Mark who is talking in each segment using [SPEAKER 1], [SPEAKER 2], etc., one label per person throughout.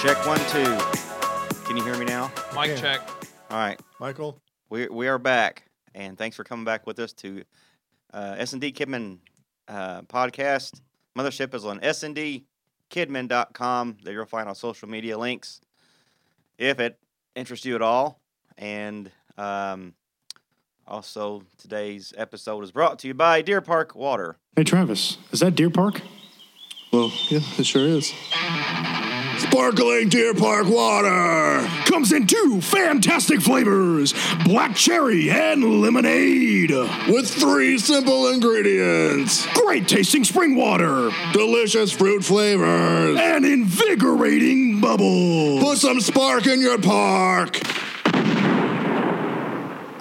[SPEAKER 1] Check one, two. Can you hear me now?
[SPEAKER 2] Mic
[SPEAKER 3] Yeah.
[SPEAKER 2] check.
[SPEAKER 1] All right,
[SPEAKER 3] Michael.
[SPEAKER 1] we we are back, and thanks for coming back with us to uh, S and D Kidman uh, podcast. Mothership is on sndkidman.com. There you'll find our social media links, if it interests you at all. And um, also, today's episode is brought to you by Deer Park Water.
[SPEAKER 4] Hey Travis, is that Deer Park?
[SPEAKER 5] Well, yeah, it sure is. Sparkling Deer Park water!
[SPEAKER 4] Comes in two fantastic flavors black cherry and lemonade.
[SPEAKER 5] With three simple ingredients
[SPEAKER 4] Great tasting spring water
[SPEAKER 5] delicious fruit flavors.
[SPEAKER 4] and invigorating bubbles.
[SPEAKER 5] Put some spark in your park!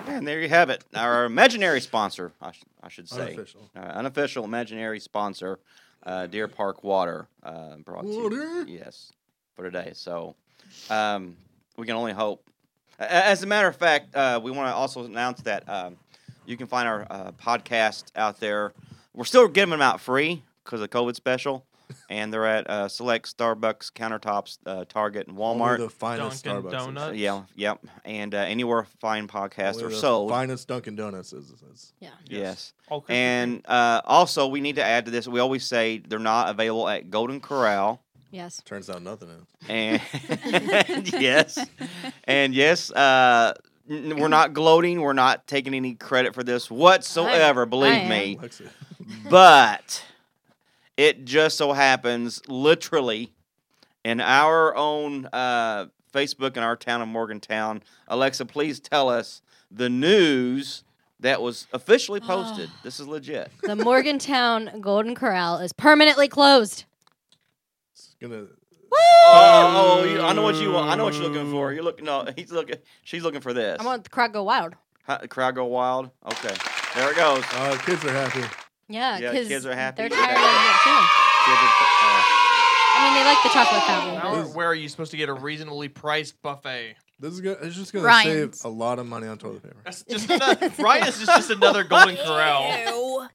[SPEAKER 1] And there you have it. Our imaginary sponsor, I, sh- I should say.
[SPEAKER 3] Unofficial.
[SPEAKER 1] Uh, unofficial imaginary sponsor, uh, Deer Park Water. Uh, brought to-
[SPEAKER 5] Water?
[SPEAKER 1] yes, for today. So um, we can only hope. A- As a matter of fact, uh, we want to also announce that um, you can find our uh, podcast out there. We're still getting them out free because of COVID special. And they're at uh, select Starbucks, countertops, uh, Target, and Walmart.
[SPEAKER 3] Only the finest
[SPEAKER 2] Dunkin'
[SPEAKER 3] Starbucks.
[SPEAKER 1] Uh,
[SPEAKER 2] Donuts.
[SPEAKER 1] Yeah, yep. And uh, anywhere fine podcasts
[SPEAKER 3] Only
[SPEAKER 1] are
[SPEAKER 3] the
[SPEAKER 1] sold.
[SPEAKER 3] Finest Dunkin' Donuts is. is-
[SPEAKER 6] Yeah.
[SPEAKER 1] yes.
[SPEAKER 2] All Krispy
[SPEAKER 1] And uh, also, we need to add to this. We always say they're not available at Golden Corral,
[SPEAKER 6] Yes.
[SPEAKER 3] Turns out nothing is.
[SPEAKER 1] and yes, and yes, uh, n- we're not gloating. We're not taking any credit for this whatsoever.
[SPEAKER 6] I
[SPEAKER 1] believe
[SPEAKER 6] am.
[SPEAKER 1] me.
[SPEAKER 3] Lexi.
[SPEAKER 1] but it just so happens, literally, in our own uh, Facebook in our town of Morgantown, Alexa, please tell us the news that was officially posted.
[SPEAKER 6] Ah.
[SPEAKER 1] this is legit.
[SPEAKER 6] The Morgantown Golden Corral is permanently closed.
[SPEAKER 3] It's gonna.
[SPEAKER 1] Oh, oh, you, I know what you want. I know what you're looking for. You're looking. No, he's looking. She's looking for this.
[SPEAKER 6] I want the crowd go wild.
[SPEAKER 1] Huh, crowd go wild. Okay, there it goes.
[SPEAKER 3] Uh, kids are happy.
[SPEAKER 6] Yeah,
[SPEAKER 1] Yeah,
[SPEAKER 6] 'cause
[SPEAKER 1] kids are happy.
[SPEAKER 6] They're tired of it too. I mean, they like the chocolate
[SPEAKER 2] Now
[SPEAKER 6] fountain.
[SPEAKER 2] we're- where are you supposed to get a reasonably priced buffet?
[SPEAKER 3] This is gonna. It's just gonna
[SPEAKER 6] Ryan's.
[SPEAKER 3] save a lot of money on toilet paper.
[SPEAKER 2] That's just another, Ryan is just, just another Golden Corral.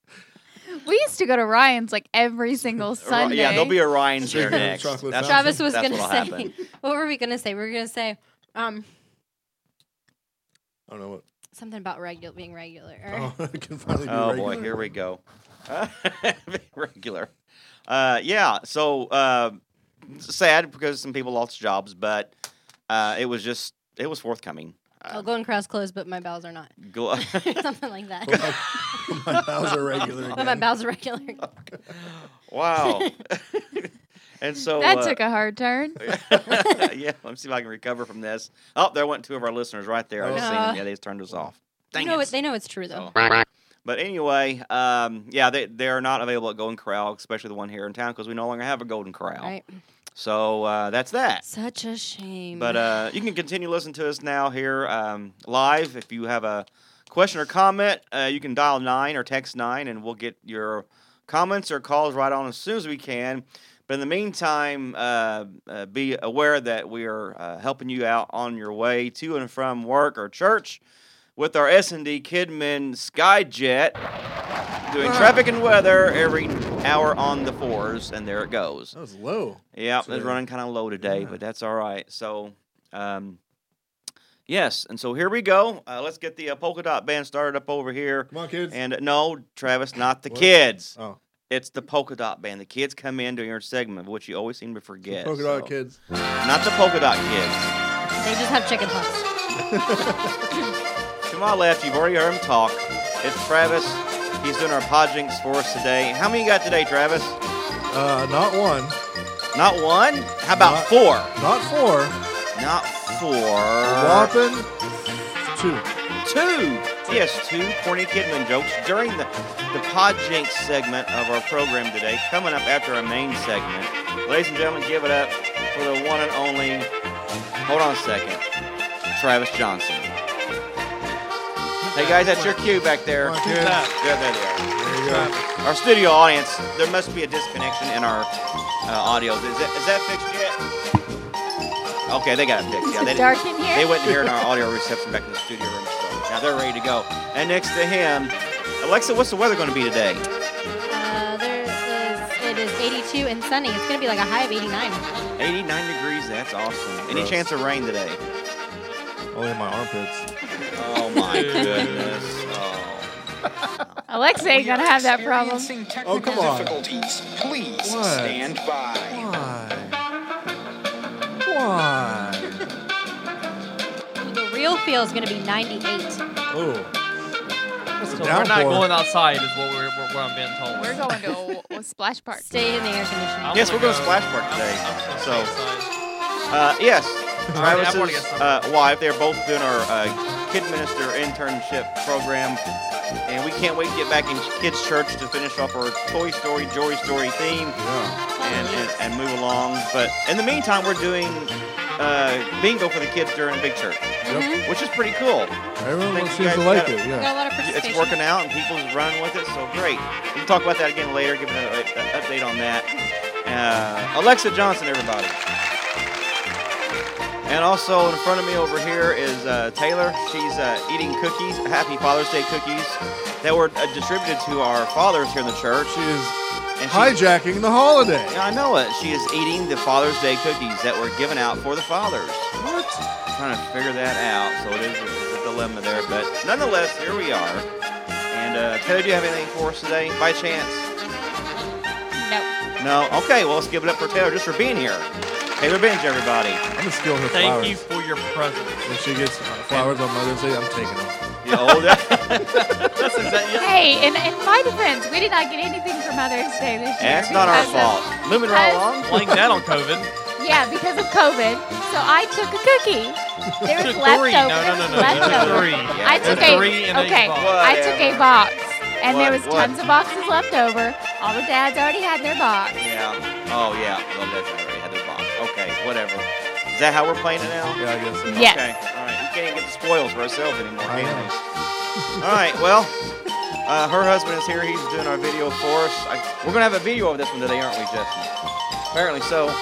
[SPEAKER 7] We used to go to Ryan's like every single
[SPEAKER 1] Ri-
[SPEAKER 7] Sunday.
[SPEAKER 1] Yeah, there'll be a Ryan's there
[SPEAKER 3] Chicken and
[SPEAKER 1] next.
[SPEAKER 3] chocolate
[SPEAKER 1] That's-
[SPEAKER 3] fountain.
[SPEAKER 6] Travis was
[SPEAKER 1] that's
[SPEAKER 6] gonna say.
[SPEAKER 1] what'll happen.
[SPEAKER 6] What were we gonna say? We were gonna say um
[SPEAKER 3] I don't know what.
[SPEAKER 6] something about regular being regular.
[SPEAKER 3] Oh, it can finally be
[SPEAKER 1] Oh
[SPEAKER 3] regular.
[SPEAKER 1] boy, here we go. Regular. Uh, yeah. So uh, sad because some people lost jobs, but uh, it was just it was forthcoming.
[SPEAKER 6] Oh, Golden Corral's closed, but my bowels are not.
[SPEAKER 1] Gl-
[SPEAKER 6] something like that.
[SPEAKER 3] My bowels are regular.
[SPEAKER 6] But my
[SPEAKER 3] Again.
[SPEAKER 6] bowels are regular.
[SPEAKER 1] Oh, wow. and so
[SPEAKER 7] that
[SPEAKER 1] uh,
[SPEAKER 7] took a hard turn.
[SPEAKER 1] yeah, let me see if I can recover from this. Oh, there went two of our listeners right there. I just seen them.
[SPEAKER 6] Uh.
[SPEAKER 1] Yeah, they just turned us off.
[SPEAKER 6] You know it. They know it's true though.
[SPEAKER 1] Oh. But anyway, um, yeah, they they are not available at Golden Corral, especially the one here in town, because we no longer have a Golden Corral.
[SPEAKER 6] Right.
[SPEAKER 1] So uh, that's that.
[SPEAKER 6] Such a shame.
[SPEAKER 1] But uh, you can continue listening to us now here um, live. If you have a question or comment, uh, you can dial nine or text nine, and we'll get your comments or calls right on as soon as we can. But in the meantime, uh, uh, be aware that we are uh, helping you out on your way to and from work or church with our S and D Kidman Skyjet, doing traffic and weather every hour on the fours, and there it goes.
[SPEAKER 3] That was low.
[SPEAKER 1] Yeah,
[SPEAKER 3] So
[SPEAKER 1] it's
[SPEAKER 3] they're-
[SPEAKER 1] running kind of low today,
[SPEAKER 3] Yeah.
[SPEAKER 1] but that's all right. So, um, yes, and so here we go. Uh, let's get the uh, polka dot band started up over here.
[SPEAKER 3] Come on, kids.
[SPEAKER 1] And uh, no, Travis, not the
[SPEAKER 3] What?
[SPEAKER 1] kids.
[SPEAKER 3] oh,
[SPEAKER 1] It's the polka dot band. The kids come in during your segment, which you always seem to forget.
[SPEAKER 3] polka dot
[SPEAKER 1] so-
[SPEAKER 3] kids.
[SPEAKER 1] Not the polka dot kids.
[SPEAKER 6] they just have chicken pox.
[SPEAKER 1] To my left, you've already heard him talk. It's Travis. He's doing our podjinks for us today. How many you got today, Travis?
[SPEAKER 3] Uh, not one.
[SPEAKER 1] Not one? How about
[SPEAKER 3] Not-
[SPEAKER 1] four?
[SPEAKER 3] Not four.
[SPEAKER 1] Not four. Uh,
[SPEAKER 3] A whopping two.
[SPEAKER 1] two. Yes, two corny Kidman jokes during the, the Pod Jinx segment of our program today, coming up after our main segment. Ladies and gentlemen, give it up for the one and only, hold on a second, Travis Johnson. Hey guys, that's your cue back there.
[SPEAKER 3] Come on,
[SPEAKER 1] Yeah,
[SPEAKER 3] kids.
[SPEAKER 1] there they
[SPEAKER 3] There you go.
[SPEAKER 1] are. Our studio audience, there must be a disconnection in our uh, audio. Is that, is that fixed yet? Okay, they got it fixed. Yeah,
[SPEAKER 7] Is
[SPEAKER 1] they
[SPEAKER 7] it
[SPEAKER 1] didn't-
[SPEAKER 7] dark in here?
[SPEAKER 1] they wouldn't hear in our audio reception back in the studio room. So now they're ready to go. And next to him, Alexa, what's the weather going to be today?
[SPEAKER 6] Uh, there is, it is 82 and sunny. It's going to be like a high of 89.
[SPEAKER 1] 89 degrees. That's awesome. Any
[SPEAKER 3] Gross.
[SPEAKER 1] chance of rain today?
[SPEAKER 3] Only in my armpits.
[SPEAKER 1] Oh my goodness. Oh.
[SPEAKER 7] Alexa ain't gonna have that problem.
[SPEAKER 3] Oh, come on.
[SPEAKER 8] Please
[SPEAKER 3] What? stand
[SPEAKER 8] by.
[SPEAKER 3] Why? Why?
[SPEAKER 6] The real feel is going to be 98.
[SPEAKER 3] Oh. That's a
[SPEAKER 2] So
[SPEAKER 3] downpour.
[SPEAKER 2] we're not going outside, is what we're what, what I'm being told.
[SPEAKER 7] We're going to a, a splash party.
[SPEAKER 6] Stay in the air conditioning.
[SPEAKER 2] I'm
[SPEAKER 1] Yes, we're
[SPEAKER 2] gonna
[SPEAKER 1] going to
[SPEAKER 2] go.
[SPEAKER 1] Splash Park
[SPEAKER 2] I'm-
[SPEAKER 1] today.
[SPEAKER 2] I'm gonna
[SPEAKER 1] So-
[SPEAKER 2] stay inside.
[SPEAKER 1] Uh, yes,
[SPEAKER 2] I wanna- I wanna
[SPEAKER 1] Travis's
[SPEAKER 2] get some.
[SPEAKER 1] uh, wife. They're both doing our uh, kid minister internship program, and we can't wait to get back in kids' church to finish off our Toy Story, Joy Story theme.
[SPEAKER 3] Yeah.
[SPEAKER 1] and, and, and move along. But in the meantime, we're doing uh, bingo for the kids during Big Church,
[SPEAKER 3] Yep.
[SPEAKER 1] which is pretty cool.
[SPEAKER 3] Everyone
[SPEAKER 1] Thank you
[SPEAKER 3] seems to
[SPEAKER 1] guys.
[SPEAKER 3] like
[SPEAKER 1] Yeah.
[SPEAKER 3] it.
[SPEAKER 6] Got
[SPEAKER 3] Yeah.
[SPEAKER 6] a lot of participation.
[SPEAKER 1] It's working out, and people's running with it, so great. We'll talk about that again later. Give an uh, update on that. Uh, Alexa Johnson, everybody. And also in front of me over here is uh, Taylor. She's uh, eating cookies, Happy Father's Day cookies, that were uh, distributed to our fathers here in the church.
[SPEAKER 3] She is
[SPEAKER 1] And she-
[SPEAKER 3] hijacking the holiday.
[SPEAKER 1] Yeah, I know it. She is eating the Father's Day cookies that were given out for the fathers.
[SPEAKER 3] What?
[SPEAKER 1] trying to figure that out, so it is a, a dilemma there. But nonetheless, here we are. And uh, Taylor, do you have anything for us today, by chance?
[SPEAKER 6] No.
[SPEAKER 1] No. Okay. Well, let's give it up for Taylor just for being here. Taylor Binge, everybody.
[SPEAKER 3] I'm gonna steal her
[SPEAKER 2] Thank
[SPEAKER 3] flowers.
[SPEAKER 2] you for your presence.
[SPEAKER 3] When she gets uh, flowers on Mother's Day, I'm taking them.
[SPEAKER 1] The old-
[SPEAKER 2] That's exactly.
[SPEAKER 7] Hey, in, in my defense, we did not get anything for Mother's Day this year.
[SPEAKER 1] That's not our
[SPEAKER 7] because
[SPEAKER 1] fault.
[SPEAKER 7] of-
[SPEAKER 1] Moving right
[SPEAKER 7] Uh,
[SPEAKER 1] along.
[SPEAKER 2] Blame that on COVID.
[SPEAKER 7] yeah, because of COVID. So I took a cookie. There was
[SPEAKER 2] Three.
[SPEAKER 7] leftover.
[SPEAKER 2] No,
[SPEAKER 7] there
[SPEAKER 2] no,
[SPEAKER 7] was
[SPEAKER 2] no, no. There's
[SPEAKER 7] leftover.
[SPEAKER 2] three.
[SPEAKER 7] I took
[SPEAKER 2] There's
[SPEAKER 7] a
[SPEAKER 2] three in each
[SPEAKER 7] okay.
[SPEAKER 2] box.
[SPEAKER 7] I took a
[SPEAKER 1] Whatever.
[SPEAKER 7] box, and there
[SPEAKER 1] What-
[SPEAKER 7] was
[SPEAKER 1] what?
[SPEAKER 7] tons of boxes left over. All the dads already had their box.
[SPEAKER 1] Yeah. Oh yeah. Well, that's already had their box. Okay. Whatever. Is that how we're playing it now?
[SPEAKER 3] Yeah, I guess. so.
[SPEAKER 7] Yes.
[SPEAKER 1] Okay. All right. We can't even get the spoils for ourselves anymore,
[SPEAKER 3] I
[SPEAKER 1] can
[SPEAKER 3] know.
[SPEAKER 1] we? All right. Well, uh, her husband is here. He's doing our video for us. I, we're gonna have a video of this one today, aren't we, Justin? Apparently so.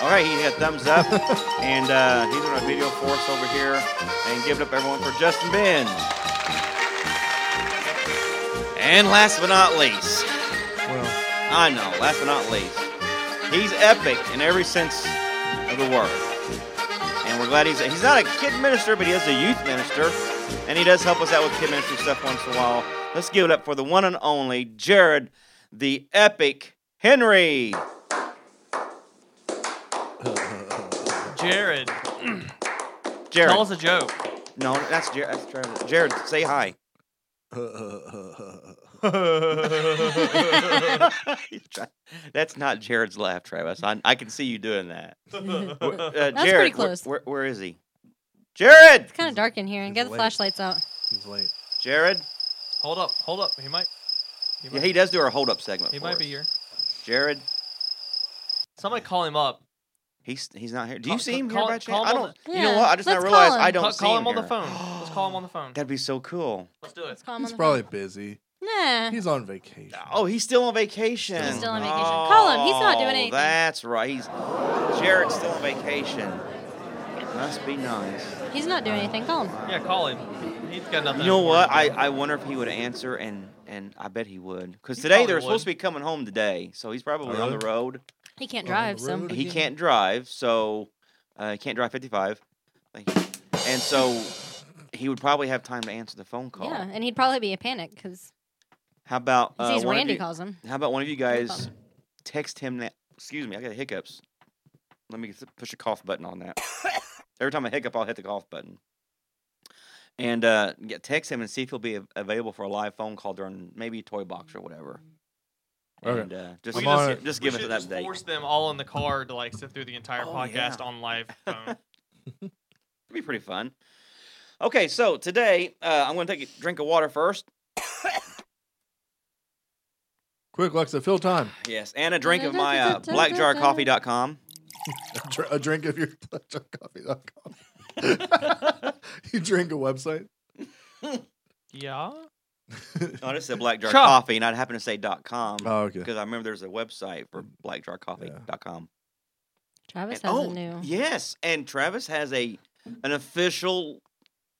[SPEAKER 1] All right. He had thumbs up, and uh, he's doing a video for us over here. And give it up, everyone, for Justin Binge. And last but not least,
[SPEAKER 3] Well,
[SPEAKER 1] I know. Last but not least, he's epic in every sense of the word. And we're glad he's he's not a kid minister, but he is a youth minister, and he does help us out with kid ministry stuff once in a while. Let's give it up for the one and only Jared, the epic Henry.
[SPEAKER 2] Jared,
[SPEAKER 1] Jared,
[SPEAKER 2] tell us a joke.
[SPEAKER 1] no, that's Jared. That's Jared. Jared, say hi. that's not Jared's laugh, Travis. I, I can see you doing that. Uh, Jared,
[SPEAKER 6] pretty
[SPEAKER 1] where-
[SPEAKER 6] close.
[SPEAKER 1] Where, where is he? Jared.
[SPEAKER 6] It's kind of dark in here. And
[SPEAKER 3] It's
[SPEAKER 6] get the
[SPEAKER 3] late.
[SPEAKER 6] flashlights out.
[SPEAKER 3] he's late.
[SPEAKER 1] Jared.
[SPEAKER 2] hold up, hold up. He might. He might,
[SPEAKER 1] Yeah, he does do our hold up segment.
[SPEAKER 2] he
[SPEAKER 1] for
[SPEAKER 2] might
[SPEAKER 1] us.
[SPEAKER 2] be here.
[SPEAKER 1] Jared,
[SPEAKER 2] Somebody call him up.
[SPEAKER 1] he's he's not here. Do
[SPEAKER 2] Call-
[SPEAKER 1] you see him
[SPEAKER 2] call-
[SPEAKER 1] here by chance?
[SPEAKER 2] call him
[SPEAKER 1] I
[SPEAKER 2] on
[SPEAKER 1] don't. You know
[SPEAKER 6] Yeah,
[SPEAKER 1] what? I just now
[SPEAKER 6] let's call
[SPEAKER 1] realized
[SPEAKER 6] him.
[SPEAKER 1] I
[SPEAKER 2] Ca-
[SPEAKER 1] don't
[SPEAKER 2] call,
[SPEAKER 1] see him
[SPEAKER 2] him on the
[SPEAKER 1] here.
[SPEAKER 2] phone. Let's call him on the phone.
[SPEAKER 1] That'd be so cool.
[SPEAKER 2] Let's do it.
[SPEAKER 6] Let's call him
[SPEAKER 3] He's
[SPEAKER 6] on the
[SPEAKER 3] probably busy.
[SPEAKER 6] phone. Nah.
[SPEAKER 3] He's on vacation.
[SPEAKER 1] Oh, he's still on vacation.
[SPEAKER 6] He's
[SPEAKER 2] Oh,
[SPEAKER 6] still on vacation. Call him. He's not doing
[SPEAKER 1] Oh,
[SPEAKER 6] anything.
[SPEAKER 1] That's right. He's Jared's still on vacation. Must be nice.
[SPEAKER 6] He's not doing anything. Call him.
[SPEAKER 2] Yeah, call him. He's got nothing.
[SPEAKER 1] You know
[SPEAKER 2] important.
[SPEAKER 1] what? I, I wonder if he would answer, and and I bet he would. Because
[SPEAKER 2] He
[SPEAKER 1] today
[SPEAKER 2] probably
[SPEAKER 1] they're
[SPEAKER 2] would.
[SPEAKER 1] supposed to be coming home today, so he's probably on the road.
[SPEAKER 6] He can't
[SPEAKER 3] On the
[SPEAKER 6] drive, so.
[SPEAKER 3] road
[SPEAKER 1] he
[SPEAKER 3] again.
[SPEAKER 1] can't drive, so uh, he can't drive 55. Thank you. And so he would probably have time to answer the phone call.
[SPEAKER 6] Yeah, and he'd probably be a panic because
[SPEAKER 1] How about
[SPEAKER 6] he
[SPEAKER 1] uh,
[SPEAKER 6] sees
[SPEAKER 1] one of
[SPEAKER 6] Randy
[SPEAKER 1] you-
[SPEAKER 6] calls him.
[SPEAKER 1] How about one of you
[SPEAKER 6] problem.
[SPEAKER 1] guys text him that? Excuse me, I got hiccups. Let me th- push a cough button on that. Every time I hiccup, I'll hit the cough button. And uh, yeah, text him and see if he'll be av- available for a live phone call during maybe Toy Box or whatever.
[SPEAKER 3] Okay.
[SPEAKER 1] And, uh, just
[SPEAKER 3] I'm on it.
[SPEAKER 1] just
[SPEAKER 2] We
[SPEAKER 1] give us
[SPEAKER 2] should
[SPEAKER 1] an
[SPEAKER 2] just
[SPEAKER 1] update.
[SPEAKER 2] force them all in the car to like sit through the entire
[SPEAKER 1] Oh,
[SPEAKER 2] podcast
[SPEAKER 1] yeah.
[SPEAKER 2] on live phone.
[SPEAKER 1] It'd be pretty fun. Okay, so today uh, I'm going to take a drink of water first.
[SPEAKER 3] Quick, Lexa, fill time.
[SPEAKER 1] Yes, and a drink of my uh, blackjarcoffee.com.
[SPEAKER 3] A dr- A drink of your coffee.com. you drink a website?
[SPEAKER 2] yeah.
[SPEAKER 1] No, Oh, this is a Black Jar
[SPEAKER 2] Chop.
[SPEAKER 1] Coffee, and I'd happen to say dot .com
[SPEAKER 3] Oh, okay.
[SPEAKER 1] because I remember there's a website for blackjarcoffee.com.
[SPEAKER 6] Travis
[SPEAKER 1] And-
[SPEAKER 6] has
[SPEAKER 1] oh,
[SPEAKER 6] a new.
[SPEAKER 1] Yes, and Travis has a an official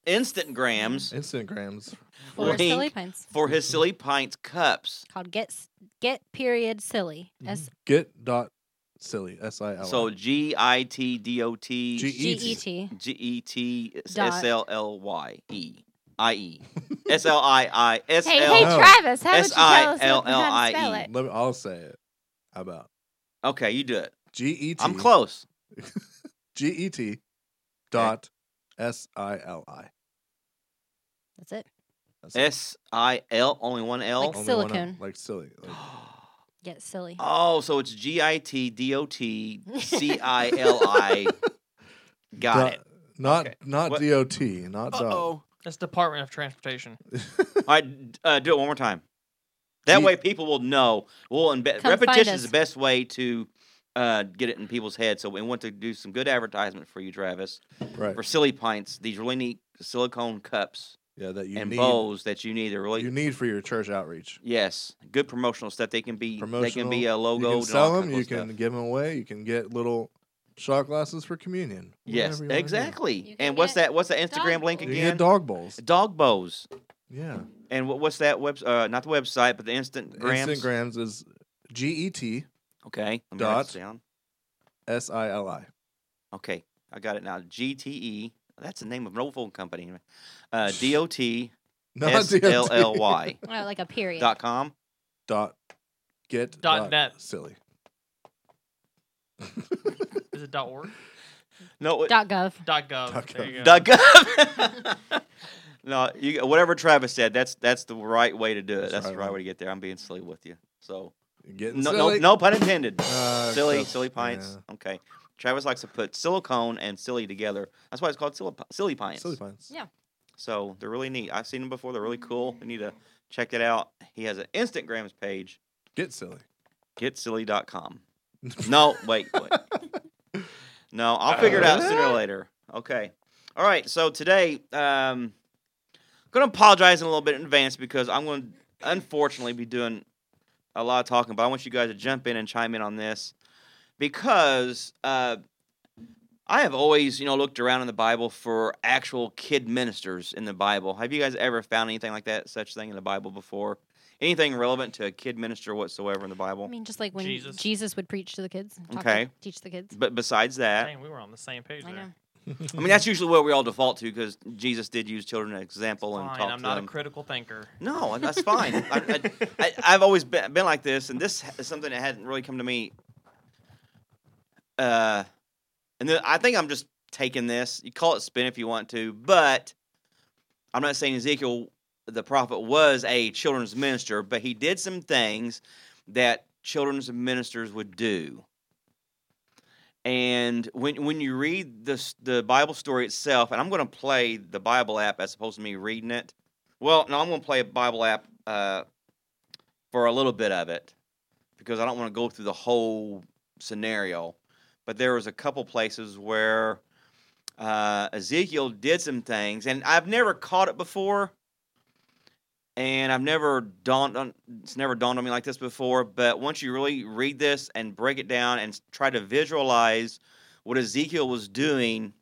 [SPEAKER 1] Instagrams
[SPEAKER 3] Instagrams.
[SPEAKER 6] For silly
[SPEAKER 1] Wink.
[SPEAKER 6] pints
[SPEAKER 1] for his silly pints cups.
[SPEAKER 6] called Get S- Get Period Silly.
[SPEAKER 3] Mm-hmm.
[SPEAKER 6] S
[SPEAKER 3] Get dot silly. S
[SPEAKER 8] Oh,
[SPEAKER 3] I L.
[SPEAKER 1] So G I T D O T
[SPEAKER 3] G
[SPEAKER 6] G
[SPEAKER 3] E
[SPEAKER 6] E
[SPEAKER 3] T.
[SPEAKER 6] T.
[SPEAKER 1] G E T
[SPEAKER 6] Dot.
[SPEAKER 1] S L L Y E I E S L I I S
[SPEAKER 7] Hey, hey,
[SPEAKER 1] L.
[SPEAKER 3] Oh.
[SPEAKER 7] Travis, how would you tell us how
[SPEAKER 1] S-I-L-L-I-E.
[SPEAKER 7] to spell it?
[SPEAKER 3] Let me, I'll say it. How about
[SPEAKER 1] Okay, you do it.
[SPEAKER 3] G E T?
[SPEAKER 1] I'm close.
[SPEAKER 3] G E T dot S I L I.
[SPEAKER 6] That's it.
[SPEAKER 3] That's it.
[SPEAKER 1] S I L, only one L.
[SPEAKER 6] Like
[SPEAKER 3] Only one of-
[SPEAKER 6] silicone.
[SPEAKER 3] Like silly. Like,
[SPEAKER 6] Get Silly.
[SPEAKER 1] Oh, so it's G I T D O T C I L I. Got
[SPEAKER 3] dot-
[SPEAKER 1] it.
[SPEAKER 3] Not
[SPEAKER 2] Okay.
[SPEAKER 3] not
[SPEAKER 1] What-
[SPEAKER 3] D O T. Not dot.
[SPEAKER 2] That's Department of Transportation.
[SPEAKER 1] All right, d- uh, do it one more time. That
[SPEAKER 3] Ye-
[SPEAKER 1] way, people will know. Well, and be-
[SPEAKER 6] Come find
[SPEAKER 1] repetition is
[SPEAKER 6] us.
[SPEAKER 1] the best way to uh, get it in people's heads. So we want to do some good advertisement for you, Travis,
[SPEAKER 3] Right.
[SPEAKER 1] for silly pints. These really neat silicone cups
[SPEAKER 3] Yeah, that you
[SPEAKER 1] and
[SPEAKER 3] need.
[SPEAKER 1] bowls that you need. They're really
[SPEAKER 3] You need for your church outreach.
[SPEAKER 1] yes, good promotional stuff. They can be they can be a
[SPEAKER 3] Promotional.
[SPEAKER 1] logo.
[SPEAKER 3] You can
[SPEAKER 1] and
[SPEAKER 3] sell
[SPEAKER 1] all
[SPEAKER 3] them.
[SPEAKER 1] kinds of
[SPEAKER 3] You
[SPEAKER 1] cool
[SPEAKER 3] can
[SPEAKER 1] stuff.
[SPEAKER 3] give them away. You can get little shot glasses for communion.
[SPEAKER 1] yes,
[SPEAKER 3] whatever you wanna do.
[SPEAKER 1] exactly.
[SPEAKER 6] You
[SPEAKER 1] And
[SPEAKER 6] can
[SPEAKER 1] what's
[SPEAKER 6] get
[SPEAKER 1] that? What's the Instagram
[SPEAKER 6] dog
[SPEAKER 1] link
[SPEAKER 6] bowls.
[SPEAKER 3] You can
[SPEAKER 1] again?
[SPEAKER 3] get dog bowls.
[SPEAKER 1] Dog bows.
[SPEAKER 3] Yeah.
[SPEAKER 1] And what, what's that web? Uh, not the website, but the instant grams.
[SPEAKER 3] Instagrams is G E T
[SPEAKER 1] Okay. Let me write this
[SPEAKER 3] Dot.
[SPEAKER 1] down.
[SPEAKER 3] S I L I.
[SPEAKER 1] Okay, I got it now. GTE. That's the name of an old phone company. Uh, DOT
[SPEAKER 3] Not
[SPEAKER 1] S L L Y
[SPEAKER 6] Oh, like a period.
[SPEAKER 1] dot com.
[SPEAKER 3] dot get
[SPEAKER 2] Dot net.
[SPEAKER 3] silly.
[SPEAKER 2] Is it dot org?
[SPEAKER 1] No, it-
[SPEAKER 6] Dot gov.
[SPEAKER 2] Dot gov.
[SPEAKER 3] Dot
[SPEAKER 2] There
[SPEAKER 3] gov.
[SPEAKER 2] you go.
[SPEAKER 1] dot gov. no, you, whatever Travis said, that's that's the right way to do it. That's,
[SPEAKER 3] That's
[SPEAKER 1] the
[SPEAKER 3] right,
[SPEAKER 1] right
[SPEAKER 3] man.
[SPEAKER 1] way to get there. I'm being silly with you. So
[SPEAKER 3] Getting
[SPEAKER 1] no, no,
[SPEAKER 3] silly.
[SPEAKER 1] no pun intended.
[SPEAKER 3] Uh,
[SPEAKER 1] silly,
[SPEAKER 3] that's-
[SPEAKER 1] silly pints.
[SPEAKER 3] yeah.
[SPEAKER 1] Okay. Travis likes to put silicone and silly together. That's why it's called silly, silly pints.
[SPEAKER 3] Silly pints.
[SPEAKER 6] Yeah.
[SPEAKER 1] So they're really neat. I've seen them before. They're really cool. You need to check it out. He has an Instagrams page.
[SPEAKER 3] Get silly.
[SPEAKER 1] GetSilly.com. No, wait, wait. No, I'll figure it out sooner or later. Okay. All right. So today, um, going to apologize in a little bit in advance because I'm going to unfortunately be doing a lot of talking, but I want you guys to jump in and chime in on this because uh, I have always, you know, looked around in the Bible for actual kid ministers in the Bible. Have you guys ever found anything like that, such thing in the Bible before? Anything relevant to a kid minister whatsoever in the Bible?
[SPEAKER 6] I mean, just like when
[SPEAKER 2] Jesus.
[SPEAKER 6] Jesus, would preach to the kids. and talk to-
[SPEAKER 1] Okay.
[SPEAKER 6] teach the kids.
[SPEAKER 1] But besides that,
[SPEAKER 2] Dang, we were on the same page
[SPEAKER 6] I know.
[SPEAKER 2] there.
[SPEAKER 1] I mean that's usually what we all default to because Jesus did use children as example and
[SPEAKER 2] Fine,
[SPEAKER 1] talk
[SPEAKER 2] I'm
[SPEAKER 1] to
[SPEAKER 2] not
[SPEAKER 1] them.
[SPEAKER 2] a critical thinker.
[SPEAKER 1] no, and that's fine. I, I, I, I've always been, been like this, and this is something that hadn't really come to me. Uh, and then I think I'm just taking this. You call it spin if you want to, but I'm not saying Ezekiel the prophet was a children's minister, but he did some things that children's ministers would do. And when when you read this the Bible story itself, and I'm going to play the Bible app as opposed to me reading it. Well, no, I'm going to play a Bible app uh, for a little bit of it because I don't want to go through the whole scenario. But there was a couple places where uh, Ezekiel did some things, and I've never caught it before, and I've never dawned on it's never dawned on me like this before. But once you really read this and break it down and s- try to visualize what Ezekiel was doing,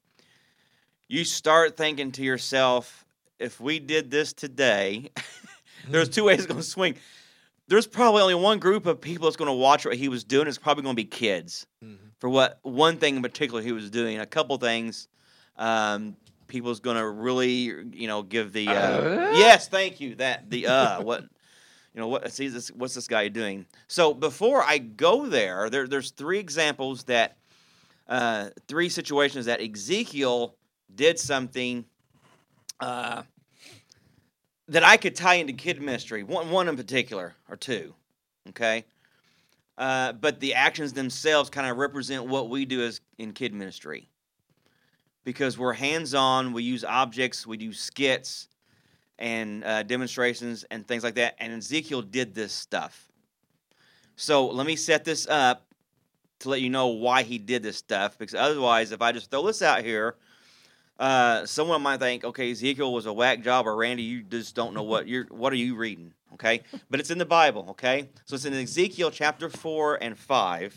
[SPEAKER 1] you start thinking to yourself, if we did this today, there's two ways it's going to swing. There's probably only one group of people that's going to watch what he was doing. It's probably going to be kids
[SPEAKER 3] Mhm.
[SPEAKER 1] for what one thing in particular he was doing. A couple things, um, people's going to really, you know, give the uh, yes, thank you. That the uh, what you know what see this what's this guy doing? So before I go there, there there's three examples that uh, three situations that Ezekiel did something uh, that I could tie into kid ministry. One one in particular or two. Okay, Uh, but the actions themselves kind of represent what we do as in kid ministry, because we're hands-on. We use objects. We do skits and uh, demonstrations and things like that. And Ezekiel did this stuff. So let me set this up to let you know why he did this stuff, because otherwise, if I just throw this out here, uh, someone might think, okay, Ezekiel was a whack job, or Randy, you just don't know what you're. What are you reading? Okay, but it's in the Bible. Okay, so it's in Ezekiel chapter four and five,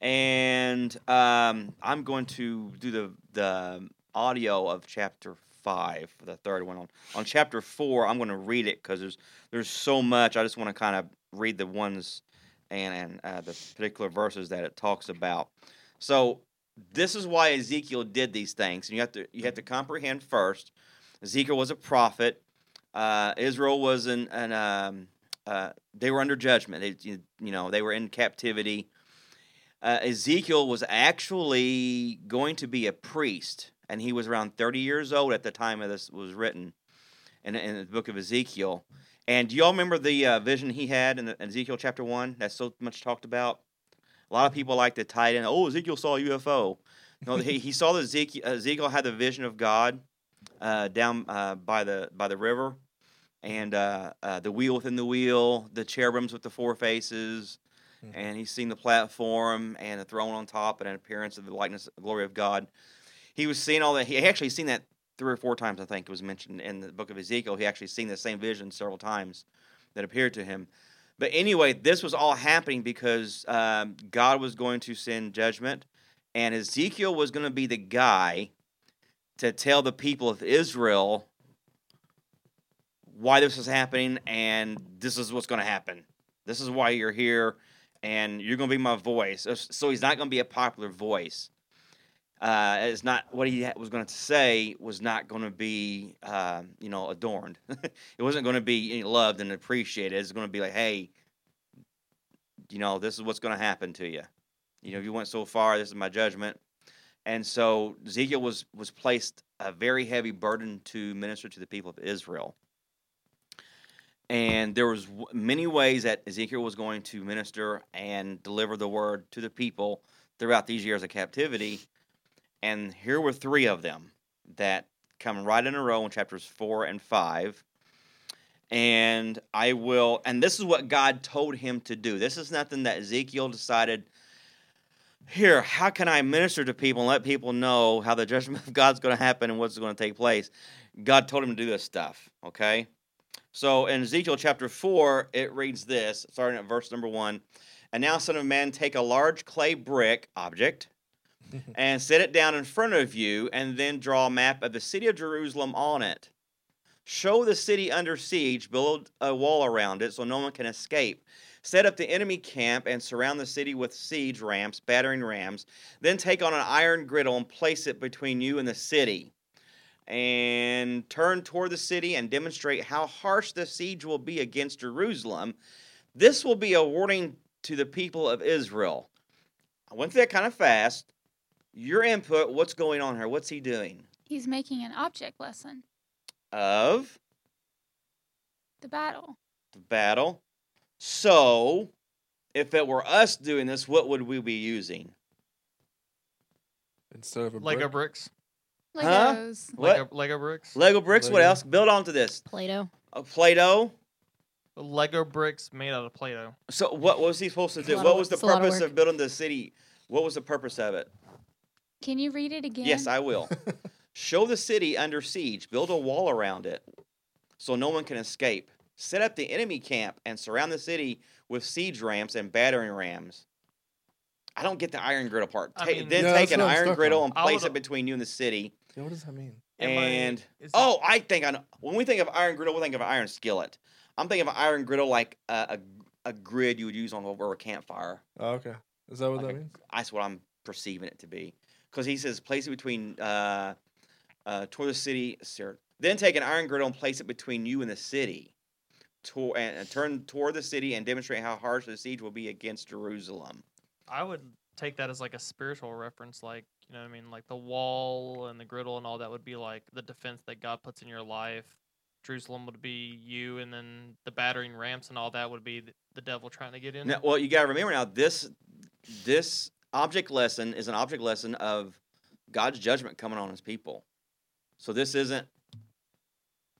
[SPEAKER 1] and um, I'm going to do the the audio of chapter five, the third one. On on chapter four, I'm going to read it because there's there's so much. I just want to kind of read the ones and and uh, the particular verses that it talks about. So this is why Ezekiel did these things, and you have to you have to comprehend first. Ezekiel was a prophet. Uh, Israel was an, an um, uh, they were under judgment. They, you- you know, they were in captivity. Uh, Ezekiel was actually going to be a priest, and he was around thirty years old at the time of this was written, in, in the book of Ezekiel. And do y'all remember the uh, vision he had in, the, in Ezekiel chapter one? That's so much talked about. A lot of people like to tie it in. Oh, Ezekiel saw a UFO. No, he, he saw the Ezekiel. Ezekiel had the vision of God uh, down uh, by the by the river, and uh, uh, the wheel within the wheel, the cherubims with the four faces, and he's seen the platform and a throne on top and an appearance of the likeness of glory of God. He was seeing all that. He actually seen that three or four times. I think it was mentioned in the book of Ezekiel. He actually seen the same vision several times that appeared to him. But anyway, this was all happening because um, God was going to send judgment, and Ezekiel was going to be the guy to tell the people of Israel why this is happening and this is what's going to happen. This is why you're here, and you're going to be my voice. So- So he's not going to be a popular voice. Uh, it's not what he ha- was going to say was not going to be um, you know adorned. it wasn't going to be you know, loved and appreciated. It's going to be like, hey, you know, this is what's going to happen to you. You know, you went so far. This is my judgment. And so Ezekiel was was placed a very heavy burden to minister to the people of Israel. And there was w- many ways that Ezekiel was going to minister and deliver the word to the people throughout these years of captivity. And here were three of them that come right in a row in chapters four and five. And I will, and this is what God told him to do. This is nothing that Ezekiel decided, here, how can I minister to people and let people know how the judgment of God's going to happen and what's going to take place? God told him to do this stuff, okay? So in Ezekiel chapter 4, it reads this, starting at verse number 1. And now, son of man, take a large clay brick object and set it down in front of you, and then draw a map of the city of Jerusalem on it. Show the city under siege, build a wall around it so no one can escape. Set up the enemy camp and surround the city with siege ramps, battering rams. Then take on an iron griddle and place it between you and the city. And turn toward the city and demonstrate how harsh the siege will be against Jerusalem. This will be a warning to the people of Israel. I went through that kind of fast. Your input, what's going on here? What's he doing?
[SPEAKER 7] He's making an object lesson.
[SPEAKER 1] Of?
[SPEAKER 7] The battle.
[SPEAKER 1] the battle. So, if it were us doing this, what would we be using?
[SPEAKER 8] Instead of a brick.
[SPEAKER 2] Lego bricks.
[SPEAKER 1] Huh?
[SPEAKER 7] Legos.
[SPEAKER 1] What?
[SPEAKER 2] Lego, Lego bricks.
[SPEAKER 1] Lego bricks. What
[SPEAKER 8] Lego.
[SPEAKER 1] else? Build onto this.
[SPEAKER 6] Play-Doh.
[SPEAKER 1] Uh, Play-Doh.
[SPEAKER 2] Lego bricks made out of Play-Doh.
[SPEAKER 1] So, what was he supposed to
[SPEAKER 6] It's a
[SPEAKER 1] do?
[SPEAKER 6] lot
[SPEAKER 1] What
[SPEAKER 6] of-
[SPEAKER 1] was the
[SPEAKER 6] it's a lot of
[SPEAKER 1] purpose
[SPEAKER 6] work.
[SPEAKER 1] of building the city? What was the purpose of it?
[SPEAKER 7] Can you read it again?
[SPEAKER 1] Yes, I will. Show the city under siege, build a wall around it so no one can escape. Set up the enemy camp and surround the city with siege ramps and battering rams. I don't get the iron griddle part.
[SPEAKER 2] I
[SPEAKER 1] Ta-
[SPEAKER 2] mean-
[SPEAKER 1] then
[SPEAKER 8] Yeah,
[SPEAKER 1] take
[SPEAKER 8] that's
[SPEAKER 1] an
[SPEAKER 8] what I'm
[SPEAKER 1] iron
[SPEAKER 8] stuck
[SPEAKER 1] griddle
[SPEAKER 8] on.
[SPEAKER 1] and
[SPEAKER 2] I
[SPEAKER 1] place
[SPEAKER 2] would've-
[SPEAKER 1] it between you and the city.
[SPEAKER 8] Yeah, what does that mean?
[SPEAKER 2] Am I-
[SPEAKER 1] And
[SPEAKER 2] is it-
[SPEAKER 1] oh, I think I know. When we think of iron griddle, we think of iron skillet. I'm thinking of iron griddle like a, a, a grid you would use on over a campfire.
[SPEAKER 8] Oh, okay. Is that what
[SPEAKER 1] Like
[SPEAKER 8] that
[SPEAKER 1] a-
[SPEAKER 8] means?
[SPEAKER 1] That's what I'm perceiving it to be. Because he says, place it between, uh, uh, toward the city, sir. Then take an iron griddle and place it between you and the city. To, and, and turn toward the city and demonstrate how harsh the siege will be against Jerusalem.
[SPEAKER 2] I would take that as like a spiritual reference, like you know, what I mean, like the wall and the griddle and all that would be like the defense that God puts in your life Jerusalem would be you, and then the battering ramps and all that would be the, the devil trying to get in.
[SPEAKER 1] Now, well, you got to remember now this this object lesson is an object lesson of God's judgment coming on His people. So this isn't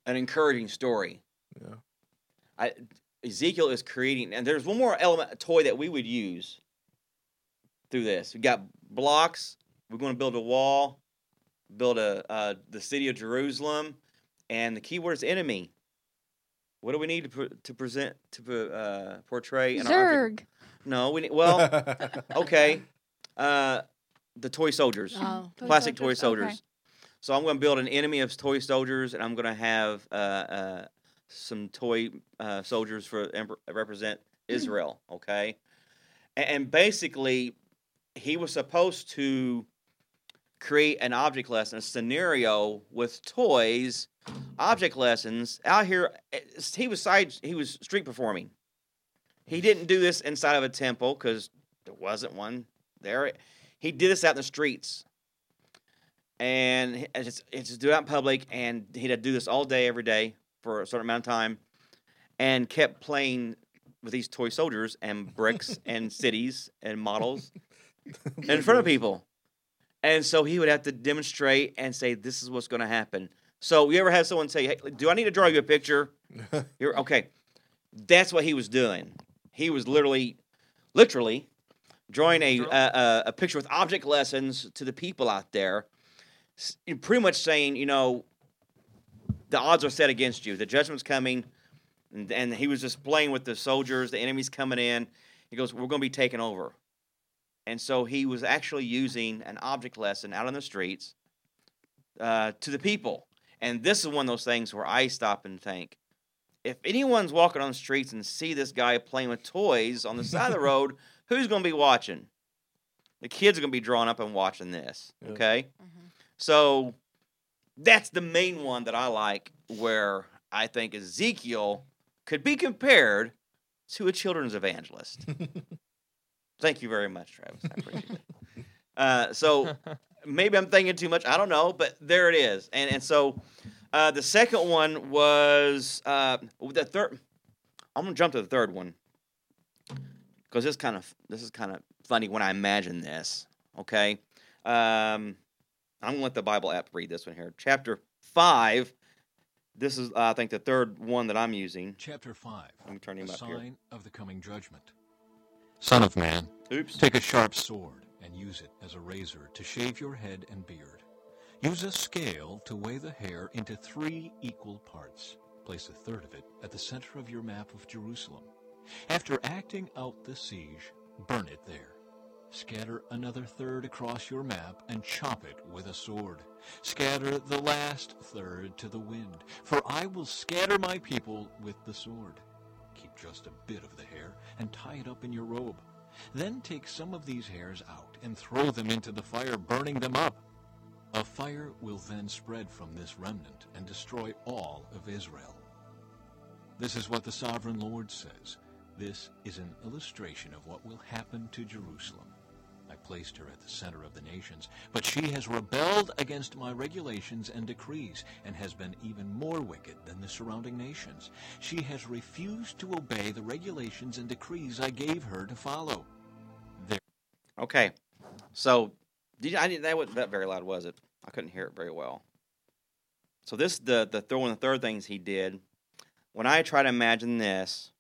[SPEAKER 1] an encouraging story.
[SPEAKER 8] Yeah.
[SPEAKER 1] I, Ezekiel is creating, and there's one more element, a toy that we would use through this. We got blocks. We're going to build a wall, build a uh, the city of Jerusalem, and the key word is enemy. What do we need to, pr- to present to pr- uh, portray? in our object-
[SPEAKER 7] Zerg.
[SPEAKER 1] no, we need, well, okay. Uh, the toy soldiers,
[SPEAKER 6] Oh.
[SPEAKER 7] Toy
[SPEAKER 1] plastic toy
[SPEAKER 7] soldiers,
[SPEAKER 1] soldiers.
[SPEAKER 7] okay.
[SPEAKER 1] So I'm going to build an enemy of toy soldiers, and I'm going to have uh, uh, some toy uh, soldiers for em- represent
[SPEAKER 7] Hmm.
[SPEAKER 1] Israel. Okay, and, and basically, he was supposed to create an object lesson, a scenario with toys, object lessons out here. it's- He was side, he was street performing. He didn't do this inside of a temple because there wasn't one there. He did this out in the streets, and he- and it's it's just do it out in public. And he'd do this all day, every day for a certain amount of time, and kept playing with these toy soldiers and bricks and cities and models in front of people. And so he would have to demonstrate and say, "This is what's going to happen." So you ever had someone say, "Hey, do I need to draw you a picture?" You're okay. That's what he was doing. He was literally, literally, drawing a
[SPEAKER 2] Draw-
[SPEAKER 1] a, a, a picture with object lessons to the people out there. S- you're Pretty much saying, you know, the odds are set against you. The judgment's coming, and, and he was just playing with the soldiers. The enemy's coming in. He goes, "We're going to be taken over." And so he was actually using an object lesson out on the streets uh, to the people. And this is one of those things where I stop and think if anyone's walking on the streets and see this guy playing with toys on the side of the road, who's going to be watching? The kids are going to be drawn up and watching this.
[SPEAKER 8] Yeah.
[SPEAKER 1] Okay. So that's the main one that I like where I think Ezekiel could be compared to a children's evangelist. Thank you very much, Travis. I appreciate it. Uh, so maybe I'm thinking too much. I don't know, but there it is. And and so uh, the second one was uh, the third. I'm gonna jump to the third one because this kind of this is kind of funny when I imagine this. Okay, um, I'm gonna let the Bible app read this one here. Chapter five. This is uh, I think the third one that I'm using.
[SPEAKER 9] Chapter 5
[SPEAKER 1] Let me turn him
[SPEAKER 9] The
[SPEAKER 1] up here.
[SPEAKER 9] Sign of the Coming Judgment. Son of man,
[SPEAKER 1] Oops.
[SPEAKER 9] take a sharp sword and use it as a razor to shave your head and beard. Use a scale to weigh the hair into three equal parts. Place a third of it at the center of your map of Jerusalem. After acting out the siege, burn it there. Scatter another third across your map and chop it with a sword. Scatter the last third to the wind, for I will scatter my people with the sword. Keep just a bit of the hair and tie it up in your robe. Then take some of these hairs out and throw them into the fire, burning them up. A fire will then spread from this remnant and destroy all of Israel. This is what the sovereign Lord says. This is an illustration of what will happen to Jerusalem. I placed her at the center of the nations, but she has rebelled against my regulations and decrees and has been even more wicked than the surrounding nations. She has refused to obey the regulations and decrees I gave her to follow.
[SPEAKER 1] Okay. So, did you, I didn't that was that very loud was it? I couldn't hear it very well. So this the the third one of the third things he did. When I try to imagine this,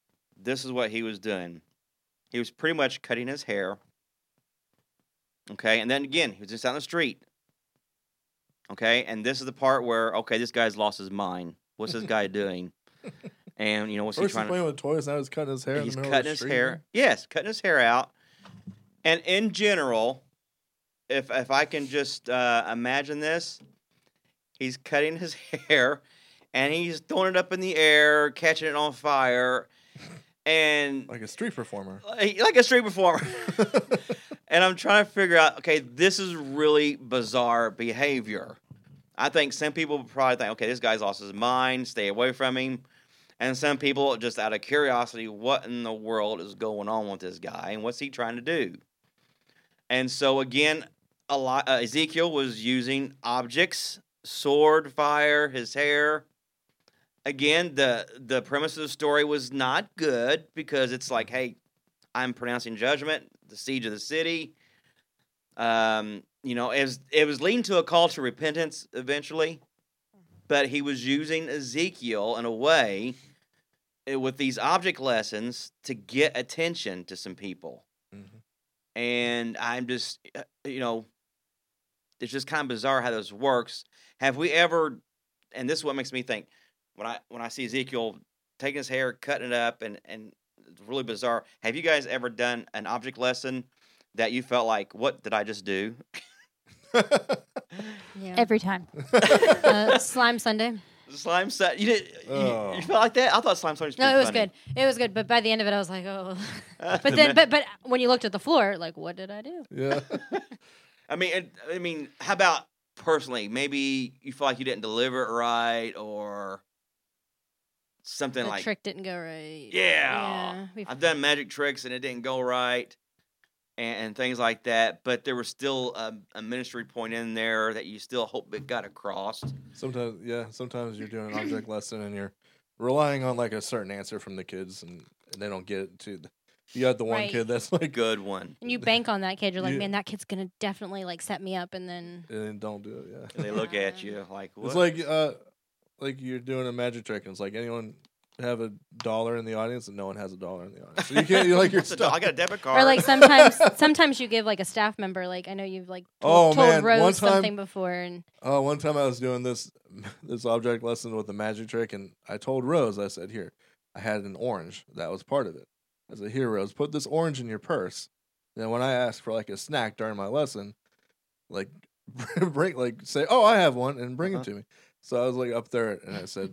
[SPEAKER 1] this is what he was doing. He was pretty much cutting his hair. Okay, and then again, he was just out on the street. Okay, and this is the part where okay, this guy's lost his mind. What's this guy doing? And you know what's he
[SPEAKER 8] First he's
[SPEAKER 1] trying to?
[SPEAKER 8] playing with toys, now he's cutting his hair. in the
[SPEAKER 1] He's
[SPEAKER 8] middle of
[SPEAKER 1] cutting
[SPEAKER 8] the
[SPEAKER 1] his
[SPEAKER 8] street.
[SPEAKER 1] hair. Yes, cutting his hair out. And in general, if if I can just uh, imagine this, he's cutting his hair, and he's throwing it up in the air, catching it on fire, and
[SPEAKER 8] Like a street performer.
[SPEAKER 1] like, like a street performer. and I'm trying to figure out, okay, this is really bizarre behavior. I think some people probably think, okay, this guy's lost his mind, stay away from him. And some people, just out of curiosity, what in the world is going on with this guy and what's he trying to do? And so, again, a lot, uh, Ezekiel was using objects, sword, fire, his hair, again, the the premise of the story was not good because it's like, hey, I'm pronouncing judgment, the siege of the city. Um, you know, it was it was leading to a call to repentance eventually, but he was using Ezekiel in a way uh, with these object lessons to get attention to some people.
[SPEAKER 8] Mhm.
[SPEAKER 1] And I'm just, uh, you know, it's just kind of bizarre how this works. Have we ever? And this is what makes me think when I when I see Ezekiel taking his hair, cutting it up, and and it's really bizarre. Have you guys ever done an object lesson that you felt like, what did I just do?
[SPEAKER 6] Yeah.
[SPEAKER 7] Every time.
[SPEAKER 6] uh, slime Sunday.
[SPEAKER 1] Slime set. You did. You,
[SPEAKER 8] Oh.
[SPEAKER 1] you felt like that? I thought slime set was
[SPEAKER 6] No,
[SPEAKER 1] pretty
[SPEAKER 6] it was
[SPEAKER 1] funny.
[SPEAKER 6] good. It was good, but by the end of it, I was like, oh.
[SPEAKER 1] Uh,
[SPEAKER 6] But then, but but when you looked at the floor, like, what did I do?
[SPEAKER 8] Yeah.
[SPEAKER 1] I mean, it, I mean, how about personally? Maybe you feel like you didn't deliver it right, or something
[SPEAKER 6] the
[SPEAKER 1] like
[SPEAKER 6] trick didn't go right.
[SPEAKER 1] Yeah.
[SPEAKER 6] Yeah, we've-
[SPEAKER 1] I've done magic tricks and it didn't go right and, and things like that, but there was still a, a ministry point in there that you still hope it got across.
[SPEAKER 8] Sometimes, yeah. Sometimes you're doing an object lesson and you're relying on like a certain answer from the kids, and, and they don't get it. To the, you got the one
[SPEAKER 6] Right.
[SPEAKER 8] kid that's like,
[SPEAKER 1] Good one.
[SPEAKER 6] And you bank on that kid. You're like,
[SPEAKER 8] You-
[SPEAKER 6] man, that kid's gonna definitely like set me up, and then
[SPEAKER 8] and then don't do it. Yeah.
[SPEAKER 1] And they look at
[SPEAKER 6] Yeah.
[SPEAKER 1] you like, what?
[SPEAKER 8] It's like uh, like you're doing a magic trick, and it's like anyone have a dollar in the audience, and no one has a dollar in the audience. So you can't. You're like you're
[SPEAKER 1] What's a do-
[SPEAKER 8] stuck.
[SPEAKER 1] I got a debit card.
[SPEAKER 6] or like sometimes sometimes you give like a staff member. Like I know you've like
[SPEAKER 8] Oh,
[SPEAKER 6] told, told
[SPEAKER 8] man,
[SPEAKER 6] Rose
[SPEAKER 8] one time-
[SPEAKER 6] something before, and
[SPEAKER 8] Oh, one time I was doing this this object lesson with the magic trick, and I told Rose, I said, "Here, I had an orange that was part of it." I said, "Here, Rose, put this orange in your purse." Then when I asked for like a snack during my lesson, like bring like say, "Oh, I have one," and bring
[SPEAKER 1] Uh-huh.
[SPEAKER 8] it to me. So I was like up there, and I said,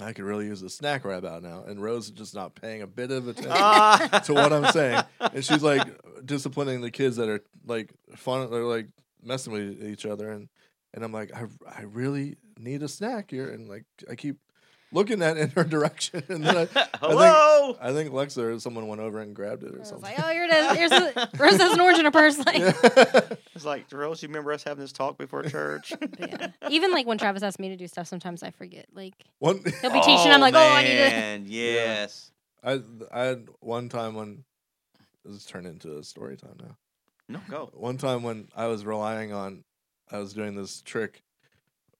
[SPEAKER 8] "I could really use a snack right about now," and Rose is just not paying a bit of attention
[SPEAKER 1] Ah.
[SPEAKER 8] to what I'm saying. and she's like disciplining the kids that are like fun they're like messing with each other and and I'm like I I really need a snack here and like I keep looking at in her direction and then I,
[SPEAKER 1] Hello.
[SPEAKER 8] I think Lexa or someone went over and grabbed it or
[SPEAKER 6] I was
[SPEAKER 8] something.
[SPEAKER 6] like, oh, here it is. Here's a, Rose has an orange in her purse. Like,
[SPEAKER 1] It's like, Rose, you remember us having this talk before church?
[SPEAKER 6] but yeah. even like when Travis asks me to do stuff, sometimes I forget. Like
[SPEAKER 8] one
[SPEAKER 6] he'll be teaching, I'm like, oh, I need
[SPEAKER 1] man, Yes.
[SPEAKER 8] I I had one time when this is turned into a story time now.
[SPEAKER 1] No, go.
[SPEAKER 8] one time when I was relying on, I was doing this trick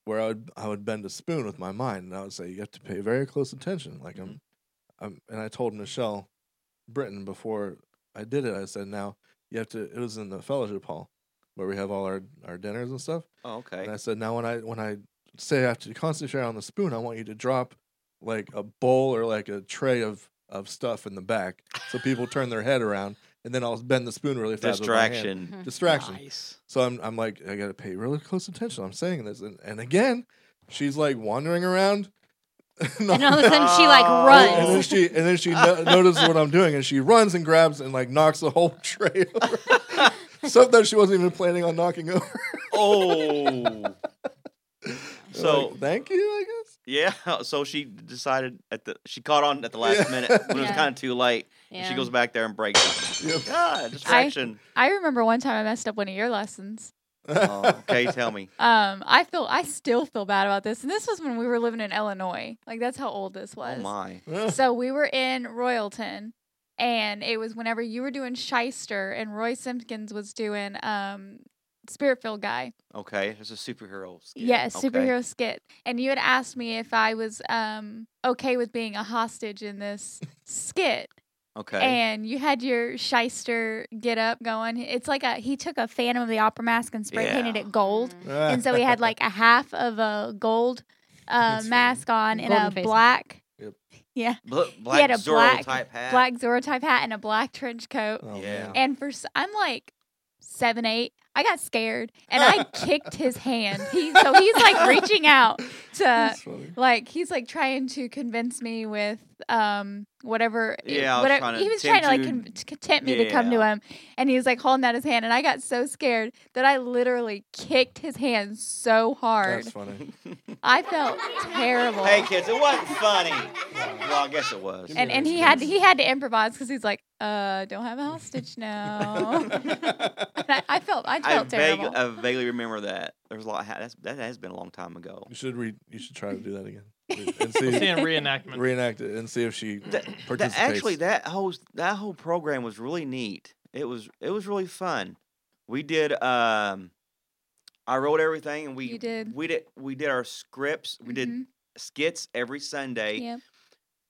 [SPEAKER 8] where I would I would bend a spoon with my mind, and I would say you have to pay very close attention. Like I'm, I'm, and I told Michelle Britton before I did it. I said now you have to. It was in the fellowship hall where we have all our our dinners and stuff.
[SPEAKER 1] Oh, okay.
[SPEAKER 8] And I said now when I when I say I have to concentrate on the spoon, I want you to drop like a bowl or like a tray of of stuff in the back, so people turn their head around, and then I'll bend the spoon really fast. with my hand.
[SPEAKER 1] Distraction.
[SPEAKER 8] Distraction.
[SPEAKER 1] Nice.
[SPEAKER 8] So I'm, I'm like, I gotta pay really close attention. I'm saying this, and, and again, she's like wandering around,
[SPEAKER 6] to. And all of a
[SPEAKER 8] and
[SPEAKER 6] sudden, she like
[SPEAKER 1] Oh.
[SPEAKER 8] then
[SPEAKER 6] runs.
[SPEAKER 8] she and then she no- notices what I'm doing, and she runs and grabs and like knocks the whole tray over, stuff that she wasn't even planning on knocking over.
[SPEAKER 1] Oh. so
[SPEAKER 8] Like, thank you, I guess.
[SPEAKER 1] Yeah, so she decided at the she caught on at the last
[SPEAKER 8] Yeah.
[SPEAKER 1] minute when it was
[SPEAKER 6] Yeah.
[SPEAKER 1] kind of too late, and she
[SPEAKER 6] Yeah.
[SPEAKER 1] goes back there and breaks. it.
[SPEAKER 8] Yep.
[SPEAKER 1] God, distraction.
[SPEAKER 7] I remember one time I messed up one of your lessons.
[SPEAKER 1] oh, okay, tell me.
[SPEAKER 7] Um, I feel I still feel bad about this, and this was when we were living in Illinois. Like that's how old this was.
[SPEAKER 1] Oh my.
[SPEAKER 7] So we were in Royalton, and it was whenever you were doing Shyster and Roy Simpkins was doing um, Spirit Filled Guy.
[SPEAKER 1] Okay, it's a superhero. skit.
[SPEAKER 7] Yeah,
[SPEAKER 1] Okay.
[SPEAKER 7] superhero skit. And you had asked me if I was um, okay with being a hostage in this skit.
[SPEAKER 1] Okay.
[SPEAKER 7] And you had your shyster get up going. It's like a he took a Phantom of the Opera mask and spray painted
[SPEAKER 1] Yeah.
[SPEAKER 7] it gold and so we had like a half of a gold uh,
[SPEAKER 8] That's
[SPEAKER 7] mask on and
[SPEAKER 6] Golden
[SPEAKER 7] a
[SPEAKER 6] face.
[SPEAKER 7] black
[SPEAKER 1] Bla- black
[SPEAKER 7] had a
[SPEAKER 1] Zorro
[SPEAKER 7] black-
[SPEAKER 1] type hat.
[SPEAKER 7] black Zorro type hat and a black trench coat.
[SPEAKER 8] Oh,
[SPEAKER 1] Yeah.
[SPEAKER 8] man.
[SPEAKER 7] And for s- I'm like seven eight. I got scared and I kicked his hand. He, so he's like reaching out to
[SPEAKER 8] That's funny.
[SPEAKER 7] like he's like trying to convince me with um whatever
[SPEAKER 1] Yeah, I was
[SPEAKER 7] whatever
[SPEAKER 1] trying to
[SPEAKER 7] he was
[SPEAKER 1] tempt
[SPEAKER 7] trying to like
[SPEAKER 1] you.
[SPEAKER 7] con- to tempt me to come to
[SPEAKER 1] Yeah.
[SPEAKER 7] him and he was like holding out his hand and I got so scared that I literally kicked his hand so hard.
[SPEAKER 8] That's funny.
[SPEAKER 7] I felt terrible.
[SPEAKER 1] Hey kids, it wasn't funny. Well, I guess it was.
[SPEAKER 7] and and he had he had to improvise because he's like, uh, don't have a hostage now. and I, I felt I
[SPEAKER 1] I,
[SPEAKER 7] felt
[SPEAKER 1] vague,
[SPEAKER 7] terrible.
[SPEAKER 1] I vaguely remember that. There's a lot. That's, that has been a long time ago.
[SPEAKER 8] You should read. You should try to do that again. and see,
[SPEAKER 2] See a reenactment.
[SPEAKER 8] reenact it, and see if she
[SPEAKER 1] That-
[SPEAKER 8] participates.
[SPEAKER 1] actually, that whole that whole program was really neat. It was it was really fun. We did. um I wrote everything, and we
[SPEAKER 7] You did.
[SPEAKER 1] we did we did our scripts. We did
[SPEAKER 7] Mhm.
[SPEAKER 1] skits every Sunday,
[SPEAKER 7] Yep.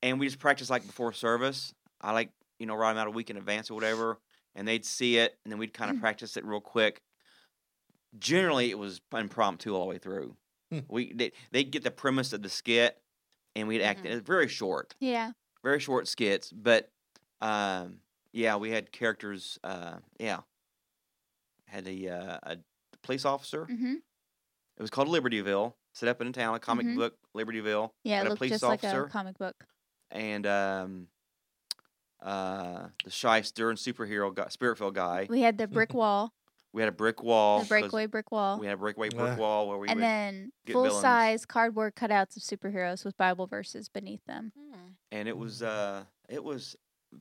[SPEAKER 1] and we just practiced like before service. I like you know write them out a week in advance or whatever, and they'd see it, and then we'd kind of practice it real quick. Generally, it was impromptu all the way through.
[SPEAKER 8] Hmm.
[SPEAKER 1] We they they get the premise of the skit, and we'd act.
[SPEAKER 6] Mhm.
[SPEAKER 1] It's very short
[SPEAKER 7] Yeah.
[SPEAKER 1] very short skits, but um, yeah, we had characters. Uh, yeah, had a, uh, a police officer.
[SPEAKER 7] Mm-hmm.
[SPEAKER 1] It was called Libertyville. Set up in a town, a comic
[SPEAKER 7] Mhm.
[SPEAKER 1] book, Libertyville.
[SPEAKER 6] Yeah,
[SPEAKER 1] had
[SPEAKER 6] it
[SPEAKER 1] a
[SPEAKER 6] looked
[SPEAKER 1] police
[SPEAKER 6] just
[SPEAKER 1] officer
[SPEAKER 6] like a comic book.
[SPEAKER 1] and um, uh, the shyster and superhero guy, Spiritfield guy.
[SPEAKER 7] We had the brick wall,
[SPEAKER 1] We had a brick wall.
[SPEAKER 7] the
[SPEAKER 1] 'cause
[SPEAKER 7] breakaway brick wall,
[SPEAKER 1] We had a breakaway
[SPEAKER 8] Yeah.
[SPEAKER 1] brick wall where we
[SPEAKER 7] and
[SPEAKER 1] would,
[SPEAKER 7] then
[SPEAKER 1] get
[SPEAKER 7] full
[SPEAKER 1] villains.
[SPEAKER 7] size cardboard cutouts of superheroes with Bible verses beneath them.
[SPEAKER 1] and it was uh, it was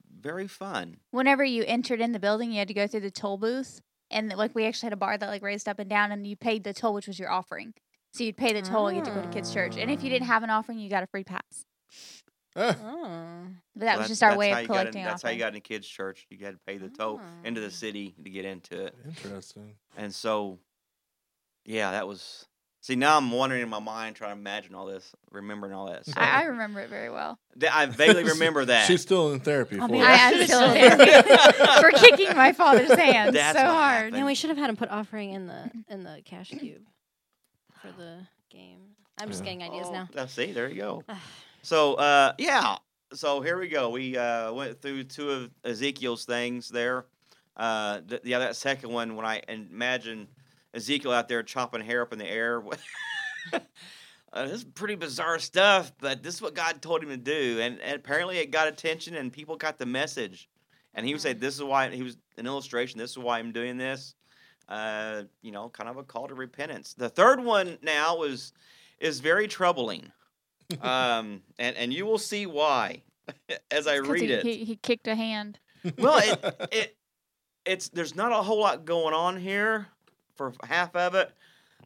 [SPEAKER 1] very fun.
[SPEAKER 7] whenever you entered in the building, you had to go through the toll booth, and like we actually had a bar that like raised up and down, and you paid the toll, which was your offering. So you'd pay the toll and get to go to kids' church, and if you
[SPEAKER 1] Ah.
[SPEAKER 7] didn't have an offering, you got a free pass.
[SPEAKER 8] Ah,
[SPEAKER 2] Mm-hmm.
[SPEAKER 6] Oh.
[SPEAKER 7] But that
[SPEAKER 1] Well,
[SPEAKER 7] was
[SPEAKER 1] that-
[SPEAKER 7] just our
[SPEAKER 1] that's
[SPEAKER 7] way
[SPEAKER 1] how
[SPEAKER 7] of
[SPEAKER 1] you got in-
[SPEAKER 7] collecting. an
[SPEAKER 1] That's how you
[SPEAKER 7] offering.
[SPEAKER 1] got into kids' church. You had to pay the toll into
[SPEAKER 6] Ah.
[SPEAKER 1] the city to get into it.
[SPEAKER 8] interesting.
[SPEAKER 1] And so, yeah, that was. See, now I'm wondering in my mind, trying to imagine all this, remembering all that. So,
[SPEAKER 7] I, I remember it very well.
[SPEAKER 1] Th- I vaguely remember that.
[SPEAKER 8] She's still in therapy for
[SPEAKER 6] I mean,
[SPEAKER 8] it.
[SPEAKER 7] I am
[SPEAKER 6] should've
[SPEAKER 7] still
[SPEAKER 6] said
[SPEAKER 7] in
[SPEAKER 1] that.
[SPEAKER 7] therapy for kicking my father's hand
[SPEAKER 1] That's
[SPEAKER 7] so
[SPEAKER 1] what
[SPEAKER 7] hard.
[SPEAKER 1] happened.
[SPEAKER 6] Yeah, we should have had him put offering in the in the cash cube for the game. I'm just
[SPEAKER 8] Yeah.
[SPEAKER 6] getting ideas
[SPEAKER 1] Oh,
[SPEAKER 6] now.
[SPEAKER 1] now see, there you go. So, uh, yeah. So here we go. We uh, went through two of Ezekiel's things there. Uh, th- yeah, that second one when I imagine Ezekiel out there chopping hair up in the air. uh, this is pretty bizarre stuff, but this is what God told him to do, and, and apparently it got attention and people got the message. And he would say,
[SPEAKER 7] Mm-hmm.
[SPEAKER 1] "This is why." He was an illustration. This is why I'm doing this. Uh, you know, kind of a call to repentance. The third one now is is very troubling um, and and you will see why as I
[SPEAKER 7] It's 'cause
[SPEAKER 1] read
[SPEAKER 7] he,
[SPEAKER 1] it.
[SPEAKER 7] He, he kicked a hand.
[SPEAKER 1] Well, it, it it's there's not a whole lot going on here for half of it,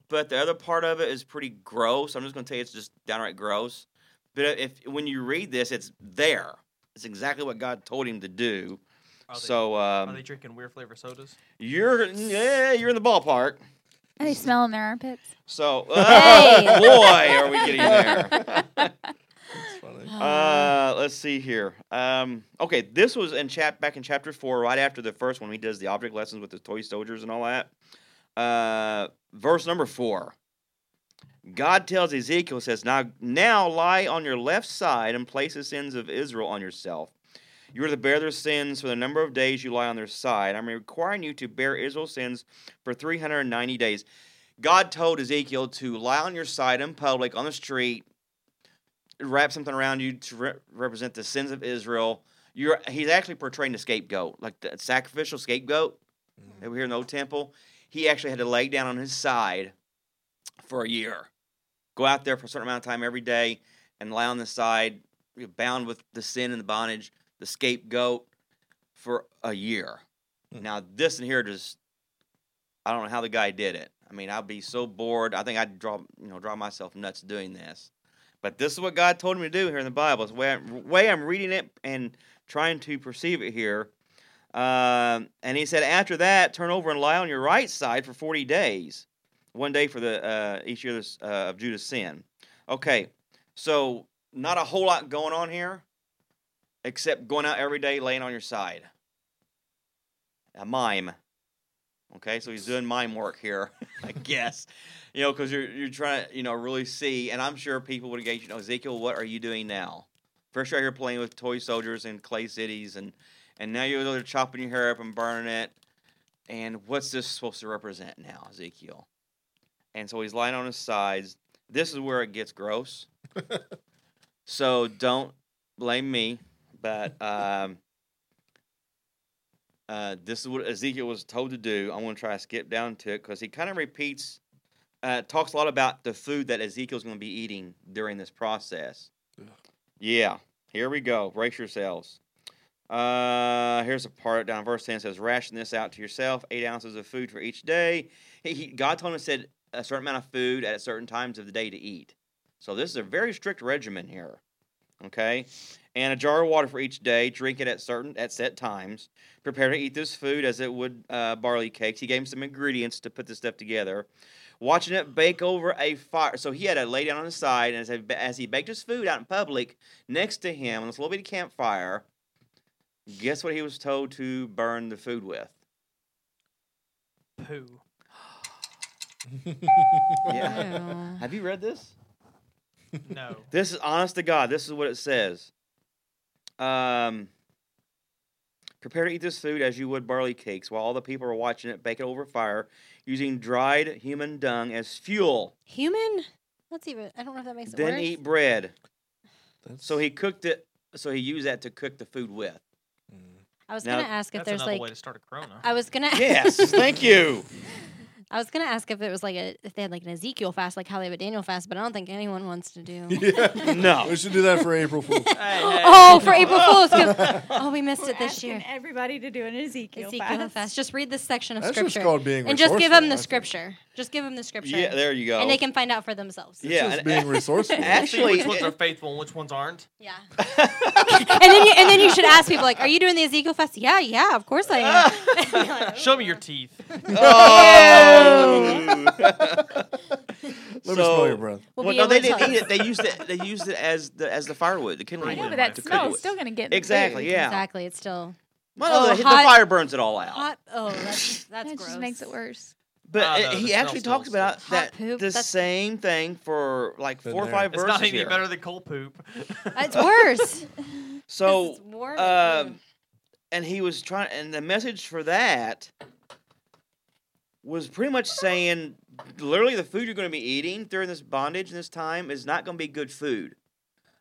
[SPEAKER 1] but the other part of it is pretty gross. I'm just going to tell you it's just downright gross. But if when you read this, it's there. It's exactly what God told him to do.
[SPEAKER 2] Are they,
[SPEAKER 1] so
[SPEAKER 2] are they
[SPEAKER 1] um,
[SPEAKER 2] drinking weird flavor sodas?
[SPEAKER 1] you're yeah, you're in the ballpark.
[SPEAKER 7] And they smell in their armpits.
[SPEAKER 1] So uh,
[SPEAKER 6] Hey.
[SPEAKER 1] Oh, boy, are we getting there.
[SPEAKER 8] It's funny.
[SPEAKER 1] Uh, let's see here. Um, okay, this was in chap back in chapter four, right after the first one. He does the object lessons with the toy soldiers and all that. Uh, verse number four. God tells Ezekiel, says, "Now, now lie on your left side and place the sins of Israel on yourself. You are to bear their sins for the number of days you lie on their side. I'm requiring you to bear Israel's sins for 390 days." God told Ezekiel to lie on your side in public on the street wrap something around you to re- represent the sins of Israel. You're he's actually portraying the scapegoat, like the sacrificial scapegoat that we hear in the old temple. He actually had to lay down on his side for a year, go out there for a certain amount of time every day, and lie on the side, you're bound with the sin and the bondage, the scapegoat for a year.
[SPEAKER 8] Hmm.
[SPEAKER 1] Now this in here just, I don't know how the guy did it. I mean, I'd be so bored. I think I'd draw, you know, draw myself nuts doing this. But this is what God told me to do here in the Bible. It's the way I'm, way I'm reading it and trying to perceive it here. Um, and he said, after that, turn over and lie on your right side for 40 days, one day for the uh, each year of, uh, of Judah's sin. Okay, so not a whole lot going on here, except going out every day, laying on your side. A mime. Okay, so he's doing mime work here, I guess you know, because you're you're trying to you know really see, and I'm sure people would engage. You know, Ezekiel, what are you doing now? First, you're out here playing with toy soldiers and clay cities, and and now you're over there chopping your hair up and burning it. And what's this supposed to represent now, Ezekiel? And so he's lying on his sides. This is where it gets gross. so don't blame me, but um, uh, this is what Ezekiel was told to do. I'm going to try to skip down to it because he kind of repeats uh, talks a lot about the food that Ezekiel's going to be eating during this process.
[SPEAKER 8] Ugh.
[SPEAKER 1] Yeah, here we go. Brace yourselves. Uh, here's a part down in verse 10 says, Ration this out to yourself, eight ounces of food for each day. He, he, God told him, said, a certain amount of food at certain times of the day to eat. So this is a very strict regimen here. Okay, and a jar of water for each day. Drink it at certain at set times. Prepare to eat this food as it would uh, barley cakes. He gave him some ingredients to put this stuff together. Watching it bake over a fire. So he had a lay down on the side, and as, he- as he baked his food out in public next to him on this little bitty campfire, guess what he was told to burn the food with?
[SPEAKER 2] Poo.
[SPEAKER 1] Yeah. Have you read this?
[SPEAKER 2] No.
[SPEAKER 1] This is honest to God. This is what it says. Um, prepare to eat this food as you would barley cakes, while all the people are watching it bake it over fire, using dried human dung as fuel.
[SPEAKER 6] Human? That's even. I don't know if that makes it
[SPEAKER 1] then
[SPEAKER 6] worse.
[SPEAKER 1] eat bread. So he cooked it. So he used that to cook the food with.
[SPEAKER 6] I was
[SPEAKER 1] Now-
[SPEAKER 6] gonna ask if
[SPEAKER 2] That's
[SPEAKER 6] there's
[SPEAKER 2] another
[SPEAKER 6] like.
[SPEAKER 2] way to start a Corona.
[SPEAKER 6] I was gonna.
[SPEAKER 1] Yes, thank you.
[SPEAKER 6] I was gonna ask if it was like a if they had like an Ezekiel fast, like how they have a Daniel fast, but I don't think anyone wants to do.
[SPEAKER 1] No.
[SPEAKER 8] We should do that for April Fool's.
[SPEAKER 6] oh, for April Fool's! 'cause- Oh, we missed it this year.
[SPEAKER 7] Everybody to do an Ezekiel,
[SPEAKER 6] Ezekiel fast. Just read this section of
[SPEAKER 8] That's just
[SPEAKER 6] scripture
[SPEAKER 8] called being
[SPEAKER 6] and just give
[SPEAKER 8] resourceful,
[SPEAKER 6] them the
[SPEAKER 8] I think.
[SPEAKER 6] scripture. Just give them the scripture.
[SPEAKER 1] Yeah, there you go.
[SPEAKER 6] And they can find out for themselves.
[SPEAKER 1] yeah,
[SPEAKER 8] just
[SPEAKER 1] and-
[SPEAKER 8] being resourceful.
[SPEAKER 2] Actually,
[SPEAKER 1] Actually,
[SPEAKER 2] which ones
[SPEAKER 1] it-
[SPEAKER 2] are faithful and which ones aren't.
[SPEAKER 6] Yeah. and then you and then you should ask people like, "Are you doing the Ezekiel fast?" Yeah, yeah, of course I am. And be like,
[SPEAKER 2] Show me your teeth.
[SPEAKER 1] oh.
[SPEAKER 8] Let me smell your
[SPEAKER 1] So-
[SPEAKER 8] breath.
[SPEAKER 6] We'll
[SPEAKER 1] well,
[SPEAKER 6] be
[SPEAKER 1] no, they
[SPEAKER 6] able
[SPEAKER 1] didn't
[SPEAKER 6] to tell
[SPEAKER 1] eat
[SPEAKER 6] you.
[SPEAKER 1] it. They used it. They used it as the as the firewood, the kindling.
[SPEAKER 2] I know,
[SPEAKER 1] wood
[SPEAKER 2] but that
[SPEAKER 7] but that
[SPEAKER 1] to cook
[SPEAKER 7] smell's
[SPEAKER 1] with.
[SPEAKER 7] still gonna get in
[SPEAKER 1] Exactly. Yeah.
[SPEAKER 6] Exactly. It's still
[SPEAKER 1] Well, no,
[SPEAKER 6] Oh,
[SPEAKER 1] the,
[SPEAKER 6] hot-
[SPEAKER 1] the fire burns it all out.
[SPEAKER 6] hot. Oh, that's that's
[SPEAKER 7] That
[SPEAKER 6] gross.
[SPEAKER 7] just makes it worse.
[SPEAKER 1] But
[SPEAKER 2] Ah,
[SPEAKER 1] it-
[SPEAKER 2] no, the
[SPEAKER 1] he
[SPEAKER 2] smell
[SPEAKER 1] actually
[SPEAKER 2] still
[SPEAKER 1] talks about
[SPEAKER 6] stinks.
[SPEAKER 1] that
[SPEAKER 6] Hot poop,
[SPEAKER 1] the
[SPEAKER 6] that's-
[SPEAKER 1] same thing for like
[SPEAKER 8] Been
[SPEAKER 1] four or
[SPEAKER 8] there.
[SPEAKER 1] five
[SPEAKER 2] It's
[SPEAKER 1] verses
[SPEAKER 2] not any
[SPEAKER 1] here.
[SPEAKER 2] better than coal poop.
[SPEAKER 6] Uh, It's worse.
[SPEAKER 1] So,
[SPEAKER 6] it's warm.
[SPEAKER 1] um, and he was trying, and the message for that was pretty much saying, literally, the food you're going to be eating during this bondage and this time is not going to be good food.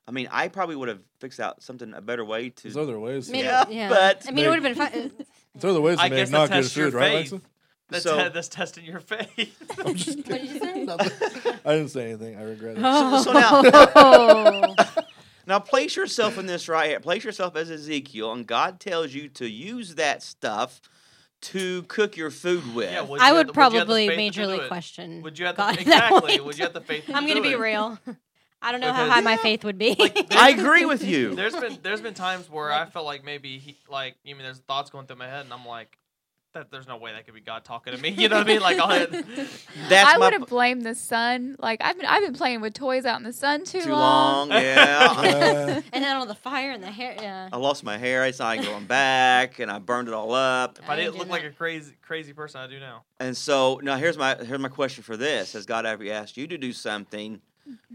[SPEAKER 1] I mean, I probably would have fixed out something a better way to.
[SPEAKER 8] There's other ways.
[SPEAKER 6] Maybe-
[SPEAKER 8] To,
[SPEAKER 1] yeah, but-
[SPEAKER 6] I mean, it would have been fun.
[SPEAKER 8] there's other ways
[SPEAKER 2] I
[SPEAKER 8] to make
[SPEAKER 2] guess
[SPEAKER 8] not
[SPEAKER 2] that
[SPEAKER 8] good
[SPEAKER 2] tests your
[SPEAKER 8] food, right,
[SPEAKER 2] faith.
[SPEAKER 8] Lexa?
[SPEAKER 2] That's,
[SPEAKER 1] So-
[SPEAKER 2] te- that's testing your faith.
[SPEAKER 8] I'm just
[SPEAKER 6] What did you say?
[SPEAKER 8] Nothing. I didn't say anything. I regret it. Uh,
[SPEAKER 1] So, so now,
[SPEAKER 6] Oh.
[SPEAKER 1] Now place yourself in this right here. Place yourself as Ezekiel, and God tells you to use that stuff to cook your food with.
[SPEAKER 2] Yeah,
[SPEAKER 6] I
[SPEAKER 2] you have
[SPEAKER 6] would
[SPEAKER 2] the- you have the
[SPEAKER 6] probably
[SPEAKER 2] faith to do
[SPEAKER 6] majorly
[SPEAKER 2] it?
[SPEAKER 6] question.
[SPEAKER 2] Would you have
[SPEAKER 6] God
[SPEAKER 2] the,
[SPEAKER 6] at that
[SPEAKER 2] exactly?
[SPEAKER 6] point.
[SPEAKER 2] Would you have the faith?
[SPEAKER 6] I'm
[SPEAKER 2] going to
[SPEAKER 6] be
[SPEAKER 2] do it?
[SPEAKER 6] real. I don't know how
[SPEAKER 2] Because-
[SPEAKER 6] high my faith would be.
[SPEAKER 1] I agree with you.
[SPEAKER 2] There's been there's been times where I felt like maybe he like you mean there's thoughts going through my head and I'm like that there's no way that could be God talking to me. You know what I mean? Like I'll hit,
[SPEAKER 1] That's
[SPEAKER 7] I
[SPEAKER 1] my
[SPEAKER 7] would have blamed the sun. Like I've been, I've been playing with toys out in the sun too,
[SPEAKER 1] too long. Yeah,
[SPEAKER 8] Uh,
[SPEAKER 6] and then all the fire and the hair. Yeah.
[SPEAKER 1] I lost my hair. It's not going back, and I burned it all up.
[SPEAKER 2] if I
[SPEAKER 6] I
[SPEAKER 2] didn't
[SPEAKER 6] do
[SPEAKER 2] look like
[SPEAKER 6] that.
[SPEAKER 2] a crazy crazy person, I do now.
[SPEAKER 1] And so now here's my here's my question for this: Has God ever asked you to do something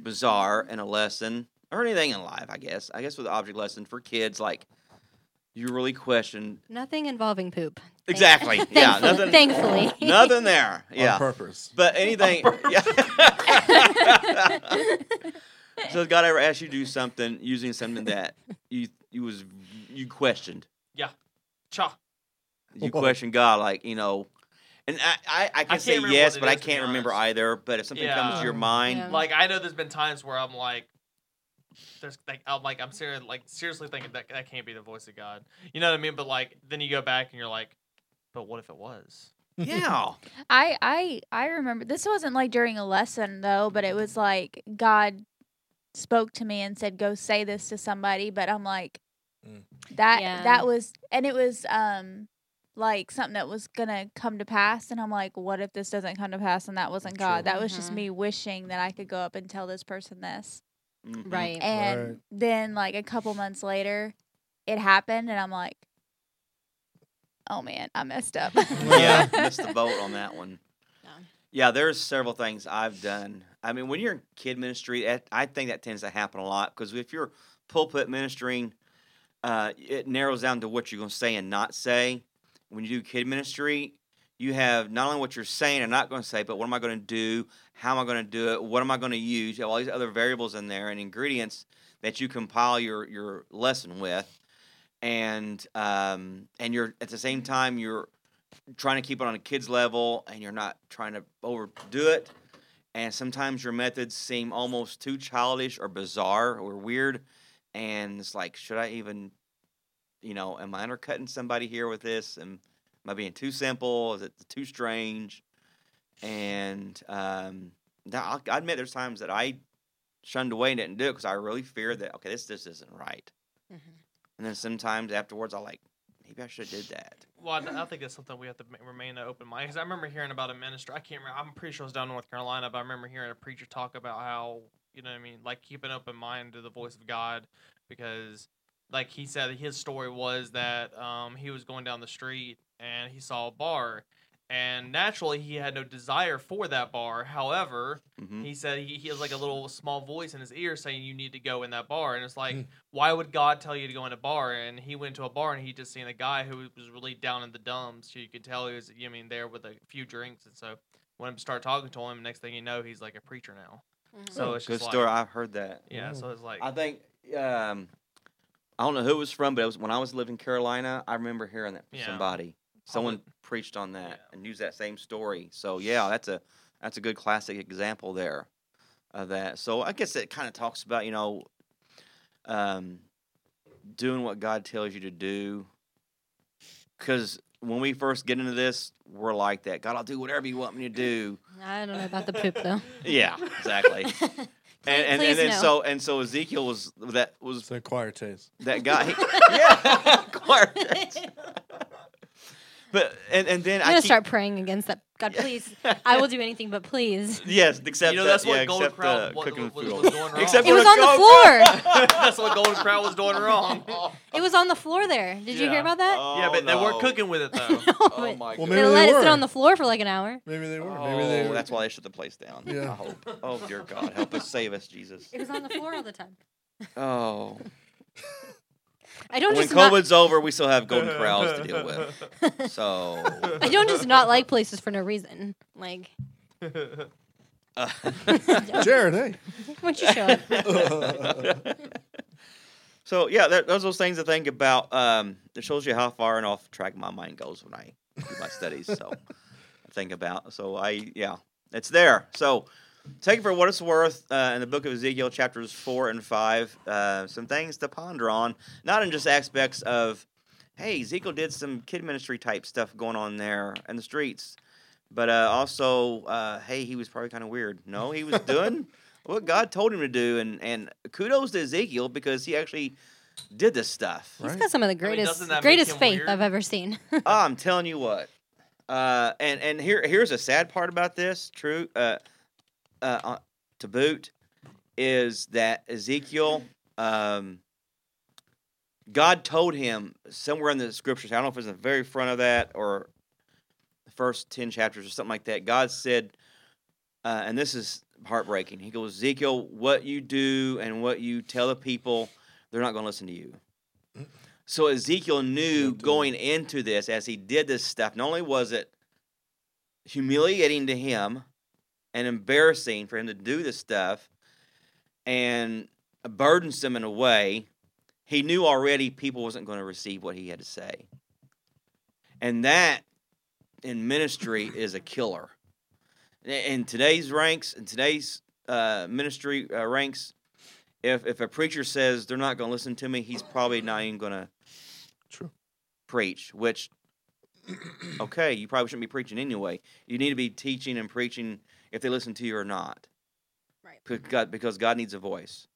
[SPEAKER 1] bizarre in a lesson or anything in life? I guess I guess with the object lesson for kids, like you really question
[SPEAKER 6] Nothing involving poop. Thank-
[SPEAKER 1] exactly. yeah,
[SPEAKER 6] Thankfully.
[SPEAKER 1] nothing.
[SPEAKER 6] Thankfully.
[SPEAKER 1] Nothing there. Yeah.
[SPEAKER 8] On purpose.
[SPEAKER 1] But anything. Yeah. so has God ever asked you to do something using something that you you was you questioned?
[SPEAKER 2] Cha.
[SPEAKER 1] You
[SPEAKER 8] Whoa.
[SPEAKER 1] questioned God, like you know. And I, I, I can
[SPEAKER 2] can't
[SPEAKER 1] say
[SPEAKER 2] remember what
[SPEAKER 1] yes,
[SPEAKER 2] it
[SPEAKER 1] but I
[SPEAKER 2] is, to be
[SPEAKER 1] can't remember
[SPEAKER 2] honest.
[SPEAKER 1] either. But if something
[SPEAKER 2] Yeah.
[SPEAKER 1] comes to your mind,
[SPEAKER 6] Yeah.
[SPEAKER 2] Like I know there's been times where I'm like there's like I'm like I'm serious like seriously thinking that that can't be the voice of God. You know what I mean? But like then you go back and you're like, but what if it was?
[SPEAKER 1] yeah,
[SPEAKER 7] I, I, I remember this wasn't like during a lesson though, but it was like God spoke to me and said, "Go say this to somebody." But I'm like,
[SPEAKER 8] Mm.
[SPEAKER 7] that
[SPEAKER 6] Yeah.
[SPEAKER 7] that was, and it was um like something that was gonna come to pass, and I'm like, what if this doesn't come to pass? And that wasn't God.
[SPEAKER 8] Sure.
[SPEAKER 7] That was just
[SPEAKER 6] Mhm.
[SPEAKER 7] me wishing that I could go up and tell this person this.
[SPEAKER 1] Mhm.
[SPEAKER 6] Right.
[SPEAKER 7] And
[SPEAKER 8] Right.
[SPEAKER 7] then like a couple months later, it happened and I'm like, Oh man, I messed up.
[SPEAKER 1] yeah, missed the boat on that one.
[SPEAKER 6] No.
[SPEAKER 1] Yeah, there's several things I've done. I mean, when you're in kid ministry, that- I think that tends to happen a lot because if you're pulpit ministering, uh, it narrows down to what you're going to say and not say. When you do kid ministry, you have not only what you're saying and not going to say, but what am I going to do? How am I going to do it? What am I going to use? You have all these other variables in there and ingredients that you compile your your lesson with, and um, and you're at the same time you're trying to keep it on a kid's level and you're not trying to overdo it. And sometimes your methods seem almost too childish or bizarre or weird. And it's like, should I even, you know, am I undercutting somebody here with this? Am, am I being too simple? Is it too strange? And um, now I'll, I admit there's times that I shunned away and didn't do it because I really feared that okay, this this isn't right.
[SPEAKER 6] Mm-hmm.
[SPEAKER 1] And then sometimes afterwards, I like maybe I should have did that.
[SPEAKER 2] Well, I, th- I think that's something we have to ma- remain open mind because I remember hearing about a minister. I can't remember. I'm pretty sure it was down in North Carolina, but I remember hearing a preacher talk about how you know what I mean, like keep an open mind to the voice of God because, like he said, his story was that um, he was going down the street and he saw a bar, and naturally he had no desire for that bar. However,
[SPEAKER 1] Mhm.
[SPEAKER 2] he said he, he has like a little small voice in his ear saying you need to go in that bar, and it's like why would God tell you to go in a bar? And he went to a bar and he just seen a guy who was really down in the dumps. So you could tell he was, you mean, there with a few drinks. And so when I started talking to him, next thing you know, he's like a preacher now. So it's
[SPEAKER 1] good
[SPEAKER 2] just
[SPEAKER 1] story.
[SPEAKER 2] Like,
[SPEAKER 1] I've heard that.
[SPEAKER 2] yeah. So it's like
[SPEAKER 1] I think um, I don't know who it was from, but it was when I was living in Carolina. I remember hearing that from
[SPEAKER 2] Yeah.
[SPEAKER 1] somebody, someone preached on that and used that same story. So yeah, that's a that's a good classic example there of that. So I guess it kind of talks about you know, um, doing what God tells you to do. Because when we first get into this, we're like that. God, I'll do whatever you want me to do.
[SPEAKER 6] I don't know about the poop though.
[SPEAKER 1] Yeah, exactly. and and,
[SPEAKER 6] please
[SPEAKER 1] and then
[SPEAKER 6] no.
[SPEAKER 1] so and so Ezekiel was that was it's
[SPEAKER 8] acquired taste.
[SPEAKER 1] That guy, he- yeah, acquired taste. but and and then
[SPEAKER 6] I'm
[SPEAKER 1] I
[SPEAKER 6] gonna
[SPEAKER 1] keep-
[SPEAKER 6] start praying against that. God, please, I will do anything, but please.
[SPEAKER 1] Yes, except
[SPEAKER 2] You know,
[SPEAKER 1] that-
[SPEAKER 2] that's what
[SPEAKER 1] yeah,
[SPEAKER 2] Golden
[SPEAKER 1] except,
[SPEAKER 2] Crown
[SPEAKER 1] uh,
[SPEAKER 2] wa-
[SPEAKER 1] cooking
[SPEAKER 2] was-
[SPEAKER 1] food.
[SPEAKER 2] was going wrong.
[SPEAKER 1] Except
[SPEAKER 6] It was
[SPEAKER 1] the
[SPEAKER 6] on the
[SPEAKER 1] Golden
[SPEAKER 6] floor.
[SPEAKER 2] that's what Golden Crown was doing wrong.
[SPEAKER 6] It was on the floor there. Did you hear
[SPEAKER 2] Yeah.
[SPEAKER 6] about that?
[SPEAKER 2] yeah, but they
[SPEAKER 1] Oh, no.
[SPEAKER 2] weren't cooking with it though.
[SPEAKER 6] oh
[SPEAKER 1] Oh. my
[SPEAKER 8] Well,
[SPEAKER 6] they
[SPEAKER 8] maybe
[SPEAKER 6] let
[SPEAKER 8] they
[SPEAKER 6] it sit
[SPEAKER 8] were.
[SPEAKER 6] on the floor for like an hour.
[SPEAKER 8] Maybe they were.
[SPEAKER 1] Oh,
[SPEAKER 8] Maybe they were.
[SPEAKER 1] that's why they shut the place down.
[SPEAKER 8] Yeah.
[SPEAKER 1] I hope. Oh dear God, help us, save us, Jesus.
[SPEAKER 6] It was on the floor all the time.
[SPEAKER 1] Oh.
[SPEAKER 6] I don't
[SPEAKER 1] when
[SPEAKER 6] just not-
[SPEAKER 1] COVID's over, we still have Golden Corrals to deal with. So
[SPEAKER 6] I don't just not like places for no reason. Like,
[SPEAKER 1] Uh,
[SPEAKER 8] Jared, hey.
[SPEAKER 6] why don't you show up?
[SPEAKER 1] so yeah, that, those are those things I think about. Um, it shows you how far and off track my mind goes when I do my studies. So I think about. So I yeah, it's there. So take it for what it's worth. Uh, in the book of Ezekiel, chapters four and five, uh, some things to ponder on, not in just aspects of, hey, Ezekiel did some kid ministry type stuff going on there in the streets. But uh, also, uh, hey, he was probably kind of weird. No, he was doing what God told him to do, and and kudos to Ezekiel because he actually did this stuff.
[SPEAKER 6] He's got some of the greatest
[SPEAKER 2] doesn't that make
[SPEAKER 6] greatest
[SPEAKER 2] him
[SPEAKER 6] faith
[SPEAKER 2] weird?
[SPEAKER 6] I've ever seen.
[SPEAKER 1] Ah, I'm telling you what. Uh, and and here here's a sad part about this. True. Uh, uh, uh, to boot, is that Ezekiel, um, God told him somewhere in the scriptures. I don't know if it's in the very front of that or the first ten chapters or something like that. God said, uh, and this is heartbreaking. He goes, Ezekiel, what you do and what you tell the people, they're not going to listen to you. So Ezekiel knew going into this as he did this stuff, not only was it humiliating to him and embarrassing for him to do this stuff and burdensome in a way, he knew already people wasn't going to receive what he had to say. And that in ministry is a killer. In today's ranks, in today's uh, ministry uh, ranks, if if a preacher says they're not going to listen to me, he's probably not even going to
[SPEAKER 8] True.
[SPEAKER 1] preach. Which, okay, you probably shouldn't be preaching anyway. You need to be teaching and preaching if they listen to you or not.
[SPEAKER 6] Right.
[SPEAKER 1] Because God, because God needs a voice,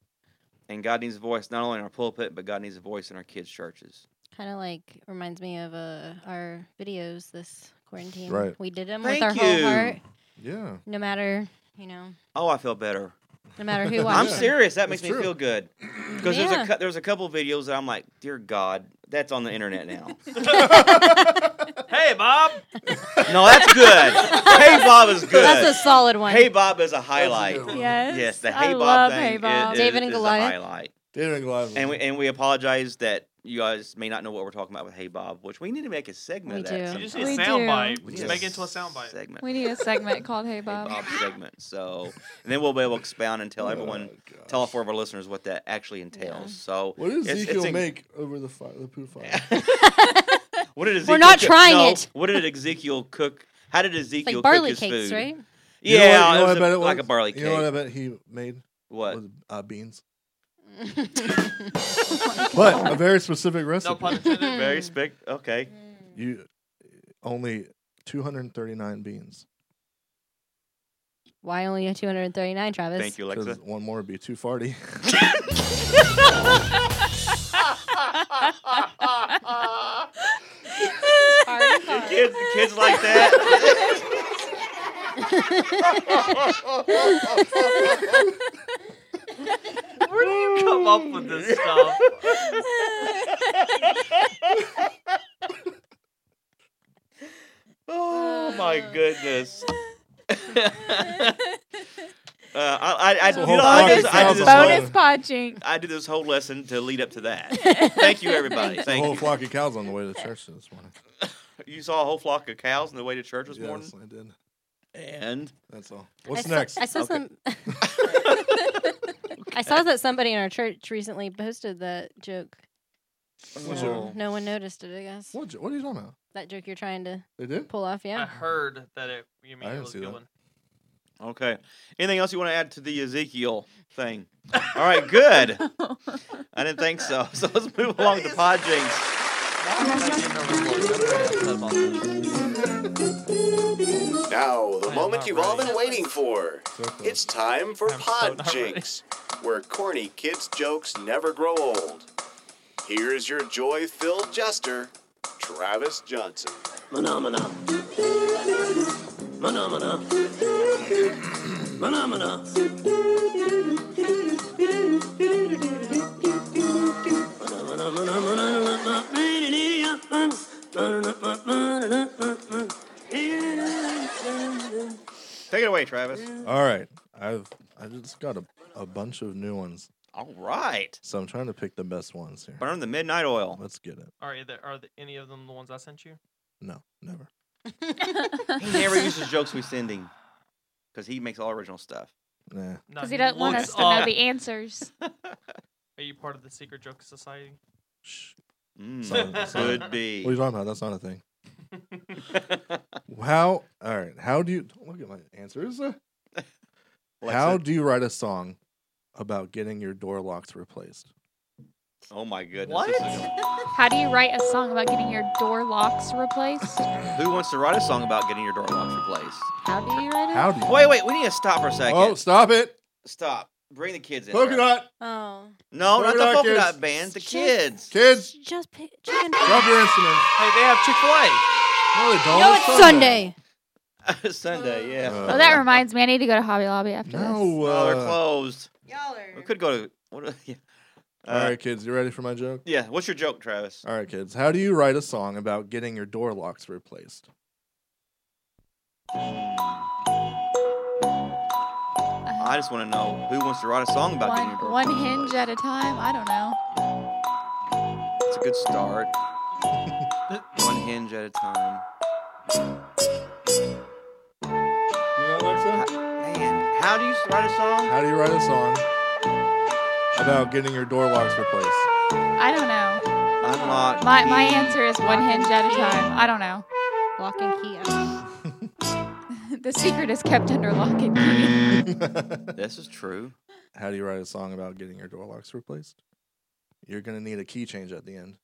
[SPEAKER 1] and God needs a voice not only in our pulpit, but God needs a voice in our kids' churches.
[SPEAKER 6] kind of like reminds me of uh, our videos this quarantine.
[SPEAKER 8] Right.
[SPEAKER 6] We did them
[SPEAKER 1] Thank
[SPEAKER 6] with our
[SPEAKER 1] you.
[SPEAKER 6] whole heart,
[SPEAKER 8] Yeah.
[SPEAKER 6] no matter you know,
[SPEAKER 1] Oh, I feel better.
[SPEAKER 6] no matter who watched.
[SPEAKER 1] I'm
[SPEAKER 6] them.
[SPEAKER 1] serious. That makes
[SPEAKER 8] That's
[SPEAKER 1] me
[SPEAKER 8] true.
[SPEAKER 1] feel good. Because there's
[SPEAKER 6] Yeah.
[SPEAKER 1] a cou- there's a couple videos that I'm like, dear God, that's on the internet now.
[SPEAKER 2] hey, Bob.
[SPEAKER 1] no, that's good. hey Bob is good.
[SPEAKER 6] That's a solid one.
[SPEAKER 1] Hey Bob is a highlight.
[SPEAKER 7] Yes.
[SPEAKER 1] Yes, the
[SPEAKER 7] I
[SPEAKER 1] Hey Bob
[SPEAKER 7] love
[SPEAKER 1] thing
[SPEAKER 7] Hey
[SPEAKER 1] is-
[SPEAKER 7] Bob.
[SPEAKER 1] Is,
[SPEAKER 6] David and
[SPEAKER 1] is a
[SPEAKER 6] Goliath.
[SPEAKER 1] highlight.
[SPEAKER 8] David and Goliath.
[SPEAKER 1] And we and we apologize that you guys may not know what we're talking about with Hey Bob, which we need to make a segment
[SPEAKER 6] We
[SPEAKER 1] of that.
[SPEAKER 2] You
[SPEAKER 6] do.
[SPEAKER 2] just
[SPEAKER 1] sometime.
[SPEAKER 2] need a
[SPEAKER 7] We do.
[SPEAKER 2] soundbite. We
[SPEAKER 1] We
[SPEAKER 2] just
[SPEAKER 1] need
[SPEAKER 2] make it into a soundbite.
[SPEAKER 1] Segment.
[SPEAKER 7] We need a segment called Hey Bob.
[SPEAKER 1] Hey Bob segment. So and then we'll be able to expound and
[SPEAKER 8] Oh,
[SPEAKER 1] tell everyone
[SPEAKER 8] gosh.
[SPEAKER 1] tell all four of our listeners what that actually entails. So
[SPEAKER 8] What did
[SPEAKER 1] it's- it's
[SPEAKER 8] Ezekiel
[SPEAKER 1] in-
[SPEAKER 8] make over the fire, the poo fire?
[SPEAKER 1] What did Ezekiel
[SPEAKER 6] We're not
[SPEAKER 1] cook-
[SPEAKER 6] trying
[SPEAKER 1] no,
[SPEAKER 6] it.
[SPEAKER 1] What did Ezekiel cook? How did
[SPEAKER 6] It's like
[SPEAKER 1] Ezekiel cook
[SPEAKER 6] barley
[SPEAKER 1] his
[SPEAKER 6] cakes,
[SPEAKER 1] food?
[SPEAKER 6] right?
[SPEAKER 8] You know what- you
[SPEAKER 1] Yeah,
[SPEAKER 8] know
[SPEAKER 1] it
[SPEAKER 8] what
[SPEAKER 1] was
[SPEAKER 8] I bet
[SPEAKER 1] a-
[SPEAKER 8] it
[SPEAKER 1] like a
[SPEAKER 8] was?
[SPEAKER 1] barley cake.
[SPEAKER 8] You know what I bet he made?
[SPEAKER 1] What?
[SPEAKER 8] Was, uh, beans. but a very specific recipe.
[SPEAKER 2] No pun
[SPEAKER 6] Mm.
[SPEAKER 2] intended.
[SPEAKER 1] Very spec. Okay.
[SPEAKER 8] You only 239 beans.
[SPEAKER 6] Why only a 239, Travis?
[SPEAKER 8] Thank you, Alexa. One more would be too farty.
[SPEAKER 1] The kids, the kids like that.
[SPEAKER 2] Where do you come up with this stuff?
[SPEAKER 1] oh my goodness. Uh, I, I, I,
[SPEAKER 7] So
[SPEAKER 1] you
[SPEAKER 7] hold
[SPEAKER 1] know, I,
[SPEAKER 7] on.
[SPEAKER 1] did, this- I did this
[SPEAKER 7] Bonus
[SPEAKER 1] whole,
[SPEAKER 7] punching.
[SPEAKER 1] I did this whole lesson to lead up to that. Thank you, everybody.
[SPEAKER 8] a
[SPEAKER 1] Thank
[SPEAKER 8] whole
[SPEAKER 1] you.
[SPEAKER 8] flock of cows on the way to church this morning.
[SPEAKER 1] You saw a whole flock of cows on the way to church this
[SPEAKER 8] Yes,
[SPEAKER 1] morning.
[SPEAKER 8] I did.
[SPEAKER 1] And
[SPEAKER 8] that's all. What's
[SPEAKER 6] I saw-
[SPEAKER 8] next?
[SPEAKER 6] I saw
[SPEAKER 8] Okay.
[SPEAKER 6] some. I saw that somebody in our church recently posted that joke.
[SPEAKER 8] What
[SPEAKER 6] No-
[SPEAKER 8] joke?
[SPEAKER 6] No one noticed it, I guess.
[SPEAKER 8] What, what are you talking about?
[SPEAKER 6] That joke you're trying to
[SPEAKER 8] They did?
[SPEAKER 6] pull off,
[SPEAKER 2] I
[SPEAKER 6] yeah.
[SPEAKER 2] heard that it. You mean
[SPEAKER 1] I
[SPEAKER 2] it
[SPEAKER 1] didn't
[SPEAKER 2] was
[SPEAKER 1] see
[SPEAKER 2] a good
[SPEAKER 1] that.
[SPEAKER 2] one?
[SPEAKER 1] Okay. Anything else you want to add to the Ezekiel thing? All right, good. I didn't think so. So let's move along to Pod Jinx.
[SPEAKER 10] Now, the moment you've all been waiting for. It's time for Pod Jinx, where corny kids' jokes never grow old. Here's your joy filled jester, Travis Johnson.
[SPEAKER 5] Phenomena. Phenomena. Phenomena.
[SPEAKER 1] Take it away, Travis.
[SPEAKER 8] All right, I've I just got a, a bunch of new ones.
[SPEAKER 1] All right.
[SPEAKER 8] So I'm trying to pick the best ones here.
[SPEAKER 1] Burn the midnight oil.
[SPEAKER 8] Let's get it.
[SPEAKER 2] Are there, are the, any of them the ones I sent you?
[SPEAKER 8] No, never.
[SPEAKER 1] He never uses jokes we send him because he makes all original stuff.
[SPEAKER 8] Nah.
[SPEAKER 2] No,
[SPEAKER 7] Because he doesn't want
[SPEAKER 2] looks
[SPEAKER 7] us to know
[SPEAKER 2] up.
[SPEAKER 7] the answers.
[SPEAKER 2] Are you part of the Secret Joke Society?
[SPEAKER 1] Mm,
[SPEAKER 8] Sorry, sorry.
[SPEAKER 1] could be.
[SPEAKER 8] What are you talking about? That's not a thing. How? All right. How do you don't look at my answers? How
[SPEAKER 1] Alexa.
[SPEAKER 8] do you write a song about getting your door locks replaced?
[SPEAKER 1] Oh my goodness.
[SPEAKER 7] What?
[SPEAKER 1] this is a-
[SPEAKER 7] How do you write a song about getting your door locks replaced?
[SPEAKER 1] Who wants to write a song about getting your door locks replaced?
[SPEAKER 6] How do you write it?
[SPEAKER 8] How do you?
[SPEAKER 1] Wait, wait. We need to stop for a second.
[SPEAKER 8] Oh, stop it!
[SPEAKER 1] Stop. Bring the kids in.
[SPEAKER 8] Polka
[SPEAKER 1] Travis.
[SPEAKER 8] dot.
[SPEAKER 6] Oh.
[SPEAKER 1] No,
[SPEAKER 8] Polka
[SPEAKER 1] not the
[SPEAKER 8] dot
[SPEAKER 1] polka
[SPEAKER 8] kids.
[SPEAKER 1] dot bands. The kids.
[SPEAKER 8] Kids,
[SPEAKER 6] Just pick chicken.
[SPEAKER 8] drop your instruments.
[SPEAKER 1] Hey, they have Chick Fil A.
[SPEAKER 8] No, they don't. Uh,
[SPEAKER 6] No, it's Sunday. Oh,
[SPEAKER 1] Sunday, yeah.
[SPEAKER 7] Well, that reminds me. I need to go to Hobby Lobby after
[SPEAKER 8] No.
[SPEAKER 1] oh, they're
[SPEAKER 8] Uh,
[SPEAKER 1] closed. Y'all are. We could go to. What? Are, yeah. Uh,
[SPEAKER 8] all right, kids. You ready for my joke?
[SPEAKER 1] Yeah. What's your joke, Travis?
[SPEAKER 8] All right, kids. How do you write a song about getting your door locks replaced?
[SPEAKER 1] I just want to know who wants to write a song
[SPEAKER 7] this.
[SPEAKER 1] about getting your
[SPEAKER 7] One,
[SPEAKER 1] door
[SPEAKER 7] one
[SPEAKER 1] closed.
[SPEAKER 7] hinge at a time. I don't know.
[SPEAKER 1] It's a good start. one hinge at a time. Man, how do you write a song?
[SPEAKER 8] How do you write a song about getting your door locks replaced?
[SPEAKER 7] I don't know.
[SPEAKER 1] Unlock.
[SPEAKER 7] My my
[SPEAKER 1] key.
[SPEAKER 7] answer is one hinge at a time. I don't know.
[SPEAKER 6] Lock and key. I
[SPEAKER 7] The secret is kept under lock and key.
[SPEAKER 1] This is true.
[SPEAKER 8] How do you write a song about getting your door locks replaced? You're gonna need a key change at the end.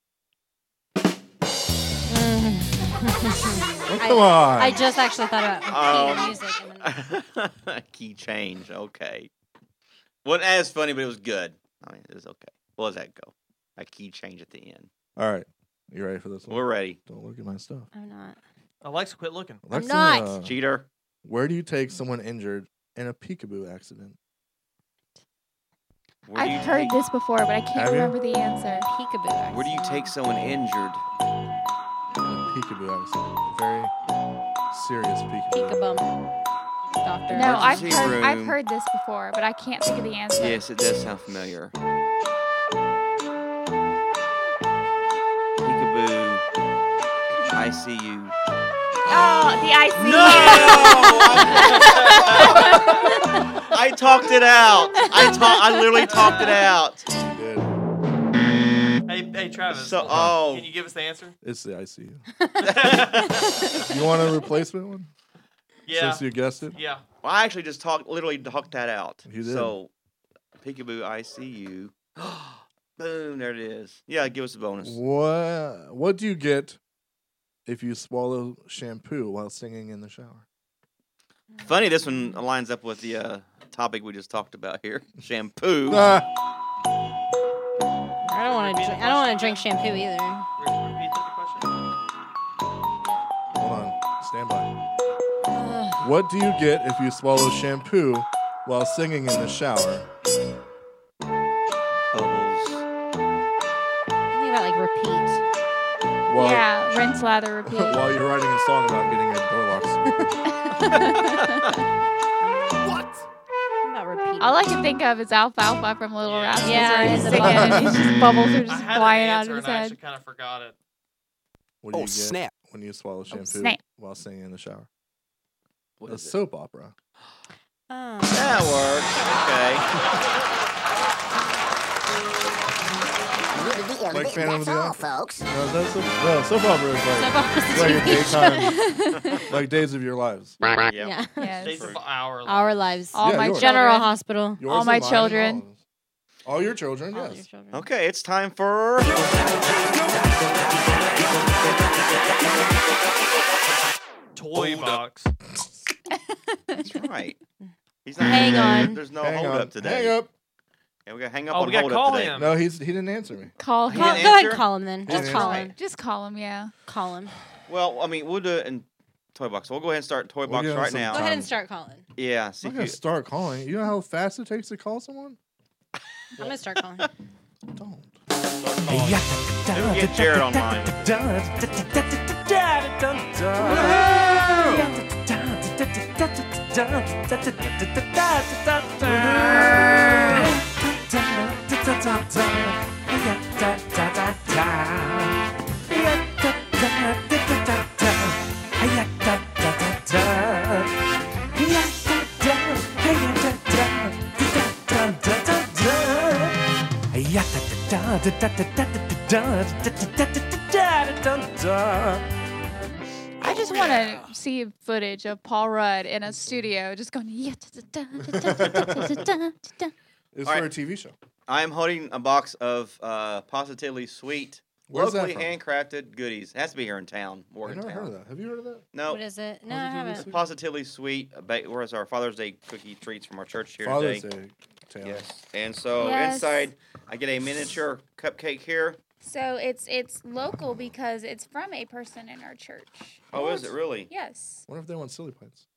[SPEAKER 8] Oh, come on.
[SPEAKER 6] I just actually thought about key
[SPEAKER 1] Um,
[SPEAKER 6] music. And then
[SPEAKER 1] Key change. Okay. Wasn't as funny, but it was good. I mean, it was okay. What does that go? A key change at the end.
[SPEAKER 8] All right. You ready for this one?
[SPEAKER 1] We're ready.
[SPEAKER 8] Don't look at my stuff.
[SPEAKER 6] I'm not.
[SPEAKER 2] Alexa, quit looking.
[SPEAKER 8] Alexa,
[SPEAKER 6] not.
[SPEAKER 1] Cheater.
[SPEAKER 8] Where do you take someone injured in a peekaboo accident?
[SPEAKER 1] Where do you
[SPEAKER 7] I've heard
[SPEAKER 1] take,
[SPEAKER 7] this before, but I can't
[SPEAKER 8] Have you?
[SPEAKER 7] remember the answer.
[SPEAKER 6] Peekaboo. Actually.
[SPEAKER 1] Where do you take someone injured?
[SPEAKER 8] In a peekaboo accident. A very serious peekaboo.
[SPEAKER 6] Peekabum. Doctor.
[SPEAKER 7] No, I've
[SPEAKER 1] Emergency
[SPEAKER 7] heard I've
[SPEAKER 1] room.
[SPEAKER 7] heard this before, but I can't think of the answer.
[SPEAKER 1] Yes, it does sound familiar. Peekaboo. I see you.
[SPEAKER 7] Oh, the ice.
[SPEAKER 1] I talked it out. I ta- I literally talked it out.
[SPEAKER 8] You did.
[SPEAKER 2] Hey, hey, Travis.
[SPEAKER 1] So, oh.
[SPEAKER 2] Can you give us the answer?
[SPEAKER 8] It's the ICU. you want a replacement one?
[SPEAKER 2] Yeah.
[SPEAKER 8] Since you guessed it?
[SPEAKER 2] Yeah.
[SPEAKER 1] Well, I actually just talked, literally talked that out.
[SPEAKER 8] You did.
[SPEAKER 1] So, peekaboo, I see you. Boom, there it is. Yeah, give us a bonus.
[SPEAKER 8] What What do you get if you swallow shampoo while singing in the shower?
[SPEAKER 1] Funny, this one lines up with the uh, topic we just talked about here shampoo.
[SPEAKER 6] I don't want to. I don't want to drink shampoo either.
[SPEAKER 8] Hold on. Stand by. What do you get if you swallow shampoo while singing in the shower?
[SPEAKER 6] Think about like repeat.
[SPEAKER 8] While,
[SPEAKER 7] yeah, rinse, lather, repeat.
[SPEAKER 8] while you're writing a song about getting a door lock.
[SPEAKER 6] About repeat.
[SPEAKER 7] All I can think of is alfalfa from Little Rascals.
[SPEAKER 6] Yeah,
[SPEAKER 7] where
[SPEAKER 6] and
[SPEAKER 7] he's
[SPEAKER 6] the
[SPEAKER 7] singing and he's just bubbles are just
[SPEAKER 2] had an
[SPEAKER 7] flying out
[SPEAKER 2] answer
[SPEAKER 7] of his
[SPEAKER 2] and I
[SPEAKER 7] head.
[SPEAKER 2] actually kind of forgot it.
[SPEAKER 8] What do
[SPEAKER 5] Oh,
[SPEAKER 8] you get
[SPEAKER 5] snap.
[SPEAKER 8] when you swallow shampoo
[SPEAKER 7] Oh, snap.
[SPEAKER 8] while singing in the shower?
[SPEAKER 1] What
[SPEAKER 8] a
[SPEAKER 1] is it?
[SPEAKER 8] soap opera.
[SPEAKER 6] Oh.
[SPEAKER 1] That works.
[SPEAKER 8] Like Phantom of the Opera.
[SPEAKER 5] folks.
[SPEAKER 8] No, is that soap? No, soap opera is like, like your daytime, like days of your lives.
[SPEAKER 1] Okay. Yep.
[SPEAKER 6] Yeah.
[SPEAKER 7] Yes.
[SPEAKER 2] Stays for hour.
[SPEAKER 6] Our lives.
[SPEAKER 7] All
[SPEAKER 8] Yeah,
[SPEAKER 7] my
[SPEAKER 8] yours.
[SPEAKER 6] General
[SPEAKER 7] children.
[SPEAKER 6] Hospital.
[SPEAKER 8] Yours
[SPEAKER 7] All
[SPEAKER 8] and
[SPEAKER 7] my
[SPEAKER 8] mine and
[SPEAKER 7] children.
[SPEAKER 8] of us. All your children,
[SPEAKER 6] All your
[SPEAKER 8] yes.
[SPEAKER 6] children.
[SPEAKER 1] Okay, it's time for.
[SPEAKER 2] Toy box.
[SPEAKER 1] That's right. He's not
[SPEAKER 6] Hang on.
[SPEAKER 1] There's no
[SPEAKER 8] Hang
[SPEAKER 1] hold
[SPEAKER 8] on.
[SPEAKER 1] up today.
[SPEAKER 8] Hang up.
[SPEAKER 1] Yeah, we got to hang up
[SPEAKER 2] Oh,
[SPEAKER 1] on
[SPEAKER 2] we gotta
[SPEAKER 1] hold
[SPEAKER 2] call
[SPEAKER 1] up today.
[SPEAKER 2] him.
[SPEAKER 8] No, he's he didn't answer me.
[SPEAKER 6] Call,
[SPEAKER 7] Call
[SPEAKER 6] go
[SPEAKER 7] him.
[SPEAKER 1] An
[SPEAKER 6] ahead and
[SPEAKER 1] answer?
[SPEAKER 6] call him then.
[SPEAKER 8] Just
[SPEAKER 6] Just call
[SPEAKER 1] answer.
[SPEAKER 6] him.
[SPEAKER 7] Just call him, yeah.
[SPEAKER 6] Call him.
[SPEAKER 1] Well, I mean, we'll do it in Toy Box. We'll go ahead and start Toy
[SPEAKER 8] We'll
[SPEAKER 1] Box
[SPEAKER 8] give him
[SPEAKER 1] right
[SPEAKER 8] some
[SPEAKER 1] now.
[SPEAKER 6] Go ahead and start calling.
[SPEAKER 1] Yeah, see
[SPEAKER 8] I'm
[SPEAKER 1] if
[SPEAKER 8] gonna
[SPEAKER 1] you-
[SPEAKER 8] start calling. You know how fast it takes to call someone?
[SPEAKER 6] I'm gonna start calling.
[SPEAKER 8] Don't.
[SPEAKER 1] Maybe we get Jared on mine.
[SPEAKER 7] I just want to see footage of Paul Rudd in a studio just going, yeah. da, da, da, da, da, da, da, da, da."
[SPEAKER 8] It's
[SPEAKER 1] All
[SPEAKER 8] for
[SPEAKER 1] right.
[SPEAKER 8] a TV show.
[SPEAKER 1] I am holding a box of uh, positively sweet,
[SPEAKER 8] Where's that
[SPEAKER 1] locally
[SPEAKER 8] from?
[SPEAKER 1] handcrafted goodies. It has to be here in town,
[SPEAKER 8] I
[SPEAKER 1] Morgantown.
[SPEAKER 8] never heard of that. Have you heard of that?
[SPEAKER 1] No,
[SPEAKER 6] What is it? No, I
[SPEAKER 8] Positively
[SPEAKER 6] haven't.
[SPEAKER 1] positively sweet. uh, Ba- where's our Father's Day cookie treats from our church here
[SPEAKER 8] Father's
[SPEAKER 1] today?
[SPEAKER 8] Day. Taylor.
[SPEAKER 1] Yes. And so
[SPEAKER 7] Yes.
[SPEAKER 1] inside, I get a miniature cupcake here.
[SPEAKER 7] So it's it's local because it's from a person in our church.
[SPEAKER 1] Oh, is it really?
[SPEAKER 7] Yes.
[SPEAKER 8] Wonder if they want silly points.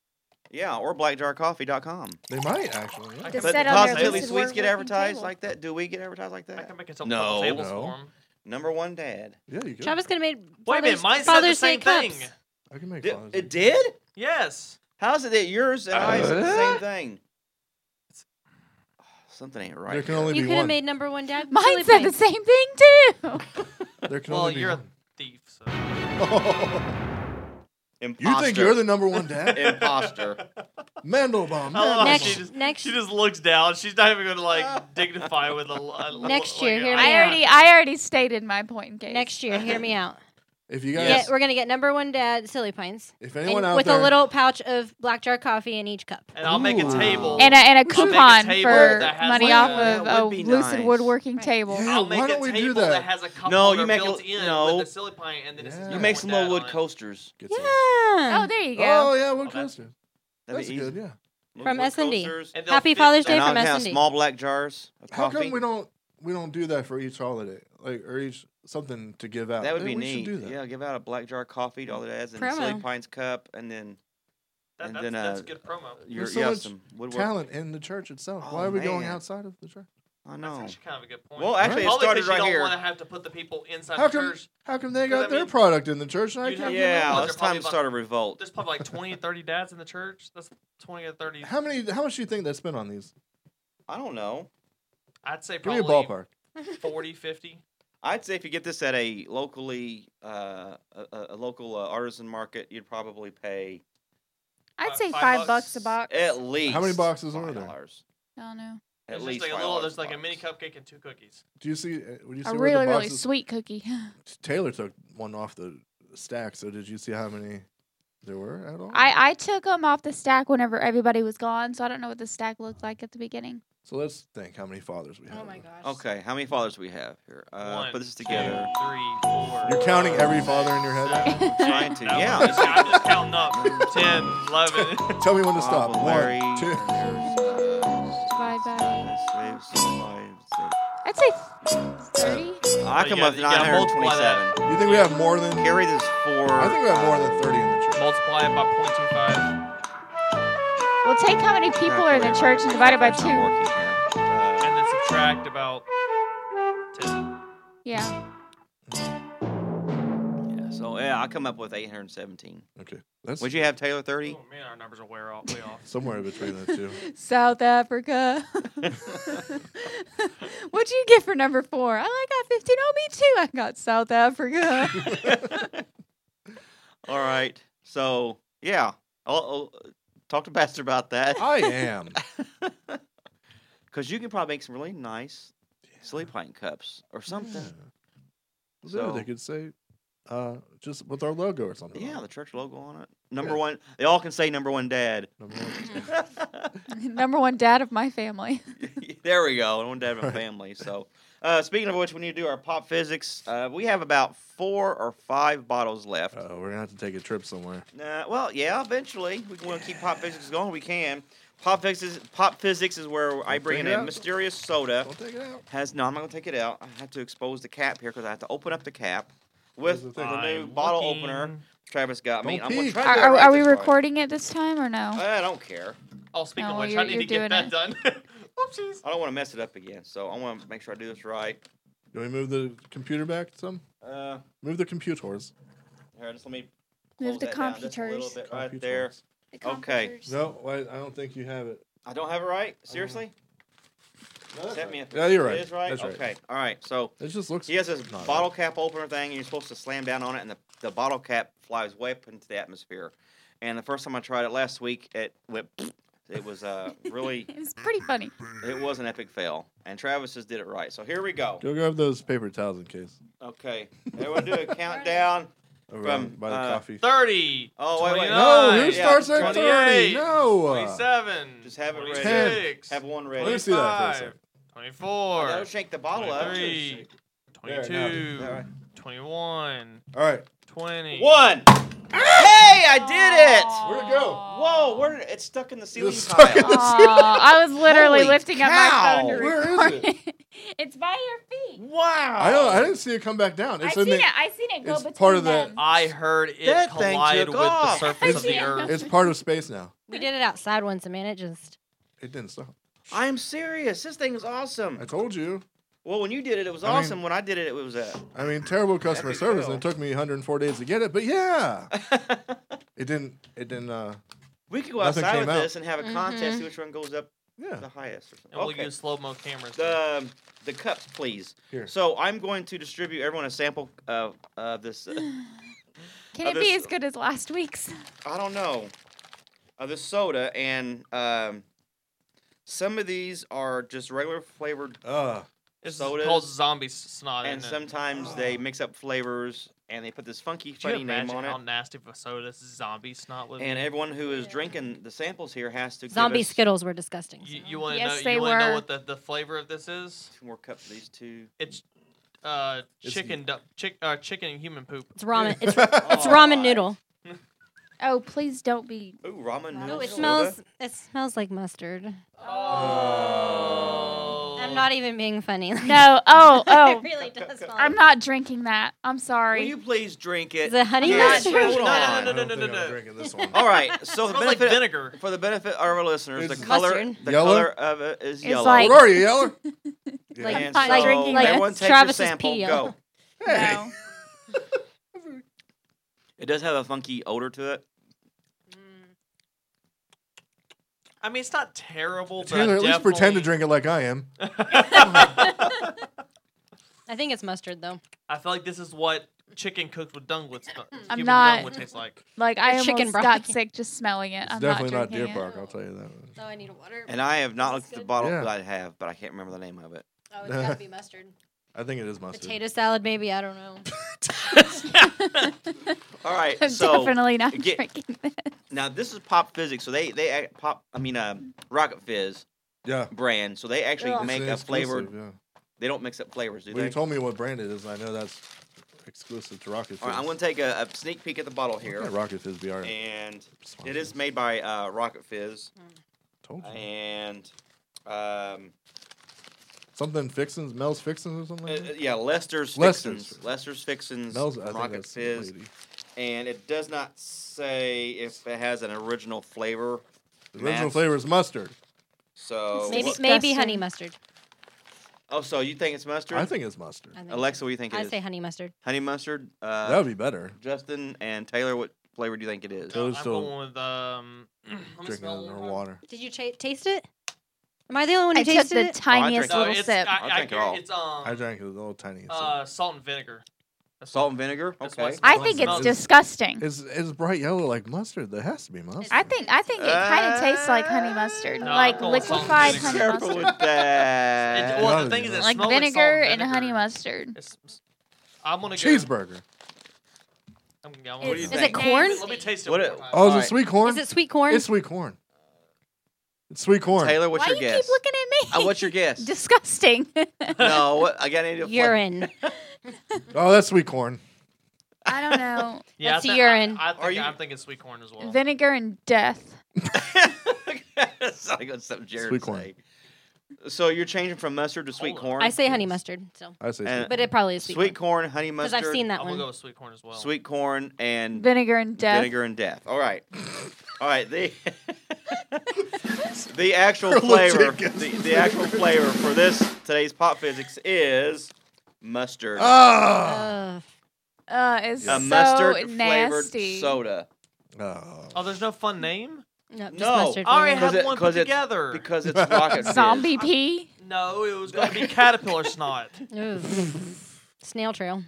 [SPEAKER 1] Yeah, or blackjarcoffee.com.
[SPEAKER 8] they might actually. yeah.
[SPEAKER 2] They
[SPEAKER 1] But
[SPEAKER 7] said on their
[SPEAKER 1] positively
[SPEAKER 7] list,
[SPEAKER 1] sweets
[SPEAKER 7] we're
[SPEAKER 1] get
[SPEAKER 7] working
[SPEAKER 1] advertised
[SPEAKER 7] table.
[SPEAKER 1] like that. Do we get advertised like
[SPEAKER 2] I
[SPEAKER 1] that?
[SPEAKER 2] can make it some
[SPEAKER 1] No.
[SPEAKER 2] no, tables
[SPEAKER 8] No.
[SPEAKER 2] for him.
[SPEAKER 1] Number one, Dad.
[SPEAKER 8] Yeah, you could.
[SPEAKER 6] Travis could have made
[SPEAKER 2] Wait a minute,
[SPEAKER 6] Father's,
[SPEAKER 2] mine said the
[SPEAKER 6] Father's
[SPEAKER 2] same
[SPEAKER 6] Day
[SPEAKER 2] thing.
[SPEAKER 6] cups.
[SPEAKER 8] I can make
[SPEAKER 1] Did,
[SPEAKER 8] Father's Day.
[SPEAKER 1] it did?
[SPEAKER 2] Yes.
[SPEAKER 1] How is it that yours and I
[SPEAKER 8] Uh,
[SPEAKER 1] said the same thing? Something ain't right.
[SPEAKER 8] There can
[SPEAKER 1] here.
[SPEAKER 8] only
[SPEAKER 6] You
[SPEAKER 8] be
[SPEAKER 6] could have
[SPEAKER 8] one.
[SPEAKER 6] made number one dad.
[SPEAKER 7] Mine
[SPEAKER 6] chili
[SPEAKER 7] said the
[SPEAKER 6] plates.
[SPEAKER 7] same thing too.
[SPEAKER 8] There can
[SPEAKER 2] Well,
[SPEAKER 8] only be
[SPEAKER 2] you're a
[SPEAKER 8] one.
[SPEAKER 2] thief. So. Oh,
[SPEAKER 8] You think you're the number one dad?
[SPEAKER 1] imposter?
[SPEAKER 8] Mandelbaum.
[SPEAKER 2] Oh,
[SPEAKER 8] Mandelbaum.
[SPEAKER 6] Next-
[SPEAKER 2] she just,
[SPEAKER 6] next-
[SPEAKER 2] she just looks down. She's not even going to like dignify with a. l- a l-
[SPEAKER 6] Next
[SPEAKER 2] like
[SPEAKER 6] year,
[SPEAKER 2] a-
[SPEAKER 6] hear me
[SPEAKER 7] I
[SPEAKER 6] Yeah.
[SPEAKER 7] already I already stated my point in case.
[SPEAKER 6] Next year, hear me out.
[SPEAKER 8] If you
[SPEAKER 6] Get-
[SPEAKER 8] guys,
[SPEAKER 6] we're gonna get number one dad silly pines
[SPEAKER 8] if
[SPEAKER 6] and
[SPEAKER 8] anyone out
[SPEAKER 6] with
[SPEAKER 8] there,
[SPEAKER 6] a little pouch of black jar coffee in each cup.
[SPEAKER 2] And I'll make a
[SPEAKER 8] Ooh.
[SPEAKER 2] table.
[SPEAKER 7] and a, and a
[SPEAKER 2] I'll make a
[SPEAKER 7] coupon
[SPEAKER 2] table
[SPEAKER 7] for
[SPEAKER 2] that has
[SPEAKER 7] money
[SPEAKER 2] like
[SPEAKER 7] off
[SPEAKER 1] a-
[SPEAKER 7] of
[SPEAKER 1] That
[SPEAKER 7] a
[SPEAKER 1] would be
[SPEAKER 7] lucid
[SPEAKER 1] nice.
[SPEAKER 7] woodworking
[SPEAKER 6] Right.
[SPEAKER 7] table.
[SPEAKER 8] Yeah.
[SPEAKER 2] I'll
[SPEAKER 8] why
[SPEAKER 2] make a
[SPEAKER 8] don't we do
[SPEAKER 2] table
[SPEAKER 8] that?
[SPEAKER 2] that has a cup
[SPEAKER 1] No,
[SPEAKER 2] holder
[SPEAKER 1] you make a
[SPEAKER 2] built
[SPEAKER 1] li-
[SPEAKER 2] in
[SPEAKER 1] no.
[SPEAKER 2] with the silly pine, and then it says
[SPEAKER 8] Yeah.
[SPEAKER 1] You
[SPEAKER 2] number
[SPEAKER 1] make
[SPEAKER 2] one
[SPEAKER 1] some little
[SPEAKER 2] dad
[SPEAKER 1] wood
[SPEAKER 2] on it.
[SPEAKER 1] coasters.
[SPEAKER 8] Get
[SPEAKER 6] Yeah.
[SPEAKER 8] some-
[SPEAKER 7] Oh, there you go.
[SPEAKER 8] Oh yeah, wood
[SPEAKER 2] Oh, that's-
[SPEAKER 8] coasters.
[SPEAKER 1] That'd
[SPEAKER 8] That's
[SPEAKER 1] be easy.
[SPEAKER 8] good. Yeah.
[SPEAKER 1] Little
[SPEAKER 6] From
[SPEAKER 1] wood
[SPEAKER 6] S&D.
[SPEAKER 1] coasters.
[SPEAKER 2] And they'll
[SPEAKER 6] Happy
[SPEAKER 2] fit-
[SPEAKER 6] Father's Day
[SPEAKER 1] And
[SPEAKER 6] from
[SPEAKER 1] I'll have
[SPEAKER 6] S&D.
[SPEAKER 1] small black jars of
[SPEAKER 8] How
[SPEAKER 1] coffee.
[SPEAKER 8] come we don't we don't do that for each holiday, like or each something to give out?
[SPEAKER 1] that would
[SPEAKER 8] Maybe
[SPEAKER 1] be
[SPEAKER 8] we
[SPEAKER 1] neat.
[SPEAKER 8] Should do that.
[SPEAKER 1] Yeah, give out a black jar of coffee to all the dads and a silly
[SPEAKER 6] Promo.
[SPEAKER 1] pines cup, and then
[SPEAKER 2] That,
[SPEAKER 1] And
[SPEAKER 2] that's,
[SPEAKER 1] then,
[SPEAKER 2] that's
[SPEAKER 1] uh,
[SPEAKER 2] good promo.
[SPEAKER 1] your
[SPEAKER 8] so
[SPEAKER 1] you have
[SPEAKER 8] much
[SPEAKER 1] some woodwork.
[SPEAKER 8] Talent in the church itself.
[SPEAKER 1] Oh,
[SPEAKER 8] Why are we going
[SPEAKER 1] man.
[SPEAKER 8] outside of the church?
[SPEAKER 1] I
[SPEAKER 2] That's
[SPEAKER 1] know.
[SPEAKER 2] actually kind of a good point.
[SPEAKER 1] Well, actually, it
[SPEAKER 2] Probably
[SPEAKER 1] started
[SPEAKER 2] 'cause you
[SPEAKER 1] right
[SPEAKER 2] don't
[SPEAKER 1] here.
[SPEAKER 2] want to have to put the people inside
[SPEAKER 8] How
[SPEAKER 2] the
[SPEAKER 8] come?
[SPEAKER 2] church.
[SPEAKER 8] How come they
[SPEAKER 2] Because,
[SPEAKER 8] got
[SPEAKER 2] I
[SPEAKER 8] their
[SPEAKER 2] mean,
[SPEAKER 8] product in the church and I
[SPEAKER 2] you'd
[SPEAKER 8] can't?
[SPEAKER 2] have-
[SPEAKER 8] do
[SPEAKER 1] Yeah,
[SPEAKER 2] Well,
[SPEAKER 1] it's
[SPEAKER 2] they're probably
[SPEAKER 1] time to start a revolt.
[SPEAKER 2] There's probably like 20 or 30 dads in the church. That's 20 or 30.
[SPEAKER 8] it? How many? How much do you think they spent on these?
[SPEAKER 1] I don't know.
[SPEAKER 2] I'd say
[SPEAKER 8] Give me
[SPEAKER 2] probably
[SPEAKER 8] a ballpark.
[SPEAKER 2] 40, 50.
[SPEAKER 1] I'd say if you get this at a locally uh, a, a a local uh, artisan market, you'd probably pay
[SPEAKER 7] I'd say
[SPEAKER 2] Five
[SPEAKER 7] five
[SPEAKER 2] bucks.
[SPEAKER 7] bucks, a box.
[SPEAKER 1] at least
[SPEAKER 8] many boxes
[SPEAKER 1] five
[SPEAKER 8] are there?
[SPEAKER 1] dollars.
[SPEAKER 7] I don't know.
[SPEAKER 1] At
[SPEAKER 2] It's
[SPEAKER 1] least
[SPEAKER 2] just like
[SPEAKER 1] five
[SPEAKER 2] a little,
[SPEAKER 1] dollars
[SPEAKER 2] there's like a mini
[SPEAKER 1] box.
[SPEAKER 2] cupcake and two cookies.
[SPEAKER 8] Do you see? uh, Would you see
[SPEAKER 7] A
[SPEAKER 8] where
[SPEAKER 7] really
[SPEAKER 8] the
[SPEAKER 7] really
[SPEAKER 8] boxes?
[SPEAKER 7] sweet cookie.
[SPEAKER 8] Taylor took one off the stack. So did you see how many there were at all?
[SPEAKER 7] I I took them off the stack whenever everybody was gone, so I don't know what the stack looked like at the beginning.
[SPEAKER 8] So let's think how many fathers
[SPEAKER 6] Oh
[SPEAKER 8] we have.
[SPEAKER 7] Oh
[SPEAKER 11] my gosh.
[SPEAKER 1] Okay, how many fathers do we have here? Uh,
[SPEAKER 2] One,
[SPEAKER 1] put this together.
[SPEAKER 2] two, three, four.
[SPEAKER 8] You're counting every father in your head.
[SPEAKER 1] Trying to,
[SPEAKER 2] That
[SPEAKER 1] yeah.
[SPEAKER 2] one is- I'm just counting up. 10, 11.
[SPEAKER 8] Tell me when to stop.
[SPEAKER 1] Papa
[SPEAKER 8] One,
[SPEAKER 1] Larry,
[SPEAKER 8] two.
[SPEAKER 7] Bye bye.
[SPEAKER 1] slaves, slaves, slaves.
[SPEAKER 7] I'd say thirty.
[SPEAKER 1] I
[SPEAKER 2] You
[SPEAKER 1] come
[SPEAKER 2] gotta-
[SPEAKER 1] up with
[SPEAKER 2] you gotta multiply that.
[SPEAKER 1] 927.
[SPEAKER 8] You think we have more than?
[SPEAKER 1] Carry this four. uh,
[SPEAKER 8] I think we have more than thirty in the church.
[SPEAKER 2] Multiply it by
[SPEAKER 7] We'll take how many people are in the church and divide it by two.
[SPEAKER 1] working here. Uh,
[SPEAKER 2] 0.25 and then subtract about 10.
[SPEAKER 7] Yeah.
[SPEAKER 1] Yeah, so yeah, I come up with 817.
[SPEAKER 8] Okay, that's
[SPEAKER 1] Would you have Taylor 30?
[SPEAKER 2] Oh, man, our numbers are way off. Way off.
[SPEAKER 8] somewhere between the two.
[SPEAKER 7] South Africa. What'd you get for number four? I got fifteen. Oh, me too. I got South Africa.
[SPEAKER 1] All right. So yeah, I'll, I'll talk to Pastor about that
[SPEAKER 8] I am.
[SPEAKER 1] because you can probably make some really nice silly pint cups or something.
[SPEAKER 8] Yeah.
[SPEAKER 1] So-
[SPEAKER 8] So they could say, uh, just with our logo or something. on
[SPEAKER 1] Yeah,
[SPEAKER 8] it.
[SPEAKER 1] the church logo on it. Number
[SPEAKER 8] Yeah.
[SPEAKER 1] one. They all can say number one dad.
[SPEAKER 8] Number one.
[SPEAKER 7] number one dad of my family.
[SPEAKER 1] there we go. I want to have a
[SPEAKER 8] Right.
[SPEAKER 1] family. So, uh, speaking of which, we need to do our pop physics. Uh, we have about four or five bottles left.
[SPEAKER 8] Uh, we're gonna have to take a trip somewhere.
[SPEAKER 1] Uh, well, yeah, eventually we want to keep pop physics going. We can. Pop physics. Pop physics is where I bring in
[SPEAKER 8] take it
[SPEAKER 1] a
[SPEAKER 8] out.
[SPEAKER 1] mysterious soda.
[SPEAKER 8] We'll take it out.
[SPEAKER 1] Has no, I'm not gonna take it out. I have to expose the cap here because I have to open up the cap
[SPEAKER 8] There's
[SPEAKER 1] with
[SPEAKER 8] the
[SPEAKER 1] the,
[SPEAKER 8] thing.
[SPEAKER 1] new
[SPEAKER 2] I'm
[SPEAKER 1] bottle
[SPEAKER 2] looking.
[SPEAKER 1] opener Travis got me.
[SPEAKER 8] Don't
[SPEAKER 1] I'm gonna
[SPEAKER 8] peek.
[SPEAKER 1] try to
[SPEAKER 7] Are,
[SPEAKER 1] do it
[SPEAKER 7] are,
[SPEAKER 1] right
[SPEAKER 7] are we
[SPEAKER 1] this way.
[SPEAKER 7] recording it this time or no?
[SPEAKER 1] I don't care.
[SPEAKER 2] Oh, speaking
[SPEAKER 7] No,
[SPEAKER 2] of which,
[SPEAKER 7] you're-
[SPEAKER 2] I need to
[SPEAKER 7] you're
[SPEAKER 2] get that
[SPEAKER 7] doing
[SPEAKER 2] done. Oopsies.
[SPEAKER 1] I don't want to mess it up again, so I want to make sure I do this right.
[SPEAKER 8] Do we move the computer back some?
[SPEAKER 1] Uh,
[SPEAKER 8] Move the computers.
[SPEAKER 1] here, just let me close
[SPEAKER 11] Move the
[SPEAKER 1] that down just a little
[SPEAKER 11] computers.
[SPEAKER 1] bit right there.
[SPEAKER 11] The
[SPEAKER 1] Okay.
[SPEAKER 11] computers.
[SPEAKER 8] No, why, I don't think you have it.
[SPEAKER 1] I don't have it right. Seriously, set me up.
[SPEAKER 8] Yeah, you're right.
[SPEAKER 1] It is right.
[SPEAKER 8] That's right.
[SPEAKER 1] okay. All right. So
[SPEAKER 8] It just looks.
[SPEAKER 1] He has this
[SPEAKER 8] not
[SPEAKER 1] bottle cap opener thing, and you're supposed to slam down on it, and the, the bottle cap flies way up into the atmosphere. And the first time I tried it last week, it went. It was uh, really,
[SPEAKER 7] It's pretty funny.
[SPEAKER 1] it was an epic fail. And Travis just did it right. So here we go.
[SPEAKER 8] Go grab those paper towels in case.
[SPEAKER 1] Okay, everyone do a countdown.
[SPEAKER 8] Over
[SPEAKER 1] From,
[SPEAKER 8] by the
[SPEAKER 1] uh,
[SPEAKER 8] coffee.
[SPEAKER 2] 30.
[SPEAKER 1] Oh, wait, wait.
[SPEAKER 8] no, who
[SPEAKER 2] 29,
[SPEAKER 1] yeah,
[SPEAKER 8] starts at
[SPEAKER 2] 28,
[SPEAKER 8] thirty? No. uh,
[SPEAKER 2] 27.
[SPEAKER 1] Just have it ready.
[SPEAKER 2] 26,
[SPEAKER 1] Have one
[SPEAKER 8] Let me
[SPEAKER 1] ready.
[SPEAKER 8] see that for a
[SPEAKER 2] 25,
[SPEAKER 8] second.
[SPEAKER 2] 24.
[SPEAKER 1] That'll shake the bottle up.
[SPEAKER 2] 23,
[SPEAKER 8] There, now
[SPEAKER 2] 22,
[SPEAKER 1] All right.
[SPEAKER 2] 21,
[SPEAKER 8] All right,
[SPEAKER 2] 20.
[SPEAKER 1] One. Hey, I did it.
[SPEAKER 8] where'd it go?
[SPEAKER 1] Whoa, where did, it's stuck in the ceiling
[SPEAKER 8] It's stuck
[SPEAKER 1] tile.
[SPEAKER 8] in the-
[SPEAKER 7] Aw, I was literally
[SPEAKER 1] Holy
[SPEAKER 7] lifting up my phone to
[SPEAKER 1] cow.
[SPEAKER 8] Where is
[SPEAKER 7] record it. it's by your feet.
[SPEAKER 1] Wow.
[SPEAKER 8] I don't. I didn't see it come back down.
[SPEAKER 7] I've
[SPEAKER 8] It's
[SPEAKER 7] seen
[SPEAKER 8] in the,
[SPEAKER 7] it. I've seen it go
[SPEAKER 8] it's
[SPEAKER 7] between
[SPEAKER 8] part of the-
[SPEAKER 7] them.
[SPEAKER 2] I heard it
[SPEAKER 1] That thing
[SPEAKER 2] collide
[SPEAKER 1] took
[SPEAKER 2] with
[SPEAKER 1] off.
[SPEAKER 2] the surface of the
[SPEAKER 7] Yeah.
[SPEAKER 2] earth.
[SPEAKER 8] It's part of space now.
[SPEAKER 6] We did it outside once, man. It just
[SPEAKER 8] It didn't stop.
[SPEAKER 1] I'm serious. This thing is awesome.
[SPEAKER 8] I told you.
[SPEAKER 1] Well, when you did it, it was
[SPEAKER 8] I mean-
[SPEAKER 1] awesome. when I did it, it was uh,
[SPEAKER 8] I mean, terrible customer
[SPEAKER 1] Epic
[SPEAKER 8] service,
[SPEAKER 1] fail.
[SPEAKER 8] and it took me 104 days to get it. But yeah, it didn't. It didn't. Uh,
[SPEAKER 1] we could go
[SPEAKER 8] Nothing
[SPEAKER 1] outside
[SPEAKER 8] came
[SPEAKER 1] with
[SPEAKER 8] out.
[SPEAKER 1] this and have a
[SPEAKER 6] Mm-hmm.
[SPEAKER 1] contest, see which one goes up
[SPEAKER 8] yeah.
[SPEAKER 1] the highest. Or something.
[SPEAKER 2] And we'll
[SPEAKER 1] Okay.
[SPEAKER 2] use slow mo cameras. to-
[SPEAKER 1] the um, the cups, please.
[SPEAKER 8] Here.
[SPEAKER 1] So I'm going to distribute everyone a sample of of this. Uh,
[SPEAKER 7] Can
[SPEAKER 1] Uh,
[SPEAKER 7] it be
[SPEAKER 1] this-
[SPEAKER 7] as good as last week's?
[SPEAKER 1] I don't know, of this soda, and um, some of these are just regular flavored,
[SPEAKER 8] Uh,
[SPEAKER 2] It's
[SPEAKER 1] sodas.
[SPEAKER 2] called zombie s- snot.
[SPEAKER 1] and
[SPEAKER 2] isn't it?
[SPEAKER 1] sometimes
[SPEAKER 6] Oh.
[SPEAKER 1] they mix up flavors and they put this funky,
[SPEAKER 2] Could you
[SPEAKER 1] funny name
[SPEAKER 2] imagine
[SPEAKER 1] on
[SPEAKER 2] how
[SPEAKER 1] it.
[SPEAKER 2] nasty of a soda this zombie snot would be?
[SPEAKER 1] And everyone who is drinking the samples here has to give
[SPEAKER 6] zombie
[SPEAKER 1] us-
[SPEAKER 6] skittles were disgusting.
[SPEAKER 2] You, you want to
[SPEAKER 7] Yes,
[SPEAKER 2] know?
[SPEAKER 7] they
[SPEAKER 2] You want to know
[SPEAKER 7] were.
[SPEAKER 2] what the, the flavor of this is?
[SPEAKER 1] Two more cups of these two.
[SPEAKER 2] It's uh
[SPEAKER 8] It's-
[SPEAKER 2] chicken du- chick uh chicken and human poop.
[SPEAKER 6] It's ramen. It's,
[SPEAKER 2] Oh,
[SPEAKER 6] it's ramen noodle.
[SPEAKER 7] Oh, please don't be.
[SPEAKER 1] Ooh, ramen noodle
[SPEAKER 6] Oh, it
[SPEAKER 1] soda.
[SPEAKER 6] smells. It smells like mustard.
[SPEAKER 2] Oh.
[SPEAKER 6] I'm not even being funny.
[SPEAKER 7] No. Oh, oh.
[SPEAKER 6] it really does smell.
[SPEAKER 7] I'm not drinking that. I'm
[SPEAKER 1] Will
[SPEAKER 7] sorry.
[SPEAKER 1] you please drink it?
[SPEAKER 6] Is it honey
[SPEAKER 1] Yes,
[SPEAKER 6] mustard?
[SPEAKER 1] hold
[SPEAKER 2] No, no,
[SPEAKER 1] on.
[SPEAKER 2] no,
[SPEAKER 8] I
[SPEAKER 2] no,
[SPEAKER 8] don't
[SPEAKER 2] no,
[SPEAKER 8] think
[SPEAKER 2] no,
[SPEAKER 8] I'm
[SPEAKER 2] no.
[SPEAKER 8] drinking this one.
[SPEAKER 1] All right. So
[SPEAKER 2] It
[SPEAKER 1] the
[SPEAKER 2] smells like
[SPEAKER 1] benefit
[SPEAKER 2] vinegar.
[SPEAKER 1] for the benefit of our listeners, the
[SPEAKER 8] It's
[SPEAKER 1] color
[SPEAKER 6] mustard.
[SPEAKER 1] the
[SPEAKER 8] Yellow?
[SPEAKER 1] color of it is yellow.
[SPEAKER 7] like-
[SPEAKER 8] What are you, Yeller?
[SPEAKER 6] Like-
[SPEAKER 1] and so
[SPEAKER 7] I'm fine drinking this.
[SPEAKER 1] everyone take
[SPEAKER 6] Travis's
[SPEAKER 1] your sample.
[SPEAKER 6] peel.
[SPEAKER 1] Go.
[SPEAKER 7] No.
[SPEAKER 1] It does have a funky odor to it.
[SPEAKER 2] I mean, it's not terrible. but I
[SPEAKER 8] Taylor, at least pretend to
[SPEAKER 2] definitely-
[SPEAKER 8] drink it like I am.
[SPEAKER 6] I think it's mustard though.
[SPEAKER 2] I feel like this is what chicken cooked with dung would. sm- human
[SPEAKER 7] not-
[SPEAKER 2] Dung would taste like.
[SPEAKER 7] Like I almost
[SPEAKER 6] Chicken
[SPEAKER 7] got
[SPEAKER 6] broth.
[SPEAKER 7] sick just smelling it.
[SPEAKER 8] It's
[SPEAKER 7] I'm
[SPEAKER 8] definitely
[SPEAKER 7] not
[SPEAKER 8] not
[SPEAKER 7] drinking
[SPEAKER 8] Deer
[SPEAKER 7] it.
[SPEAKER 8] Park. I'll tell you that.
[SPEAKER 6] Oh, I need water.
[SPEAKER 1] And I have not looked at the
[SPEAKER 6] Good.
[SPEAKER 1] bottle
[SPEAKER 8] Yeah.
[SPEAKER 1] that I have, but I can't remember the name of it.
[SPEAKER 6] Oh,
[SPEAKER 8] it's gotta
[SPEAKER 6] be mustard.
[SPEAKER 8] I think it is mustard.
[SPEAKER 6] Potato salad, maybe. I don't know.
[SPEAKER 1] All right.
[SPEAKER 7] I'm
[SPEAKER 1] so
[SPEAKER 7] definitely not
[SPEAKER 1] get-
[SPEAKER 7] drinking this.
[SPEAKER 1] now this is pop physics. So they they act- pop. I mean, uh, rocket fizz.
[SPEAKER 8] Yeah.
[SPEAKER 1] brand, so they actually
[SPEAKER 8] It's an
[SPEAKER 1] make a flavored.
[SPEAKER 8] exclusive,
[SPEAKER 1] They don't mix up flavors, do
[SPEAKER 8] Well,
[SPEAKER 1] they?
[SPEAKER 8] you told me what brand it is. and I know that's exclusive to Rocket Fizz.
[SPEAKER 1] All right, I'm going to take a, a sneak peek at the bottle here.
[SPEAKER 8] Yeah, Rocket Fizz be all right.
[SPEAKER 1] And it is made by uh, Rocket Fizz. And um,
[SPEAKER 8] Something fixins, Mel's fixins or something.
[SPEAKER 1] uh,
[SPEAKER 8] Like that?
[SPEAKER 1] yeah, Lester's
[SPEAKER 8] Lester's
[SPEAKER 1] Fixins. Lester's Fixins
[SPEAKER 8] Mel's- I think
[SPEAKER 1] Rocket
[SPEAKER 8] that's the
[SPEAKER 1] Fizz.
[SPEAKER 8] lady.
[SPEAKER 1] And it does not say if it has an original flavor.
[SPEAKER 8] The original
[SPEAKER 1] mass,
[SPEAKER 8] flavor is mustard.
[SPEAKER 2] Oh,
[SPEAKER 1] So
[SPEAKER 6] maybe
[SPEAKER 1] what-
[SPEAKER 6] maybe honey mustard.
[SPEAKER 1] Oh, so you think it's mustard?
[SPEAKER 8] I think it's mustard.
[SPEAKER 6] I think-
[SPEAKER 1] Alexa, what do you think it
[SPEAKER 6] I
[SPEAKER 1] is?
[SPEAKER 6] say honey mustard.
[SPEAKER 1] Honey mustard. Uh,
[SPEAKER 8] That would be better.
[SPEAKER 1] Justin and Taylor, what flavor do you think it is?
[SPEAKER 8] Taylor's
[SPEAKER 2] I'm
[SPEAKER 8] still
[SPEAKER 2] going with um. let me
[SPEAKER 8] drinking
[SPEAKER 2] smell
[SPEAKER 8] it in her
[SPEAKER 2] one.
[SPEAKER 8] water.
[SPEAKER 6] Did you cha- taste it? Am I the only one who
[SPEAKER 7] I took
[SPEAKER 6] tasted
[SPEAKER 7] the
[SPEAKER 6] it?
[SPEAKER 7] tiniest
[SPEAKER 1] drink
[SPEAKER 2] No,
[SPEAKER 7] little
[SPEAKER 2] it's,
[SPEAKER 7] sip.
[SPEAKER 1] I'll
[SPEAKER 2] I, I,
[SPEAKER 1] drink it
[SPEAKER 2] guarantee
[SPEAKER 1] all.
[SPEAKER 2] it's um
[SPEAKER 8] I drank it a little tiny.
[SPEAKER 2] uh, salt and vinegar. That's
[SPEAKER 1] Salt and vinegar.
[SPEAKER 2] That's
[SPEAKER 1] Okay.
[SPEAKER 2] what's-
[SPEAKER 7] I think it's
[SPEAKER 2] Smells-
[SPEAKER 7] disgusting.
[SPEAKER 8] it's it's bright yellow like mustard. There has to be mustard.
[SPEAKER 7] I think I think it kind of tastes like honey mustard,
[SPEAKER 2] No,
[SPEAKER 7] like
[SPEAKER 2] I'm going salt and
[SPEAKER 7] liquefied
[SPEAKER 2] vinegar.
[SPEAKER 7] honey
[SPEAKER 1] Careful
[SPEAKER 7] mustard,
[SPEAKER 1] with that.
[SPEAKER 2] It, well,
[SPEAKER 8] Gotta
[SPEAKER 2] the
[SPEAKER 8] be
[SPEAKER 2] thing is, it
[SPEAKER 8] nice.
[SPEAKER 7] like
[SPEAKER 2] smells
[SPEAKER 7] vinegar,
[SPEAKER 2] like salt
[SPEAKER 7] and honey
[SPEAKER 2] vinegar.
[SPEAKER 7] mustard.
[SPEAKER 2] It's- I'm gonna go.
[SPEAKER 8] Cheeseburger.
[SPEAKER 2] I'm gonna go. I'm
[SPEAKER 6] Is,
[SPEAKER 2] gonna
[SPEAKER 1] do you
[SPEAKER 6] is
[SPEAKER 1] think?
[SPEAKER 6] it corn?
[SPEAKER 2] Let me taste it.
[SPEAKER 1] What
[SPEAKER 2] one
[SPEAKER 1] it-
[SPEAKER 2] more time.
[SPEAKER 8] Oh, is
[SPEAKER 1] Alright.
[SPEAKER 8] it sweet corn?
[SPEAKER 6] Is it sweet corn?
[SPEAKER 8] It's sweet corn. It's sweet corn.
[SPEAKER 1] Taylor, what's
[SPEAKER 7] Why
[SPEAKER 1] your
[SPEAKER 7] you
[SPEAKER 1] guess?
[SPEAKER 7] keep looking at me?
[SPEAKER 1] Uh, what's your guess?
[SPEAKER 7] disgusting.
[SPEAKER 1] no, what, I got any of
[SPEAKER 6] urine.
[SPEAKER 8] Oh, that's sweet corn.
[SPEAKER 7] I don't know.
[SPEAKER 2] Yeah,
[SPEAKER 6] That's
[SPEAKER 2] I think,
[SPEAKER 6] urine.
[SPEAKER 2] I, I think,
[SPEAKER 1] Oh. Are you-
[SPEAKER 2] I'm thinking sweet corn as well.
[SPEAKER 7] Vinegar and death.
[SPEAKER 1] That's not good stuff Jared
[SPEAKER 8] Sweet
[SPEAKER 1] sweet
[SPEAKER 8] corn.
[SPEAKER 1] Say. So you're changing from mustard to sweet
[SPEAKER 2] Hold on.
[SPEAKER 1] corn.
[SPEAKER 6] I say honey
[SPEAKER 8] Yes.
[SPEAKER 6] mustard. So,
[SPEAKER 8] I say sweet.
[SPEAKER 1] And-
[SPEAKER 6] but it probably is
[SPEAKER 1] sweet,
[SPEAKER 6] sweet,
[SPEAKER 1] corn. honey
[SPEAKER 6] because
[SPEAKER 1] mustard.
[SPEAKER 6] I've seen that
[SPEAKER 2] I'm
[SPEAKER 6] one.
[SPEAKER 2] gonna go with sweet corn as well.
[SPEAKER 1] Sweet corn and
[SPEAKER 7] Vinegar and death.
[SPEAKER 1] vinegar and death. All right, all right. The the actual flavor, the, the actual flavor for this today's pop physics is mustard.
[SPEAKER 8] Oh.
[SPEAKER 6] Ugh.
[SPEAKER 7] Uh, it's
[SPEAKER 1] a
[SPEAKER 7] so
[SPEAKER 1] mustard flavored
[SPEAKER 7] nasty.
[SPEAKER 1] soda.
[SPEAKER 8] Oh.
[SPEAKER 2] Oh, there's no fun name.
[SPEAKER 6] no, just
[SPEAKER 1] No.
[SPEAKER 6] mustard.
[SPEAKER 2] I already
[SPEAKER 6] flavored.
[SPEAKER 1] Because
[SPEAKER 2] have
[SPEAKER 1] it-
[SPEAKER 2] one
[SPEAKER 1] because
[SPEAKER 2] put
[SPEAKER 1] it's-
[SPEAKER 2] together.
[SPEAKER 1] Because it's rocket fizz.
[SPEAKER 7] Zombie pea.
[SPEAKER 2] no, it was gonna be caterpillar snot.
[SPEAKER 6] Ooh. Snail trail.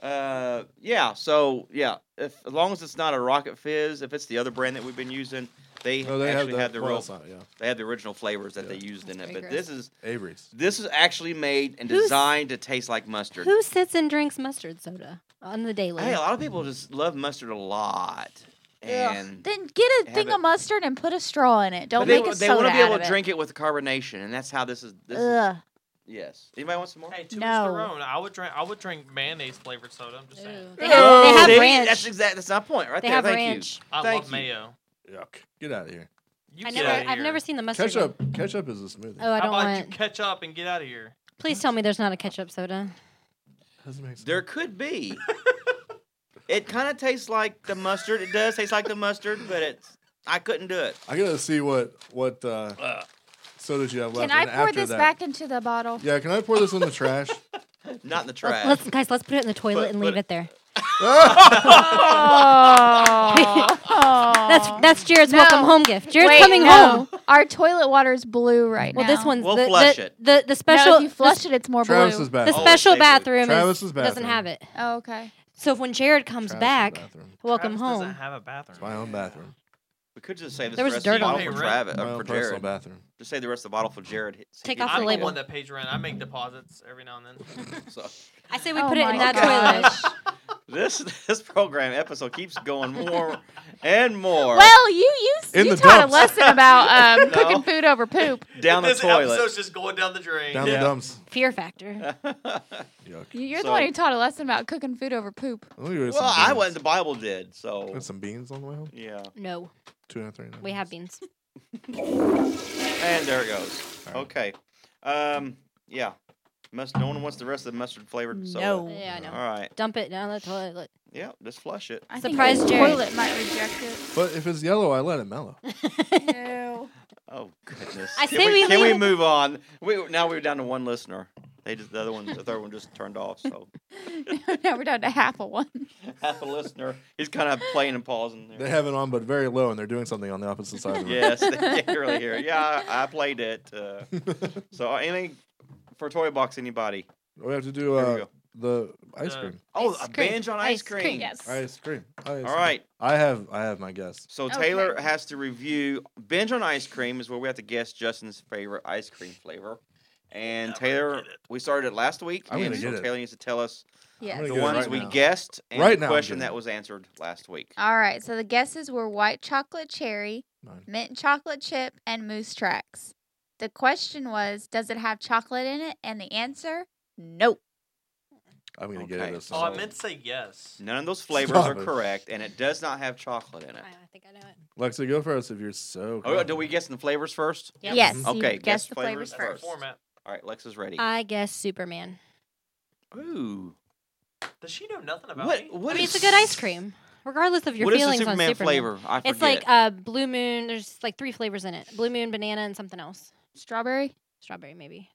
[SPEAKER 1] Uh, yeah. So yeah, if as long as it's not a rocket fizz, if it's the other brand that we've been using, they,
[SPEAKER 8] No, Oh, they
[SPEAKER 1] actually
[SPEAKER 8] have
[SPEAKER 1] had
[SPEAKER 8] the
[SPEAKER 1] the
[SPEAKER 8] well,
[SPEAKER 1] real,
[SPEAKER 8] it's not, yeah.
[SPEAKER 1] they had the original flavors that they
[SPEAKER 8] Yeah.
[SPEAKER 1] used in it.
[SPEAKER 6] Very
[SPEAKER 1] But
[SPEAKER 6] gross.
[SPEAKER 1] this is
[SPEAKER 8] Avery's.
[SPEAKER 1] this is actually made and
[SPEAKER 6] Who's-
[SPEAKER 1] designed to taste like mustard.
[SPEAKER 6] Who sits and drinks mustard soda on the daily?
[SPEAKER 1] Hey, a lot of people just love mustard a lot, and
[SPEAKER 7] Then get a
[SPEAKER 1] Have
[SPEAKER 7] thing
[SPEAKER 1] it.
[SPEAKER 7] of mustard and put a straw in it.
[SPEAKER 1] but
[SPEAKER 7] Don't
[SPEAKER 1] they,
[SPEAKER 7] make a
[SPEAKER 1] they
[SPEAKER 7] soda
[SPEAKER 1] wanna be
[SPEAKER 7] out
[SPEAKER 1] able
[SPEAKER 7] of
[SPEAKER 1] to
[SPEAKER 7] it.
[SPEAKER 1] drink it with carbonation, and that's how this is. This is
[SPEAKER 7] Ugh.
[SPEAKER 1] yes. Anybody want some more?
[SPEAKER 2] Hey, to
[SPEAKER 7] No.
[SPEAKER 2] each their own. I would drink. I would drink mayonnaise flavored soda. I'm just
[SPEAKER 6] Ew.
[SPEAKER 2] saying.
[SPEAKER 6] They have, they have
[SPEAKER 8] Oh,
[SPEAKER 1] See?
[SPEAKER 6] ranch.
[SPEAKER 1] That's exact. That's my point, right
[SPEAKER 6] they
[SPEAKER 1] there.
[SPEAKER 6] have
[SPEAKER 1] Thank
[SPEAKER 6] ranch.
[SPEAKER 2] I
[SPEAKER 1] Thank
[SPEAKER 2] love
[SPEAKER 1] you.
[SPEAKER 2] mayo.
[SPEAKER 8] Yuck. Get out of here.
[SPEAKER 2] You
[SPEAKER 6] I
[SPEAKER 2] get
[SPEAKER 6] never,
[SPEAKER 2] out of
[SPEAKER 6] I've
[SPEAKER 2] here.
[SPEAKER 6] never seen the mustard. one.
[SPEAKER 8] Ketchup. Ketchup is a smoothie.
[SPEAKER 6] Oh, I
[SPEAKER 2] How
[SPEAKER 6] don't
[SPEAKER 2] about
[SPEAKER 6] want.
[SPEAKER 2] you catch up and get out of here?
[SPEAKER 6] Please tell me there's not a ketchup soda.
[SPEAKER 8] Doesn't make
[SPEAKER 1] you.
[SPEAKER 8] sense.
[SPEAKER 1] There could be. it kind of tastes like the mustard. It does taste like the mustard, but it's. I couldn't do it.
[SPEAKER 8] I gotta see what what uh, sodas you have left.
[SPEAKER 7] Can I
[SPEAKER 8] and
[SPEAKER 7] pour
[SPEAKER 8] after
[SPEAKER 7] this
[SPEAKER 8] that-
[SPEAKER 7] back into the bottle?
[SPEAKER 8] Yeah, can I pour this in the trash?
[SPEAKER 1] Not in the trash.
[SPEAKER 6] Let's, let's guys, let's put it in the toilet
[SPEAKER 1] Put-
[SPEAKER 6] and
[SPEAKER 1] put
[SPEAKER 6] leave
[SPEAKER 1] it-
[SPEAKER 6] it there.
[SPEAKER 7] Oh.
[SPEAKER 6] That's that's Jared's
[SPEAKER 7] No.
[SPEAKER 6] welcome home gift. Jared's
[SPEAKER 7] Wait,
[SPEAKER 6] coming
[SPEAKER 7] no.
[SPEAKER 6] home.
[SPEAKER 7] Our toilet water is blue right
[SPEAKER 6] Well,
[SPEAKER 7] now.
[SPEAKER 6] this one's
[SPEAKER 1] We'll
[SPEAKER 6] the,
[SPEAKER 1] flush
[SPEAKER 6] the,
[SPEAKER 1] it.
[SPEAKER 6] the the
[SPEAKER 7] No,
[SPEAKER 6] special
[SPEAKER 7] if you flush it, it's more blue.
[SPEAKER 8] Travis's
[SPEAKER 6] the,
[SPEAKER 8] bathroom.
[SPEAKER 6] special
[SPEAKER 1] Always safely.
[SPEAKER 6] bathroom, is-
[SPEAKER 8] Travis's
[SPEAKER 6] doesn't
[SPEAKER 8] bathroom.
[SPEAKER 6] have it.
[SPEAKER 7] Oh, okay.
[SPEAKER 6] So if when Jared comes
[SPEAKER 8] Travis's
[SPEAKER 6] back,
[SPEAKER 8] bathroom.
[SPEAKER 6] welcome
[SPEAKER 2] Travis
[SPEAKER 6] home.
[SPEAKER 2] Doesn't have a bathroom.
[SPEAKER 8] My own bathroom.
[SPEAKER 1] we could just say this
[SPEAKER 6] There was
[SPEAKER 1] rest of
[SPEAKER 6] dirt
[SPEAKER 1] the
[SPEAKER 6] on
[SPEAKER 1] bottle
[SPEAKER 2] it.
[SPEAKER 1] for Travis,
[SPEAKER 8] My
[SPEAKER 1] uh,
[SPEAKER 8] own
[SPEAKER 1] for
[SPEAKER 8] personal
[SPEAKER 1] Jared.
[SPEAKER 8] bathroom.
[SPEAKER 1] Just say the rest of the bottle for Jared. See
[SPEAKER 6] Take
[SPEAKER 1] if
[SPEAKER 6] off
[SPEAKER 1] he can
[SPEAKER 2] I'm the
[SPEAKER 6] the
[SPEAKER 1] do
[SPEAKER 6] label.
[SPEAKER 2] one that pays rent. I make deposits every now and then.
[SPEAKER 1] it. So-
[SPEAKER 6] I say we
[SPEAKER 7] Oh
[SPEAKER 6] put it
[SPEAKER 7] my
[SPEAKER 6] in that toilet.
[SPEAKER 7] gosh.
[SPEAKER 1] this this program episode keeps going more and more
[SPEAKER 7] Well, you you,
[SPEAKER 8] In
[SPEAKER 7] you
[SPEAKER 8] the
[SPEAKER 7] taught
[SPEAKER 8] dumps.
[SPEAKER 7] a lesson about um,
[SPEAKER 1] No.
[SPEAKER 7] cooking food over poop.
[SPEAKER 1] down the
[SPEAKER 2] this
[SPEAKER 1] toilet.
[SPEAKER 2] episode's just going down the drain.
[SPEAKER 8] Down
[SPEAKER 1] Yeah.
[SPEAKER 8] the dumps.
[SPEAKER 6] Fear factor.
[SPEAKER 8] Yuck.
[SPEAKER 7] You- You're
[SPEAKER 1] So-
[SPEAKER 7] the one who taught a lesson about cooking food over poop.
[SPEAKER 8] Let me get
[SPEAKER 1] Well,
[SPEAKER 8] some
[SPEAKER 1] I
[SPEAKER 8] beans.
[SPEAKER 1] went. The Bible did. So
[SPEAKER 8] Got some beans on the way home.
[SPEAKER 1] yeah,
[SPEAKER 6] No,
[SPEAKER 8] Two and three. and a
[SPEAKER 6] we
[SPEAKER 8] half.
[SPEAKER 6] have beans.
[SPEAKER 1] and there it goes.
[SPEAKER 8] All right.
[SPEAKER 1] Okay. Um. Yeah. Must. No one wants the rest of the mustard flavored soda.
[SPEAKER 6] No. Yeah, I know.
[SPEAKER 1] All right.
[SPEAKER 6] Dump it down the toilet.
[SPEAKER 1] Yeah. Just flush it.
[SPEAKER 7] I
[SPEAKER 6] Surprise,
[SPEAKER 7] think the
[SPEAKER 6] Jerry.
[SPEAKER 7] toilet might reject it.
[SPEAKER 8] But if it's yellow, I let it mellow.
[SPEAKER 7] No.
[SPEAKER 1] Oh goodness.
[SPEAKER 6] I
[SPEAKER 1] can
[SPEAKER 6] say we
[SPEAKER 1] can
[SPEAKER 6] leave
[SPEAKER 1] we
[SPEAKER 6] it-
[SPEAKER 1] move on? We now we're down to one listener. They just the other one the third one just turned off. So
[SPEAKER 7] now we're down to half of one.
[SPEAKER 1] half a listener. He's kind of playing and pausing there.
[SPEAKER 8] They have it on, but very low, and they're doing something on the opposite side of the room.
[SPEAKER 1] Yes, they can really hear. it. Yeah, I, I played it. Uh, so uh, any for toy box anybody?
[SPEAKER 8] We have to do
[SPEAKER 1] There we
[SPEAKER 8] uh, the ice
[SPEAKER 2] Uh,
[SPEAKER 8] cream.
[SPEAKER 1] Oh, a
[SPEAKER 7] Ice cream.
[SPEAKER 1] binge on ice, cream.
[SPEAKER 7] Yes.
[SPEAKER 8] Ice cream. Ice
[SPEAKER 1] All right.
[SPEAKER 8] I have I have my guess.
[SPEAKER 1] So
[SPEAKER 7] Okay.
[SPEAKER 1] Taylor has to review binge on ice cream is where we have to guess Justin's favorite ice cream flavor. And Taylor, we started it last week,
[SPEAKER 8] I'm
[SPEAKER 1] and
[SPEAKER 8] gonna
[SPEAKER 1] so
[SPEAKER 8] get it.
[SPEAKER 1] Taylor needs to tell us
[SPEAKER 8] I'm gonna
[SPEAKER 1] the
[SPEAKER 8] get it
[SPEAKER 1] ones
[SPEAKER 8] right
[SPEAKER 1] we
[SPEAKER 8] now.
[SPEAKER 1] guessed and
[SPEAKER 8] Right
[SPEAKER 1] the
[SPEAKER 8] now I'm
[SPEAKER 1] question
[SPEAKER 8] getting
[SPEAKER 1] that
[SPEAKER 8] it.
[SPEAKER 1] was answered last week.
[SPEAKER 6] Ah.
[SPEAKER 7] All right. So the guesses were white chocolate cherry,
[SPEAKER 8] Mine.
[SPEAKER 7] mint chocolate chip, and moose tracks. The question was, does it have chocolate in it? And the answer, nope.
[SPEAKER 8] I'm gonna get
[SPEAKER 1] Okay.
[SPEAKER 8] it as
[SPEAKER 2] Oh, I meant to say yes.
[SPEAKER 1] None of those flavors
[SPEAKER 8] Stop
[SPEAKER 1] are
[SPEAKER 8] it.
[SPEAKER 1] correct, and it does not have chocolate in it.
[SPEAKER 8] Lexi, go first if you're so.
[SPEAKER 1] Oh,
[SPEAKER 8] confident.
[SPEAKER 1] do we guess the flavors first?
[SPEAKER 6] Yep. Yes,
[SPEAKER 7] Mm-hmm.
[SPEAKER 6] you
[SPEAKER 1] Okay,
[SPEAKER 6] guess
[SPEAKER 1] guess
[SPEAKER 6] the flavors
[SPEAKER 1] flavors,
[SPEAKER 6] first.
[SPEAKER 1] first.
[SPEAKER 2] Format.
[SPEAKER 1] All right, Lex is ready.
[SPEAKER 6] I guess Superman.
[SPEAKER 1] Ooh.
[SPEAKER 2] Does she know nothing about
[SPEAKER 1] What?
[SPEAKER 2] me?
[SPEAKER 1] What
[SPEAKER 6] I mean,
[SPEAKER 1] is-
[SPEAKER 6] it's a good ice cream, regardless of your
[SPEAKER 1] What is the
[SPEAKER 6] feelings on
[SPEAKER 1] Superman
[SPEAKER 6] Superman
[SPEAKER 1] flavor? I
[SPEAKER 6] it's like
[SPEAKER 1] forget.
[SPEAKER 6] uh, blue moon. There's like three flavors in it: blue moon, banana, and something else.
[SPEAKER 7] Strawberry?
[SPEAKER 6] Strawberry, maybe.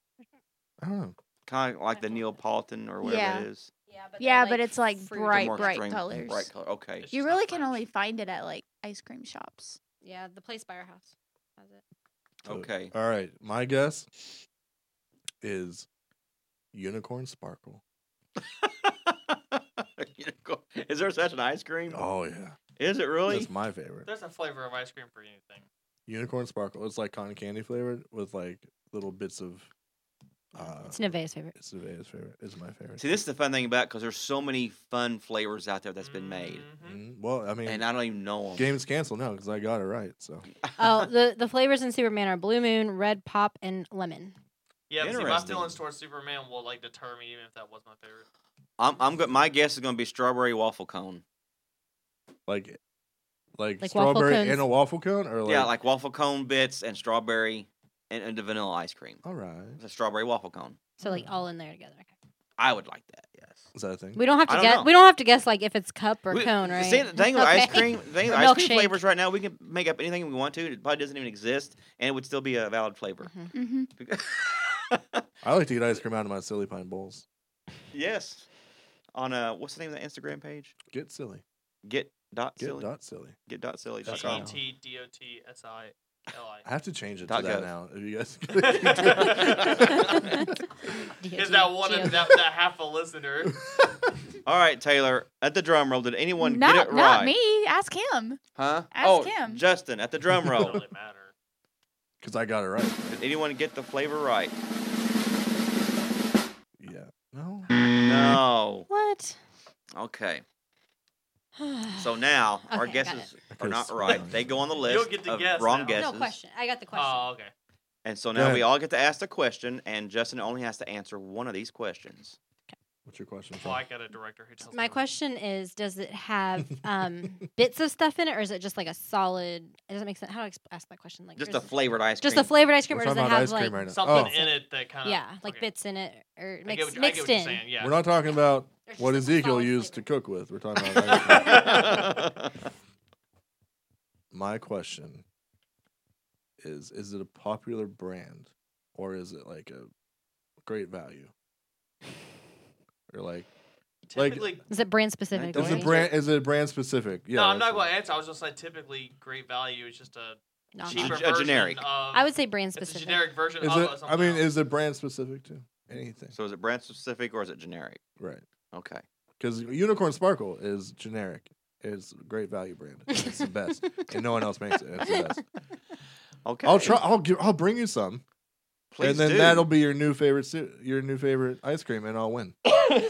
[SPEAKER 8] I don't know.
[SPEAKER 1] Kind of like the Neapolitan or whatever
[SPEAKER 7] Yeah.
[SPEAKER 1] it is.
[SPEAKER 6] Yeah,
[SPEAKER 7] yeah, but it's like
[SPEAKER 6] fruit.
[SPEAKER 1] The
[SPEAKER 7] bright,
[SPEAKER 1] more
[SPEAKER 7] bright
[SPEAKER 1] string-
[SPEAKER 7] colors.
[SPEAKER 1] Bright color. Okay.
[SPEAKER 2] It's
[SPEAKER 7] You
[SPEAKER 2] just
[SPEAKER 7] really
[SPEAKER 2] not
[SPEAKER 7] can
[SPEAKER 2] French.
[SPEAKER 7] only find it at like ice cream shops.
[SPEAKER 6] yeah, the place by our house has it.
[SPEAKER 1] Okay.
[SPEAKER 8] Oh, All right. My guess is unicorn sparkle.
[SPEAKER 1] Unicorn- is there such an ice cream?
[SPEAKER 8] Oh yeah,
[SPEAKER 1] Is it really?
[SPEAKER 8] that's my favorite.
[SPEAKER 2] There's a flavor of ice cream for anything.
[SPEAKER 8] Unicorn sparkle. It's like cotton candy flavored with like little bits of. Uh,
[SPEAKER 6] It's Nevaeh's favorite.
[SPEAKER 8] it's Nevaeh's favorite. It's my favorite.
[SPEAKER 1] See, this is the fun thing about because there's so many fun flavors out there that's been made,
[SPEAKER 2] Mhm.
[SPEAKER 8] Mhm. Well, I mean,
[SPEAKER 1] and I don't even know them.
[SPEAKER 8] game's canceled now because I got it right. So
[SPEAKER 6] oh, the the flavors in Superman are blue moon, red pop, and lemon.
[SPEAKER 2] Yeah, but see, my
[SPEAKER 1] Interesting.
[SPEAKER 2] feelings towards Superman will like deter me, even if that was my favorite.
[SPEAKER 1] I'm, I'm go- my guess is going to be strawberry waffle cone.
[SPEAKER 8] like, like,
[SPEAKER 6] Like waffle
[SPEAKER 8] strawberry
[SPEAKER 6] cones.
[SPEAKER 8] and a waffle cone, or like,
[SPEAKER 1] yeah, like waffle cone bits and strawberry and, and the vanilla ice cream.
[SPEAKER 8] all right.
[SPEAKER 1] It's a strawberry waffle cone.
[SPEAKER 6] So like all in there together. Okay.
[SPEAKER 1] I would like that. Yes.
[SPEAKER 8] Is that a thing?
[SPEAKER 6] We don't have
[SPEAKER 1] I
[SPEAKER 6] to
[SPEAKER 1] don't
[SPEAKER 6] guess.
[SPEAKER 1] know.
[SPEAKER 6] We don't have to guess like if it's cup or
[SPEAKER 1] We-
[SPEAKER 6] cone, right?
[SPEAKER 1] See, the thing with ice
[SPEAKER 6] Okay.
[SPEAKER 1] cream, the thing with
[SPEAKER 6] Or
[SPEAKER 1] ice cream
[SPEAKER 6] milkshake.
[SPEAKER 1] flavors right now, we can make up anything we want to. It probably doesn't even exist, and it would still be a valid flavor.
[SPEAKER 6] Mhm.
[SPEAKER 7] Mm-hmm.
[SPEAKER 8] I like to eat ice cream out of my silly pine bowls.
[SPEAKER 1] yes. On uh, what's the name of that Instagram page?
[SPEAKER 8] Get silly.
[SPEAKER 1] Get dot
[SPEAKER 8] Get
[SPEAKER 1] silly.
[SPEAKER 8] dot silly.
[SPEAKER 1] Get dot silly. dot
[SPEAKER 2] G
[SPEAKER 1] com.
[SPEAKER 2] E T D O T S I L I.
[SPEAKER 8] I have to change it to
[SPEAKER 1] Dot
[SPEAKER 8] that
[SPEAKER 1] gov.
[SPEAKER 8] now. If you guys.
[SPEAKER 2] Is that one
[SPEAKER 6] E
[SPEAKER 2] that, that half a listener?
[SPEAKER 1] All right, Taylor. At the drum roll, did anyone
[SPEAKER 7] not,
[SPEAKER 1] get it right?
[SPEAKER 7] not me. Ask him.
[SPEAKER 1] Huh?
[SPEAKER 7] Ask
[SPEAKER 1] oh,
[SPEAKER 7] him.
[SPEAKER 1] Justin, at the drum
[SPEAKER 2] Doesn't
[SPEAKER 1] roll,
[SPEAKER 2] really matter.
[SPEAKER 8] Because I got it right.
[SPEAKER 1] did anyone get the flavor right?
[SPEAKER 8] Yeah. No.
[SPEAKER 1] No.
[SPEAKER 6] What?
[SPEAKER 1] Okay. So now our
[SPEAKER 6] Okay, got
[SPEAKER 1] guesses are
[SPEAKER 8] Okay,
[SPEAKER 1] not
[SPEAKER 8] so-
[SPEAKER 1] right. They go on the list
[SPEAKER 2] You'll get to
[SPEAKER 1] of
[SPEAKER 2] guess
[SPEAKER 1] wrong
[SPEAKER 2] now.
[SPEAKER 1] guesses.
[SPEAKER 6] no question. I got the question.
[SPEAKER 2] Oh, okay.
[SPEAKER 1] And so
[SPEAKER 8] Go
[SPEAKER 1] now
[SPEAKER 8] ahead.
[SPEAKER 1] we all get to ask the question, and Justin only has to answer one of these questions.
[SPEAKER 8] What's your question?
[SPEAKER 2] Well,
[SPEAKER 8] Sean?
[SPEAKER 2] I got a director who tells me.
[SPEAKER 6] My question is: Does it have um, bits of stuff in it, or is it just like a solid? Does it make sense? How do I exp- ask that question? Like
[SPEAKER 1] Just
[SPEAKER 6] or
[SPEAKER 1] a
[SPEAKER 6] is it-
[SPEAKER 1] flavored ice
[SPEAKER 6] just
[SPEAKER 1] cream.
[SPEAKER 6] a flavored ice cream,
[SPEAKER 8] We're
[SPEAKER 6] or does
[SPEAKER 8] talking
[SPEAKER 6] it
[SPEAKER 8] about
[SPEAKER 6] have
[SPEAKER 8] ice
[SPEAKER 6] like
[SPEAKER 8] cream right now.
[SPEAKER 2] Something
[SPEAKER 8] Oh,
[SPEAKER 2] in it that kind of.
[SPEAKER 6] yeah, like
[SPEAKER 2] okay.
[SPEAKER 6] bits in it or
[SPEAKER 2] I get what
[SPEAKER 6] mixed
[SPEAKER 2] you- I get
[SPEAKER 6] mixed
[SPEAKER 2] what you're
[SPEAKER 6] in?
[SPEAKER 2] saying, Yeah.
[SPEAKER 8] we're not talking about
[SPEAKER 6] There's
[SPEAKER 8] what
[SPEAKER 6] just, like, a
[SPEAKER 8] Ezekiel
[SPEAKER 6] solid
[SPEAKER 8] used to
[SPEAKER 6] flavor.
[SPEAKER 8] cook with. We're talking about. ice cream. My question is: Is it a popular brand, or is it like a great value, or like Like-
[SPEAKER 2] typically,
[SPEAKER 6] Is it brand specific?
[SPEAKER 1] don't
[SPEAKER 8] is
[SPEAKER 1] answer
[SPEAKER 8] it
[SPEAKER 6] right?
[SPEAKER 8] brand? Is it brand specific? Yeah.
[SPEAKER 2] no, I'm
[SPEAKER 8] that's
[SPEAKER 2] not going to answer. I was just like, typically, great value is just a
[SPEAKER 6] No, I'm not.
[SPEAKER 2] cheaper
[SPEAKER 1] A
[SPEAKER 2] version
[SPEAKER 1] generic.
[SPEAKER 2] Of,
[SPEAKER 6] I would say brand
[SPEAKER 2] it's a
[SPEAKER 6] specific.
[SPEAKER 2] generic version
[SPEAKER 8] it. Is
[SPEAKER 2] of
[SPEAKER 8] it?
[SPEAKER 2] something
[SPEAKER 8] I mean,
[SPEAKER 2] else.
[SPEAKER 8] is it brand specific too? Anything?
[SPEAKER 1] so is it brand specific or is it generic?
[SPEAKER 8] Right.
[SPEAKER 1] Okay.
[SPEAKER 8] Because Unicorn Sparkle is generic. It's a great value brand. It's the best, and no one else makes it. It's the best.
[SPEAKER 1] Okay.
[SPEAKER 8] I'll try. I'll give. I'll bring you some,
[SPEAKER 1] Please
[SPEAKER 8] and then
[SPEAKER 1] do.
[SPEAKER 8] that'll be your new favorite. Su- your new favorite ice cream, and I'll win.
[SPEAKER 1] All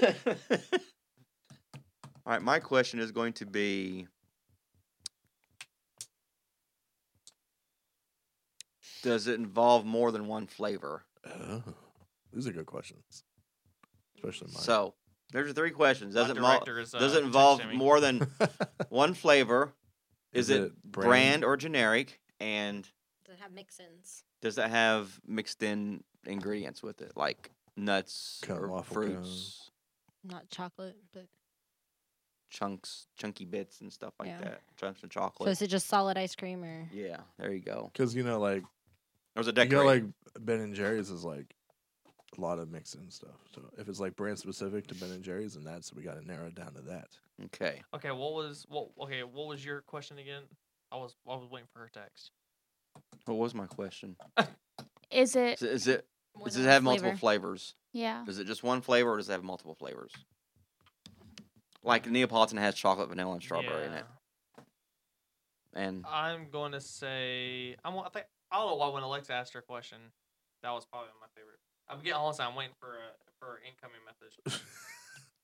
[SPEAKER 1] right. My question is going to be. Does it involve more than one flavor?
[SPEAKER 8] Oh, these are good questions, especially mine.
[SPEAKER 1] So there's your three questions. Does
[SPEAKER 2] My
[SPEAKER 1] it, mo-
[SPEAKER 2] director is, uh,
[SPEAKER 1] does it involve
[SPEAKER 2] texting me.
[SPEAKER 1] more than one flavor? Is, it, brand?
[SPEAKER 8] brand?
[SPEAKER 1] or generic? And
[SPEAKER 6] Does it have mix-ins?
[SPEAKER 1] does it have mixed in ingredients with it, like nuts
[SPEAKER 8] Cut
[SPEAKER 1] or
[SPEAKER 8] waffle cone.
[SPEAKER 1] fruits,
[SPEAKER 6] Not chocolate, but
[SPEAKER 1] chunks, chunky bits, and stuff like
[SPEAKER 6] Yeah.
[SPEAKER 1] that? Chunks of
[SPEAKER 6] so
[SPEAKER 1] chocolate.
[SPEAKER 6] is it just solid ice cream or?
[SPEAKER 1] yeah, there you go.
[SPEAKER 8] because you know, like
[SPEAKER 1] There's a
[SPEAKER 8] you know,
[SPEAKER 1] decorator.
[SPEAKER 8] like Ben and Jerry's is like a lot of mix-in stuff. So if it's like brand specific to Ben and Jerry's, and that's we got to narrow it down to that.
[SPEAKER 1] okay.
[SPEAKER 2] Okay, what was what? Okay, what was your question again? I was I was waiting for her text.
[SPEAKER 1] What was my question?
[SPEAKER 7] Is it?
[SPEAKER 1] Is it, is it
[SPEAKER 6] More
[SPEAKER 1] does
[SPEAKER 6] than
[SPEAKER 1] it
[SPEAKER 6] one
[SPEAKER 1] have
[SPEAKER 6] flavor.
[SPEAKER 1] multiple flavors?
[SPEAKER 7] Yeah.
[SPEAKER 1] Is it just one flavor, or does it have multiple flavors? Like Neapolitan has chocolate, vanilla, and strawberry in it, and
[SPEAKER 2] I'm going to say I'm, I think I don't know why when Alexa asked her question, that was probably my favorite. I'm getting honest. I'm waiting for a for an incoming message.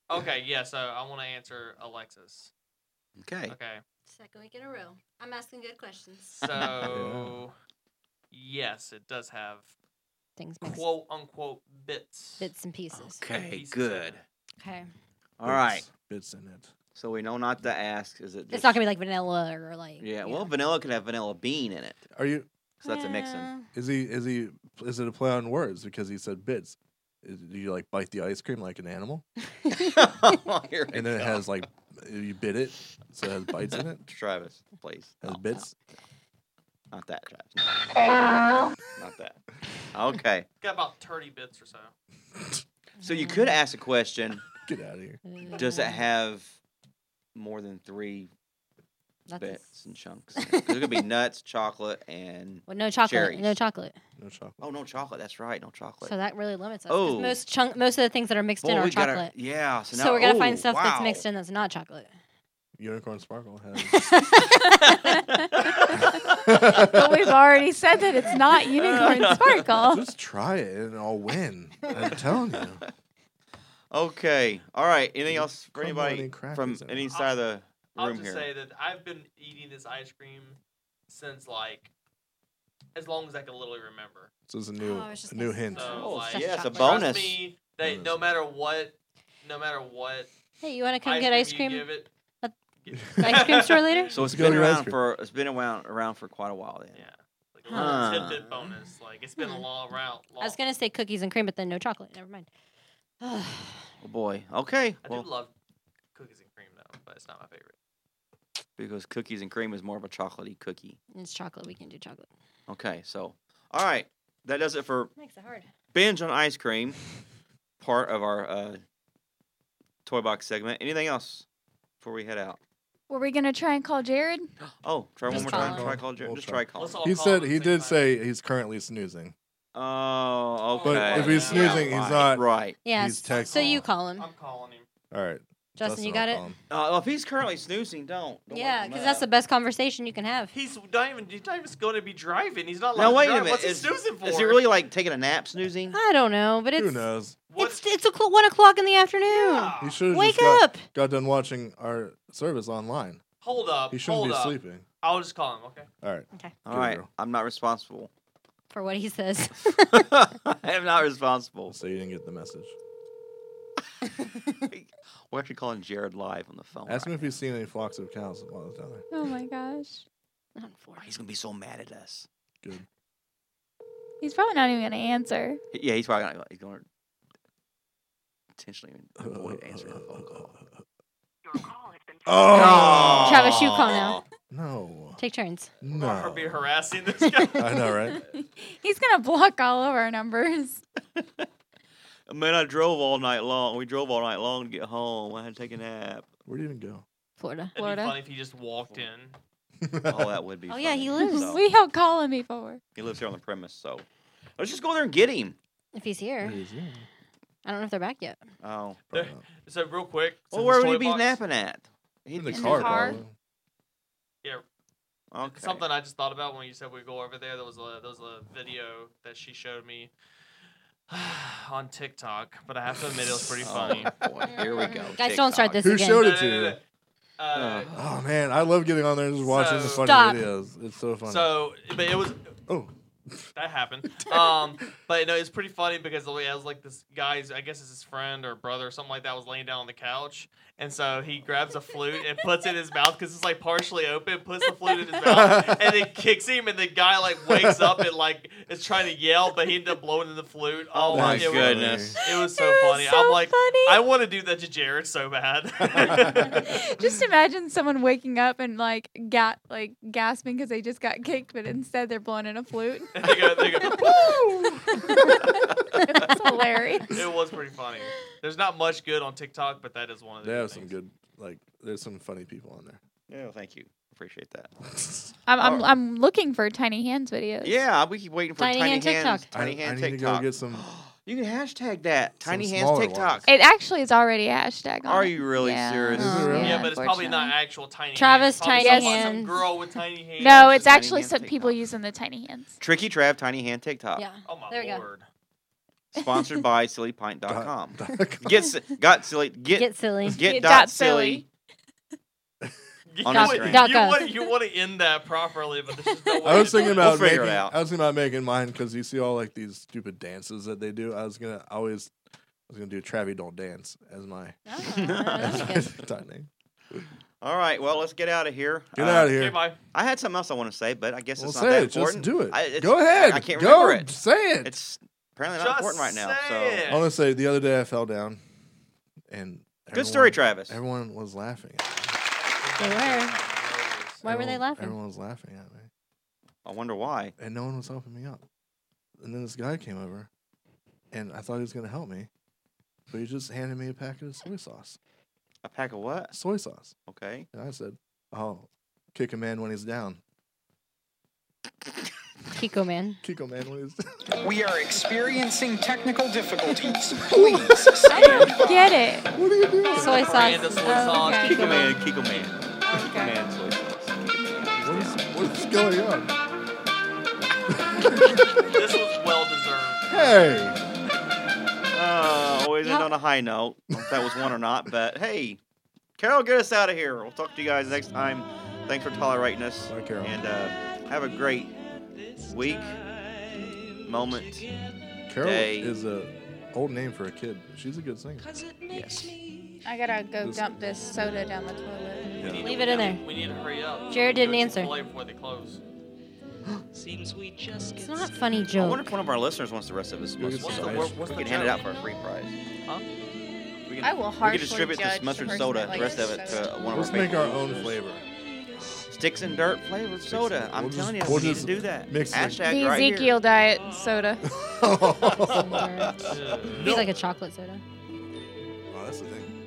[SPEAKER 2] okay, yeah. So I want to answer Alexis.
[SPEAKER 1] okay.
[SPEAKER 2] Okay,
[SPEAKER 6] Second week in a row. I'm asking good questions.
[SPEAKER 2] so yes, it does have
[SPEAKER 6] things mixed
[SPEAKER 2] quote unquote bits.
[SPEAKER 6] bits and pieces.
[SPEAKER 1] Okay,
[SPEAKER 2] Pieces.
[SPEAKER 1] good.
[SPEAKER 6] Okay.
[SPEAKER 1] All right.
[SPEAKER 8] Bits in it.
[SPEAKER 1] So we know not to ask. Is it?
[SPEAKER 6] It's not gonna be like vanilla or like
[SPEAKER 1] Yeah. Well, vanilla could have vanilla bean in it,
[SPEAKER 8] Are you?
[SPEAKER 1] so that's a mixin.
[SPEAKER 6] Yeah.
[SPEAKER 8] Is he? Is he? Is it a play on words because he said bits? Is, do you like bite the ice cream like an animal?
[SPEAKER 1] Here we
[SPEAKER 8] And then it
[SPEAKER 1] go.
[SPEAKER 8] has like you bit it, so it has bites in it.
[SPEAKER 1] Travis, please.
[SPEAKER 8] Has bits.
[SPEAKER 1] Not that, Travis. not that. Okay.
[SPEAKER 2] Got about thirty bits or so.
[SPEAKER 1] So you could ask a question.
[SPEAKER 8] Get out of here.
[SPEAKER 1] Does it have more than three
[SPEAKER 6] That's a-
[SPEAKER 1] bits and chunks? It could be nuts, chocolate, and
[SPEAKER 6] Well, no chocolate.
[SPEAKER 1] cherries.
[SPEAKER 6] No chocolate.
[SPEAKER 8] No chocolate.
[SPEAKER 1] Oh, no chocolate. That's right. No chocolate.
[SPEAKER 6] So that really limits us. 'cause
[SPEAKER 1] Oh.
[SPEAKER 6] Most chunk, most of the things that are mixed in
[SPEAKER 1] Well,
[SPEAKER 6] are
[SPEAKER 1] we gotta-
[SPEAKER 6] chocolate.
[SPEAKER 1] yeah. So,
[SPEAKER 6] so,
[SPEAKER 1] now,
[SPEAKER 6] we're gonna
[SPEAKER 1] oh,
[SPEAKER 6] find stuff that's
[SPEAKER 1] wow.
[SPEAKER 6] mixed in that's not chocolate.
[SPEAKER 8] Unicorn sparkle has.
[SPEAKER 7] but we've already said that it's not unicorn
[SPEAKER 6] Oh.
[SPEAKER 7] sparkle.
[SPEAKER 8] Just try it and I'll win. I'm telling you.
[SPEAKER 1] Okay. All right. Anything else for
[SPEAKER 8] Come on
[SPEAKER 1] anybody
[SPEAKER 8] and crack
[SPEAKER 1] from
[SPEAKER 8] this out.
[SPEAKER 1] any side of the
[SPEAKER 2] I'll
[SPEAKER 1] room
[SPEAKER 2] just
[SPEAKER 1] here?
[SPEAKER 2] say that I've been eating this ice cream since like as long as I can literally remember.
[SPEAKER 8] This is a new,
[SPEAKER 6] Oh, I was just
[SPEAKER 8] a new
[SPEAKER 6] gonna say
[SPEAKER 8] hint.
[SPEAKER 6] that.
[SPEAKER 2] So
[SPEAKER 1] Oh,
[SPEAKER 2] like,
[SPEAKER 1] yeah, it's a
[SPEAKER 2] trust
[SPEAKER 1] bonus.
[SPEAKER 2] Me, they,
[SPEAKER 8] Bonus.
[SPEAKER 2] no matter what, no matter what,
[SPEAKER 6] Hey, you wanna come get ice cream?
[SPEAKER 2] You give it,
[SPEAKER 6] ice cream store later?
[SPEAKER 1] so it's
[SPEAKER 8] Go
[SPEAKER 1] been
[SPEAKER 8] to your ice
[SPEAKER 1] around
[SPEAKER 8] cream.
[SPEAKER 1] for it's been around around for quite a while. Then.
[SPEAKER 2] yeah, like a little
[SPEAKER 1] Huh.
[SPEAKER 2] tidbit bonus. Like it's been a long route. Long.
[SPEAKER 6] Hmm. I was gonna say cookies and cream, but then no chocolate. Never mind.
[SPEAKER 1] Oh boy. Okay.
[SPEAKER 2] I
[SPEAKER 1] well,
[SPEAKER 2] do love cookies and cream though, but it's not my favorite.
[SPEAKER 1] because cookies and cream is more of a chocolatey cookie.
[SPEAKER 6] it's chocolate. We can do chocolate.
[SPEAKER 1] Okay. So, all right. That does it for
[SPEAKER 6] Makes it hard.
[SPEAKER 1] binge on ice cream, part of our uh, toy box segment. Anything else before we head out?
[SPEAKER 7] Were we gonna try and call Jared?
[SPEAKER 1] Oh, try one
[SPEAKER 6] Just
[SPEAKER 1] more
[SPEAKER 6] call
[SPEAKER 1] time.
[SPEAKER 6] him.
[SPEAKER 1] Try call Jer-
[SPEAKER 8] We'll
[SPEAKER 1] Just
[SPEAKER 8] try.
[SPEAKER 1] try call.
[SPEAKER 2] Let's
[SPEAKER 1] him.
[SPEAKER 2] all
[SPEAKER 8] He
[SPEAKER 2] call
[SPEAKER 8] said
[SPEAKER 2] at the
[SPEAKER 8] he
[SPEAKER 2] same
[SPEAKER 8] did
[SPEAKER 2] time.
[SPEAKER 8] say he's currently snoozing.
[SPEAKER 1] Oh, okay.
[SPEAKER 8] But if he's
[SPEAKER 2] Yeah.
[SPEAKER 8] snoozing, he's
[SPEAKER 1] Right,
[SPEAKER 8] not.
[SPEAKER 1] right.
[SPEAKER 6] Yeah.
[SPEAKER 8] He's
[SPEAKER 6] s- so you
[SPEAKER 8] texting.
[SPEAKER 6] call him,
[SPEAKER 2] I'm calling him.
[SPEAKER 8] All right.
[SPEAKER 6] Justin. You
[SPEAKER 8] I'll
[SPEAKER 6] got it.
[SPEAKER 8] call him.
[SPEAKER 1] Uh, if he's currently snoozing, don't. don't wake
[SPEAKER 6] Yeah,
[SPEAKER 1] him
[SPEAKER 6] because that's
[SPEAKER 1] up.
[SPEAKER 6] the best conversation you can have.
[SPEAKER 2] He's not even. He's not even going to be driving. He's not.
[SPEAKER 1] Now
[SPEAKER 2] allowed
[SPEAKER 1] wait
[SPEAKER 2] to
[SPEAKER 1] a
[SPEAKER 2] drive.
[SPEAKER 1] minute.
[SPEAKER 2] What's
[SPEAKER 1] Is,
[SPEAKER 2] he snoozing for?
[SPEAKER 1] is he really like taking a nap, snoozing?
[SPEAKER 6] I don't know, but
[SPEAKER 8] Who
[SPEAKER 6] it's
[SPEAKER 8] knows?
[SPEAKER 2] What-
[SPEAKER 6] it's it's a cl- one o'clock in the afternoon.
[SPEAKER 2] Yeah.
[SPEAKER 8] He should
[SPEAKER 6] Wake
[SPEAKER 8] got,
[SPEAKER 6] up.
[SPEAKER 8] Got done watching our service online.
[SPEAKER 2] Hold up.
[SPEAKER 8] He shouldn't
[SPEAKER 2] hold
[SPEAKER 8] be
[SPEAKER 2] up.
[SPEAKER 8] sleeping.
[SPEAKER 2] I'll just call him. Okay.
[SPEAKER 8] All right.
[SPEAKER 6] Okay.
[SPEAKER 1] All right,
[SPEAKER 8] Gabriel.
[SPEAKER 1] I'm not responsible.
[SPEAKER 6] For what he says.
[SPEAKER 1] I am not responsible.
[SPEAKER 8] So you didn't get the message.
[SPEAKER 1] We're actually calling Jared live on the phone.
[SPEAKER 8] Ask him
[SPEAKER 1] right
[SPEAKER 8] if he's seen any flocks of cows while he's down there.
[SPEAKER 7] Oh my gosh,
[SPEAKER 6] Not for
[SPEAKER 1] now. He's gonna be so mad at us.
[SPEAKER 8] Good.
[SPEAKER 7] he's probably not even gonna answer.
[SPEAKER 1] He- Yeah, he's probably gonna, he's gonna intentionally avoid answering the phone call.
[SPEAKER 8] Oh
[SPEAKER 6] Travis, you call now.
[SPEAKER 8] no,
[SPEAKER 6] Take turns.
[SPEAKER 2] Or
[SPEAKER 8] no.
[SPEAKER 2] be harassing this guy.
[SPEAKER 8] I know, right?
[SPEAKER 7] He's gonna block all of our numbers.
[SPEAKER 1] Man, I drove all night long. We drove all night long to get home. I had to take a nap.
[SPEAKER 8] Where do you even go?
[SPEAKER 6] Florida.
[SPEAKER 2] It'd be
[SPEAKER 7] Florida.
[SPEAKER 2] funny if he just walked in.
[SPEAKER 1] Oh, that would be.
[SPEAKER 6] Oh, yeah,
[SPEAKER 1] funny.
[SPEAKER 6] he lives-
[SPEAKER 1] So,
[SPEAKER 7] we don't call him before.
[SPEAKER 1] he lives here on the premise, so let's just go there and get him.
[SPEAKER 6] If he's here.
[SPEAKER 8] He's in.
[SPEAKER 6] I don't know if they're back yet.
[SPEAKER 1] Oh,
[SPEAKER 2] There-
[SPEAKER 8] Probably not.
[SPEAKER 2] So real quick.
[SPEAKER 1] well,
[SPEAKER 2] since
[SPEAKER 1] where would
[SPEAKER 2] the
[SPEAKER 1] he
[SPEAKER 2] toy
[SPEAKER 1] be
[SPEAKER 2] box-
[SPEAKER 1] napping at? He'd
[SPEAKER 8] In the
[SPEAKER 1] be-
[SPEAKER 7] in the
[SPEAKER 8] car.
[SPEAKER 7] car.
[SPEAKER 8] probably.
[SPEAKER 2] Yeah.
[SPEAKER 1] Okay.
[SPEAKER 2] Something I just thought about when you said we go over there. There was a there was a video that she showed me on TikTok, but I have to admit it was pretty funny.
[SPEAKER 1] Oh, boy. Here we go.
[SPEAKER 6] Guys, don't
[SPEAKER 1] TikTok.
[SPEAKER 6] start this
[SPEAKER 8] Who
[SPEAKER 6] again.
[SPEAKER 8] showed
[SPEAKER 2] No,
[SPEAKER 8] it?
[SPEAKER 2] no, no, no, no. Uh,
[SPEAKER 8] Oh man, I love getting on there and just watching the
[SPEAKER 2] So-
[SPEAKER 8] funny
[SPEAKER 6] Stop.
[SPEAKER 8] videos. It's so funny.
[SPEAKER 2] so, but it was
[SPEAKER 8] oh,
[SPEAKER 2] that happened. Um, but no, it's pretty funny because the way I was like this guy's, I guess it's his friend or brother or something like that, was laying down on the couch, and so he grabs a flute and puts it in his mouth because it's like partially open, puts the flute in his mouth, and then kicks him, and the guy like wakes up and like is trying to yell, but he ended up blowing in the flute.
[SPEAKER 1] Oh my
[SPEAKER 8] That's
[SPEAKER 2] it
[SPEAKER 8] funny.
[SPEAKER 1] goodness.
[SPEAKER 2] Was, it was so
[SPEAKER 7] It was
[SPEAKER 2] funny.
[SPEAKER 7] so
[SPEAKER 2] I'm like,
[SPEAKER 7] funny.
[SPEAKER 2] I want to do that to Jared so bad.
[SPEAKER 7] Just imagine someone waking up and like ga- like gasping because they just got kicked, but instead they're blowing in a flute.
[SPEAKER 2] they go, they go,
[SPEAKER 7] That's hilarious.
[SPEAKER 2] it was pretty funny. There's not much good on TikTok, but that is one of the
[SPEAKER 8] they
[SPEAKER 2] good
[SPEAKER 8] have some
[SPEAKER 2] things.
[SPEAKER 8] good like. There's some funny people on there.
[SPEAKER 1] Yeah, well, thank you. Appreciate that.
[SPEAKER 7] I'm, I'm I'm looking for tiny hands videos.
[SPEAKER 1] Yeah, we keep waiting for
[SPEAKER 6] Tiny
[SPEAKER 1] Tiny,
[SPEAKER 6] Hand
[SPEAKER 1] Hands.
[SPEAKER 6] TikTok.
[SPEAKER 1] Tiny
[SPEAKER 8] I,
[SPEAKER 1] Hand
[SPEAKER 8] I need
[SPEAKER 1] TikTok.
[SPEAKER 8] to go get some.
[SPEAKER 1] you can hashtag that. Tiny Hands
[SPEAKER 8] smaller
[SPEAKER 1] TikTok.
[SPEAKER 8] ones.
[SPEAKER 7] It actually is already a hashtag. On
[SPEAKER 1] Are
[SPEAKER 7] it.
[SPEAKER 1] you really
[SPEAKER 7] Yeah.
[SPEAKER 1] serious?
[SPEAKER 8] Is it really?
[SPEAKER 2] Yeah, but it's probably not actual tiny hands.
[SPEAKER 6] Travis,
[SPEAKER 2] Probably
[SPEAKER 6] tiny
[SPEAKER 2] someone-
[SPEAKER 6] hands.
[SPEAKER 2] Some girl with tiny hands.
[SPEAKER 7] No,
[SPEAKER 1] It's
[SPEAKER 7] it's,
[SPEAKER 1] tiny
[SPEAKER 7] actually
[SPEAKER 1] hand
[SPEAKER 7] some people
[SPEAKER 1] TikTok.
[SPEAKER 7] using the tiny hands.
[SPEAKER 1] Tricky Trav Tiny Hand TikTok.
[SPEAKER 6] Yeah.
[SPEAKER 2] Oh my
[SPEAKER 6] There we go.
[SPEAKER 2] lord.
[SPEAKER 1] Sponsored by sillypint.com.
[SPEAKER 8] Dot- dot com.
[SPEAKER 1] Get si- got silly get
[SPEAKER 6] Get silly.
[SPEAKER 1] get
[SPEAKER 7] dot
[SPEAKER 1] dot silly on
[SPEAKER 2] you,
[SPEAKER 1] Instagram.
[SPEAKER 2] you, want, you want to end that properly, but there's just no way
[SPEAKER 8] I was
[SPEAKER 2] to do
[SPEAKER 8] thinking
[SPEAKER 2] it.
[SPEAKER 8] about
[SPEAKER 1] figure it
[SPEAKER 8] making,
[SPEAKER 1] out.
[SPEAKER 8] I was thinking about making mine because you see all like these stupid dances that they do. I was gonna I always I was gonna do Travi don't dance as my
[SPEAKER 6] Ah,
[SPEAKER 8] as my tag name.
[SPEAKER 1] All right, well, let's get out of here. Uh,
[SPEAKER 8] Get outta here. Okay,
[SPEAKER 2] bye.
[SPEAKER 1] I had something else I want to say, but I guess
[SPEAKER 8] Well,
[SPEAKER 1] it's
[SPEAKER 8] say
[SPEAKER 1] not that
[SPEAKER 8] it. Just
[SPEAKER 1] important.
[SPEAKER 8] do it.
[SPEAKER 1] I, it's-
[SPEAKER 8] Go ahead.
[SPEAKER 1] I, can't
[SPEAKER 8] Go.
[SPEAKER 1] remember it.
[SPEAKER 8] Say it.
[SPEAKER 1] It's apparently not
[SPEAKER 2] Just
[SPEAKER 1] important right now.
[SPEAKER 2] say
[SPEAKER 1] So
[SPEAKER 2] it.
[SPEAKER 8] I want to say the other day I fell down, and
[SPEAKER 1] Good story, Travis.
[SPEAKER 8] Everyone was laughing. at me.
[SPEAKER 6] They were. Why were they
[SPEAKER 8] Everyone-
[SPEAKER 6] laughing?
[SPEAKER 8] Everyone was laughing at me,
[SPEAKER 1] I wonder why.
[SPEAKER 8] and no one was helping me up. And then this guy came over, and I thought he was going to help me, but he just handed me a packet of soy sauce.
[SPEAKER 1] A pack of what?
[SPEAKER 8] Soy sauce.
[SPEAKER 1] Okay.
[SPEAKER 8] And I said, "Oh, kick a man when he's down.
[SPEAKER 6] Kiko man.
[SPEAKER 8] Kiko man when he's down."
[SPEAKER 11] We are experiencing technical difficulties. Please stand by.
[SPEAKER 7] Get it.
[SPEAKER 8] What are you doing?
[SPEAKER 6] Soy sauce.
[SPEAKER 2] Brand of soy
[SPEAKER 6] Oh,
[SPEAKER 2] sauce.
[SPEAKER 6] okay.
[SPEAKER 1] Kiko man, Kiko man. Kiko man soy sauce.
[SPEAKER 8] What is, what is going on?
[SPEAKER 2] This was well deserved.
[SPEAKER 8] Hey,
[SPEAKER 1] Uh, always end
[SPEAKER 6] Yeah.
[SPEAKER 1] on a high note. I don't know If that was one or not, but hey, Carol, get us out of here. We'll talk to you guys next time. Thanks for tolerating us.
[SPEAKER 8] Bye, Carol.
[SPEAKER 1] And uh, have a great week, moment.
[SPEAKER 8] Carol
[SPEAKER 1] Day.
[SPEAKER 8] is a old name for a kid. She's a good singer.
[SPEAKER 1] Yes.
[SPEAKER 7] I gotta go
[SPEAKER 8] This-
[SPEAKER 7] dump this soda down the toilet.
[SPEAKER 2] We need to-
[SPEAKER 6] Leave it in there.
[SPEAKER 2] We need to hurry up.
[SPEAKER 6] Jared
[SPEAKER 2] Go
[SPEAKER 6] didn't
[SPEAKER 2] to
[SPEAKER 6] answer.
[SPEAKER 2] Chick-fil-A Before they close.
[SPEAKER 6] It's not funny
[SPEAKER 1] I wonder
[SPEAKER 6] joke.
[SPEAKER 1] if one of our listeners wants the rest of his mustard
[SPEAKER 8] What's the-
[SPEAKER 1] soda.
[SPEAKER 8] what's
[SPEAKER 1] we
[SPEAKER 2] the
[SPEAKER 1] can hand it
[SPEAKER 2] joke?
[SPEAKER 1] out for a free prize.
[SPEAKER 2] Huh?
[SPEAKER 1] We can,
[SPEAKER 7] I will
[SPEAKER 1] we
[SPEAKER 7] harshly
[SPEAKER 1] can distribute
[SPEAKER 7] judge
[SPEAKER 1] this
[SPEAKER 7] the
[SPEAKER 1] mustard
[SPEAKER 7] person
[SPEAKER 1] soda,
[SPEAKER 7] that
[SPEAKER 1] the rest of it,
[SPEAKER 7] likes
[SPEAKER 1] to
[SPEAKER 7] soda.
[SPEAKER 1] one of
[SPEAKER 8] Let's
[SPEAKER 1] our favorite
[SPEAKER 8] make our own
[SPEAKER 1] listeners.
[SPEAKER 8] flavor.
[SPEAKER 1] Sticks and dirt flavored soda. I'm
[SPEAKER 8] We'll
[SPEAKER 1] telling
[SPEAKER 8] just-
[SPEAKER 1] you,
[SPEAKER 8] we'll
[SPEAKER 1] we need to
[SPEAKER 8] just
[SPEAKER 1] do that.
[SPEAKER 8] mix it.
[SPEAKER 1] Hashtag
[SPEAKER 7] The
[SPEAKER 1] right here.
[SPEAKER 7] Ezekiel diet soda.
[SPEAKER 8] oh,
[SPEAKER 6] He's like a chocolate soda.
[SPEAKER 8] that's the thing.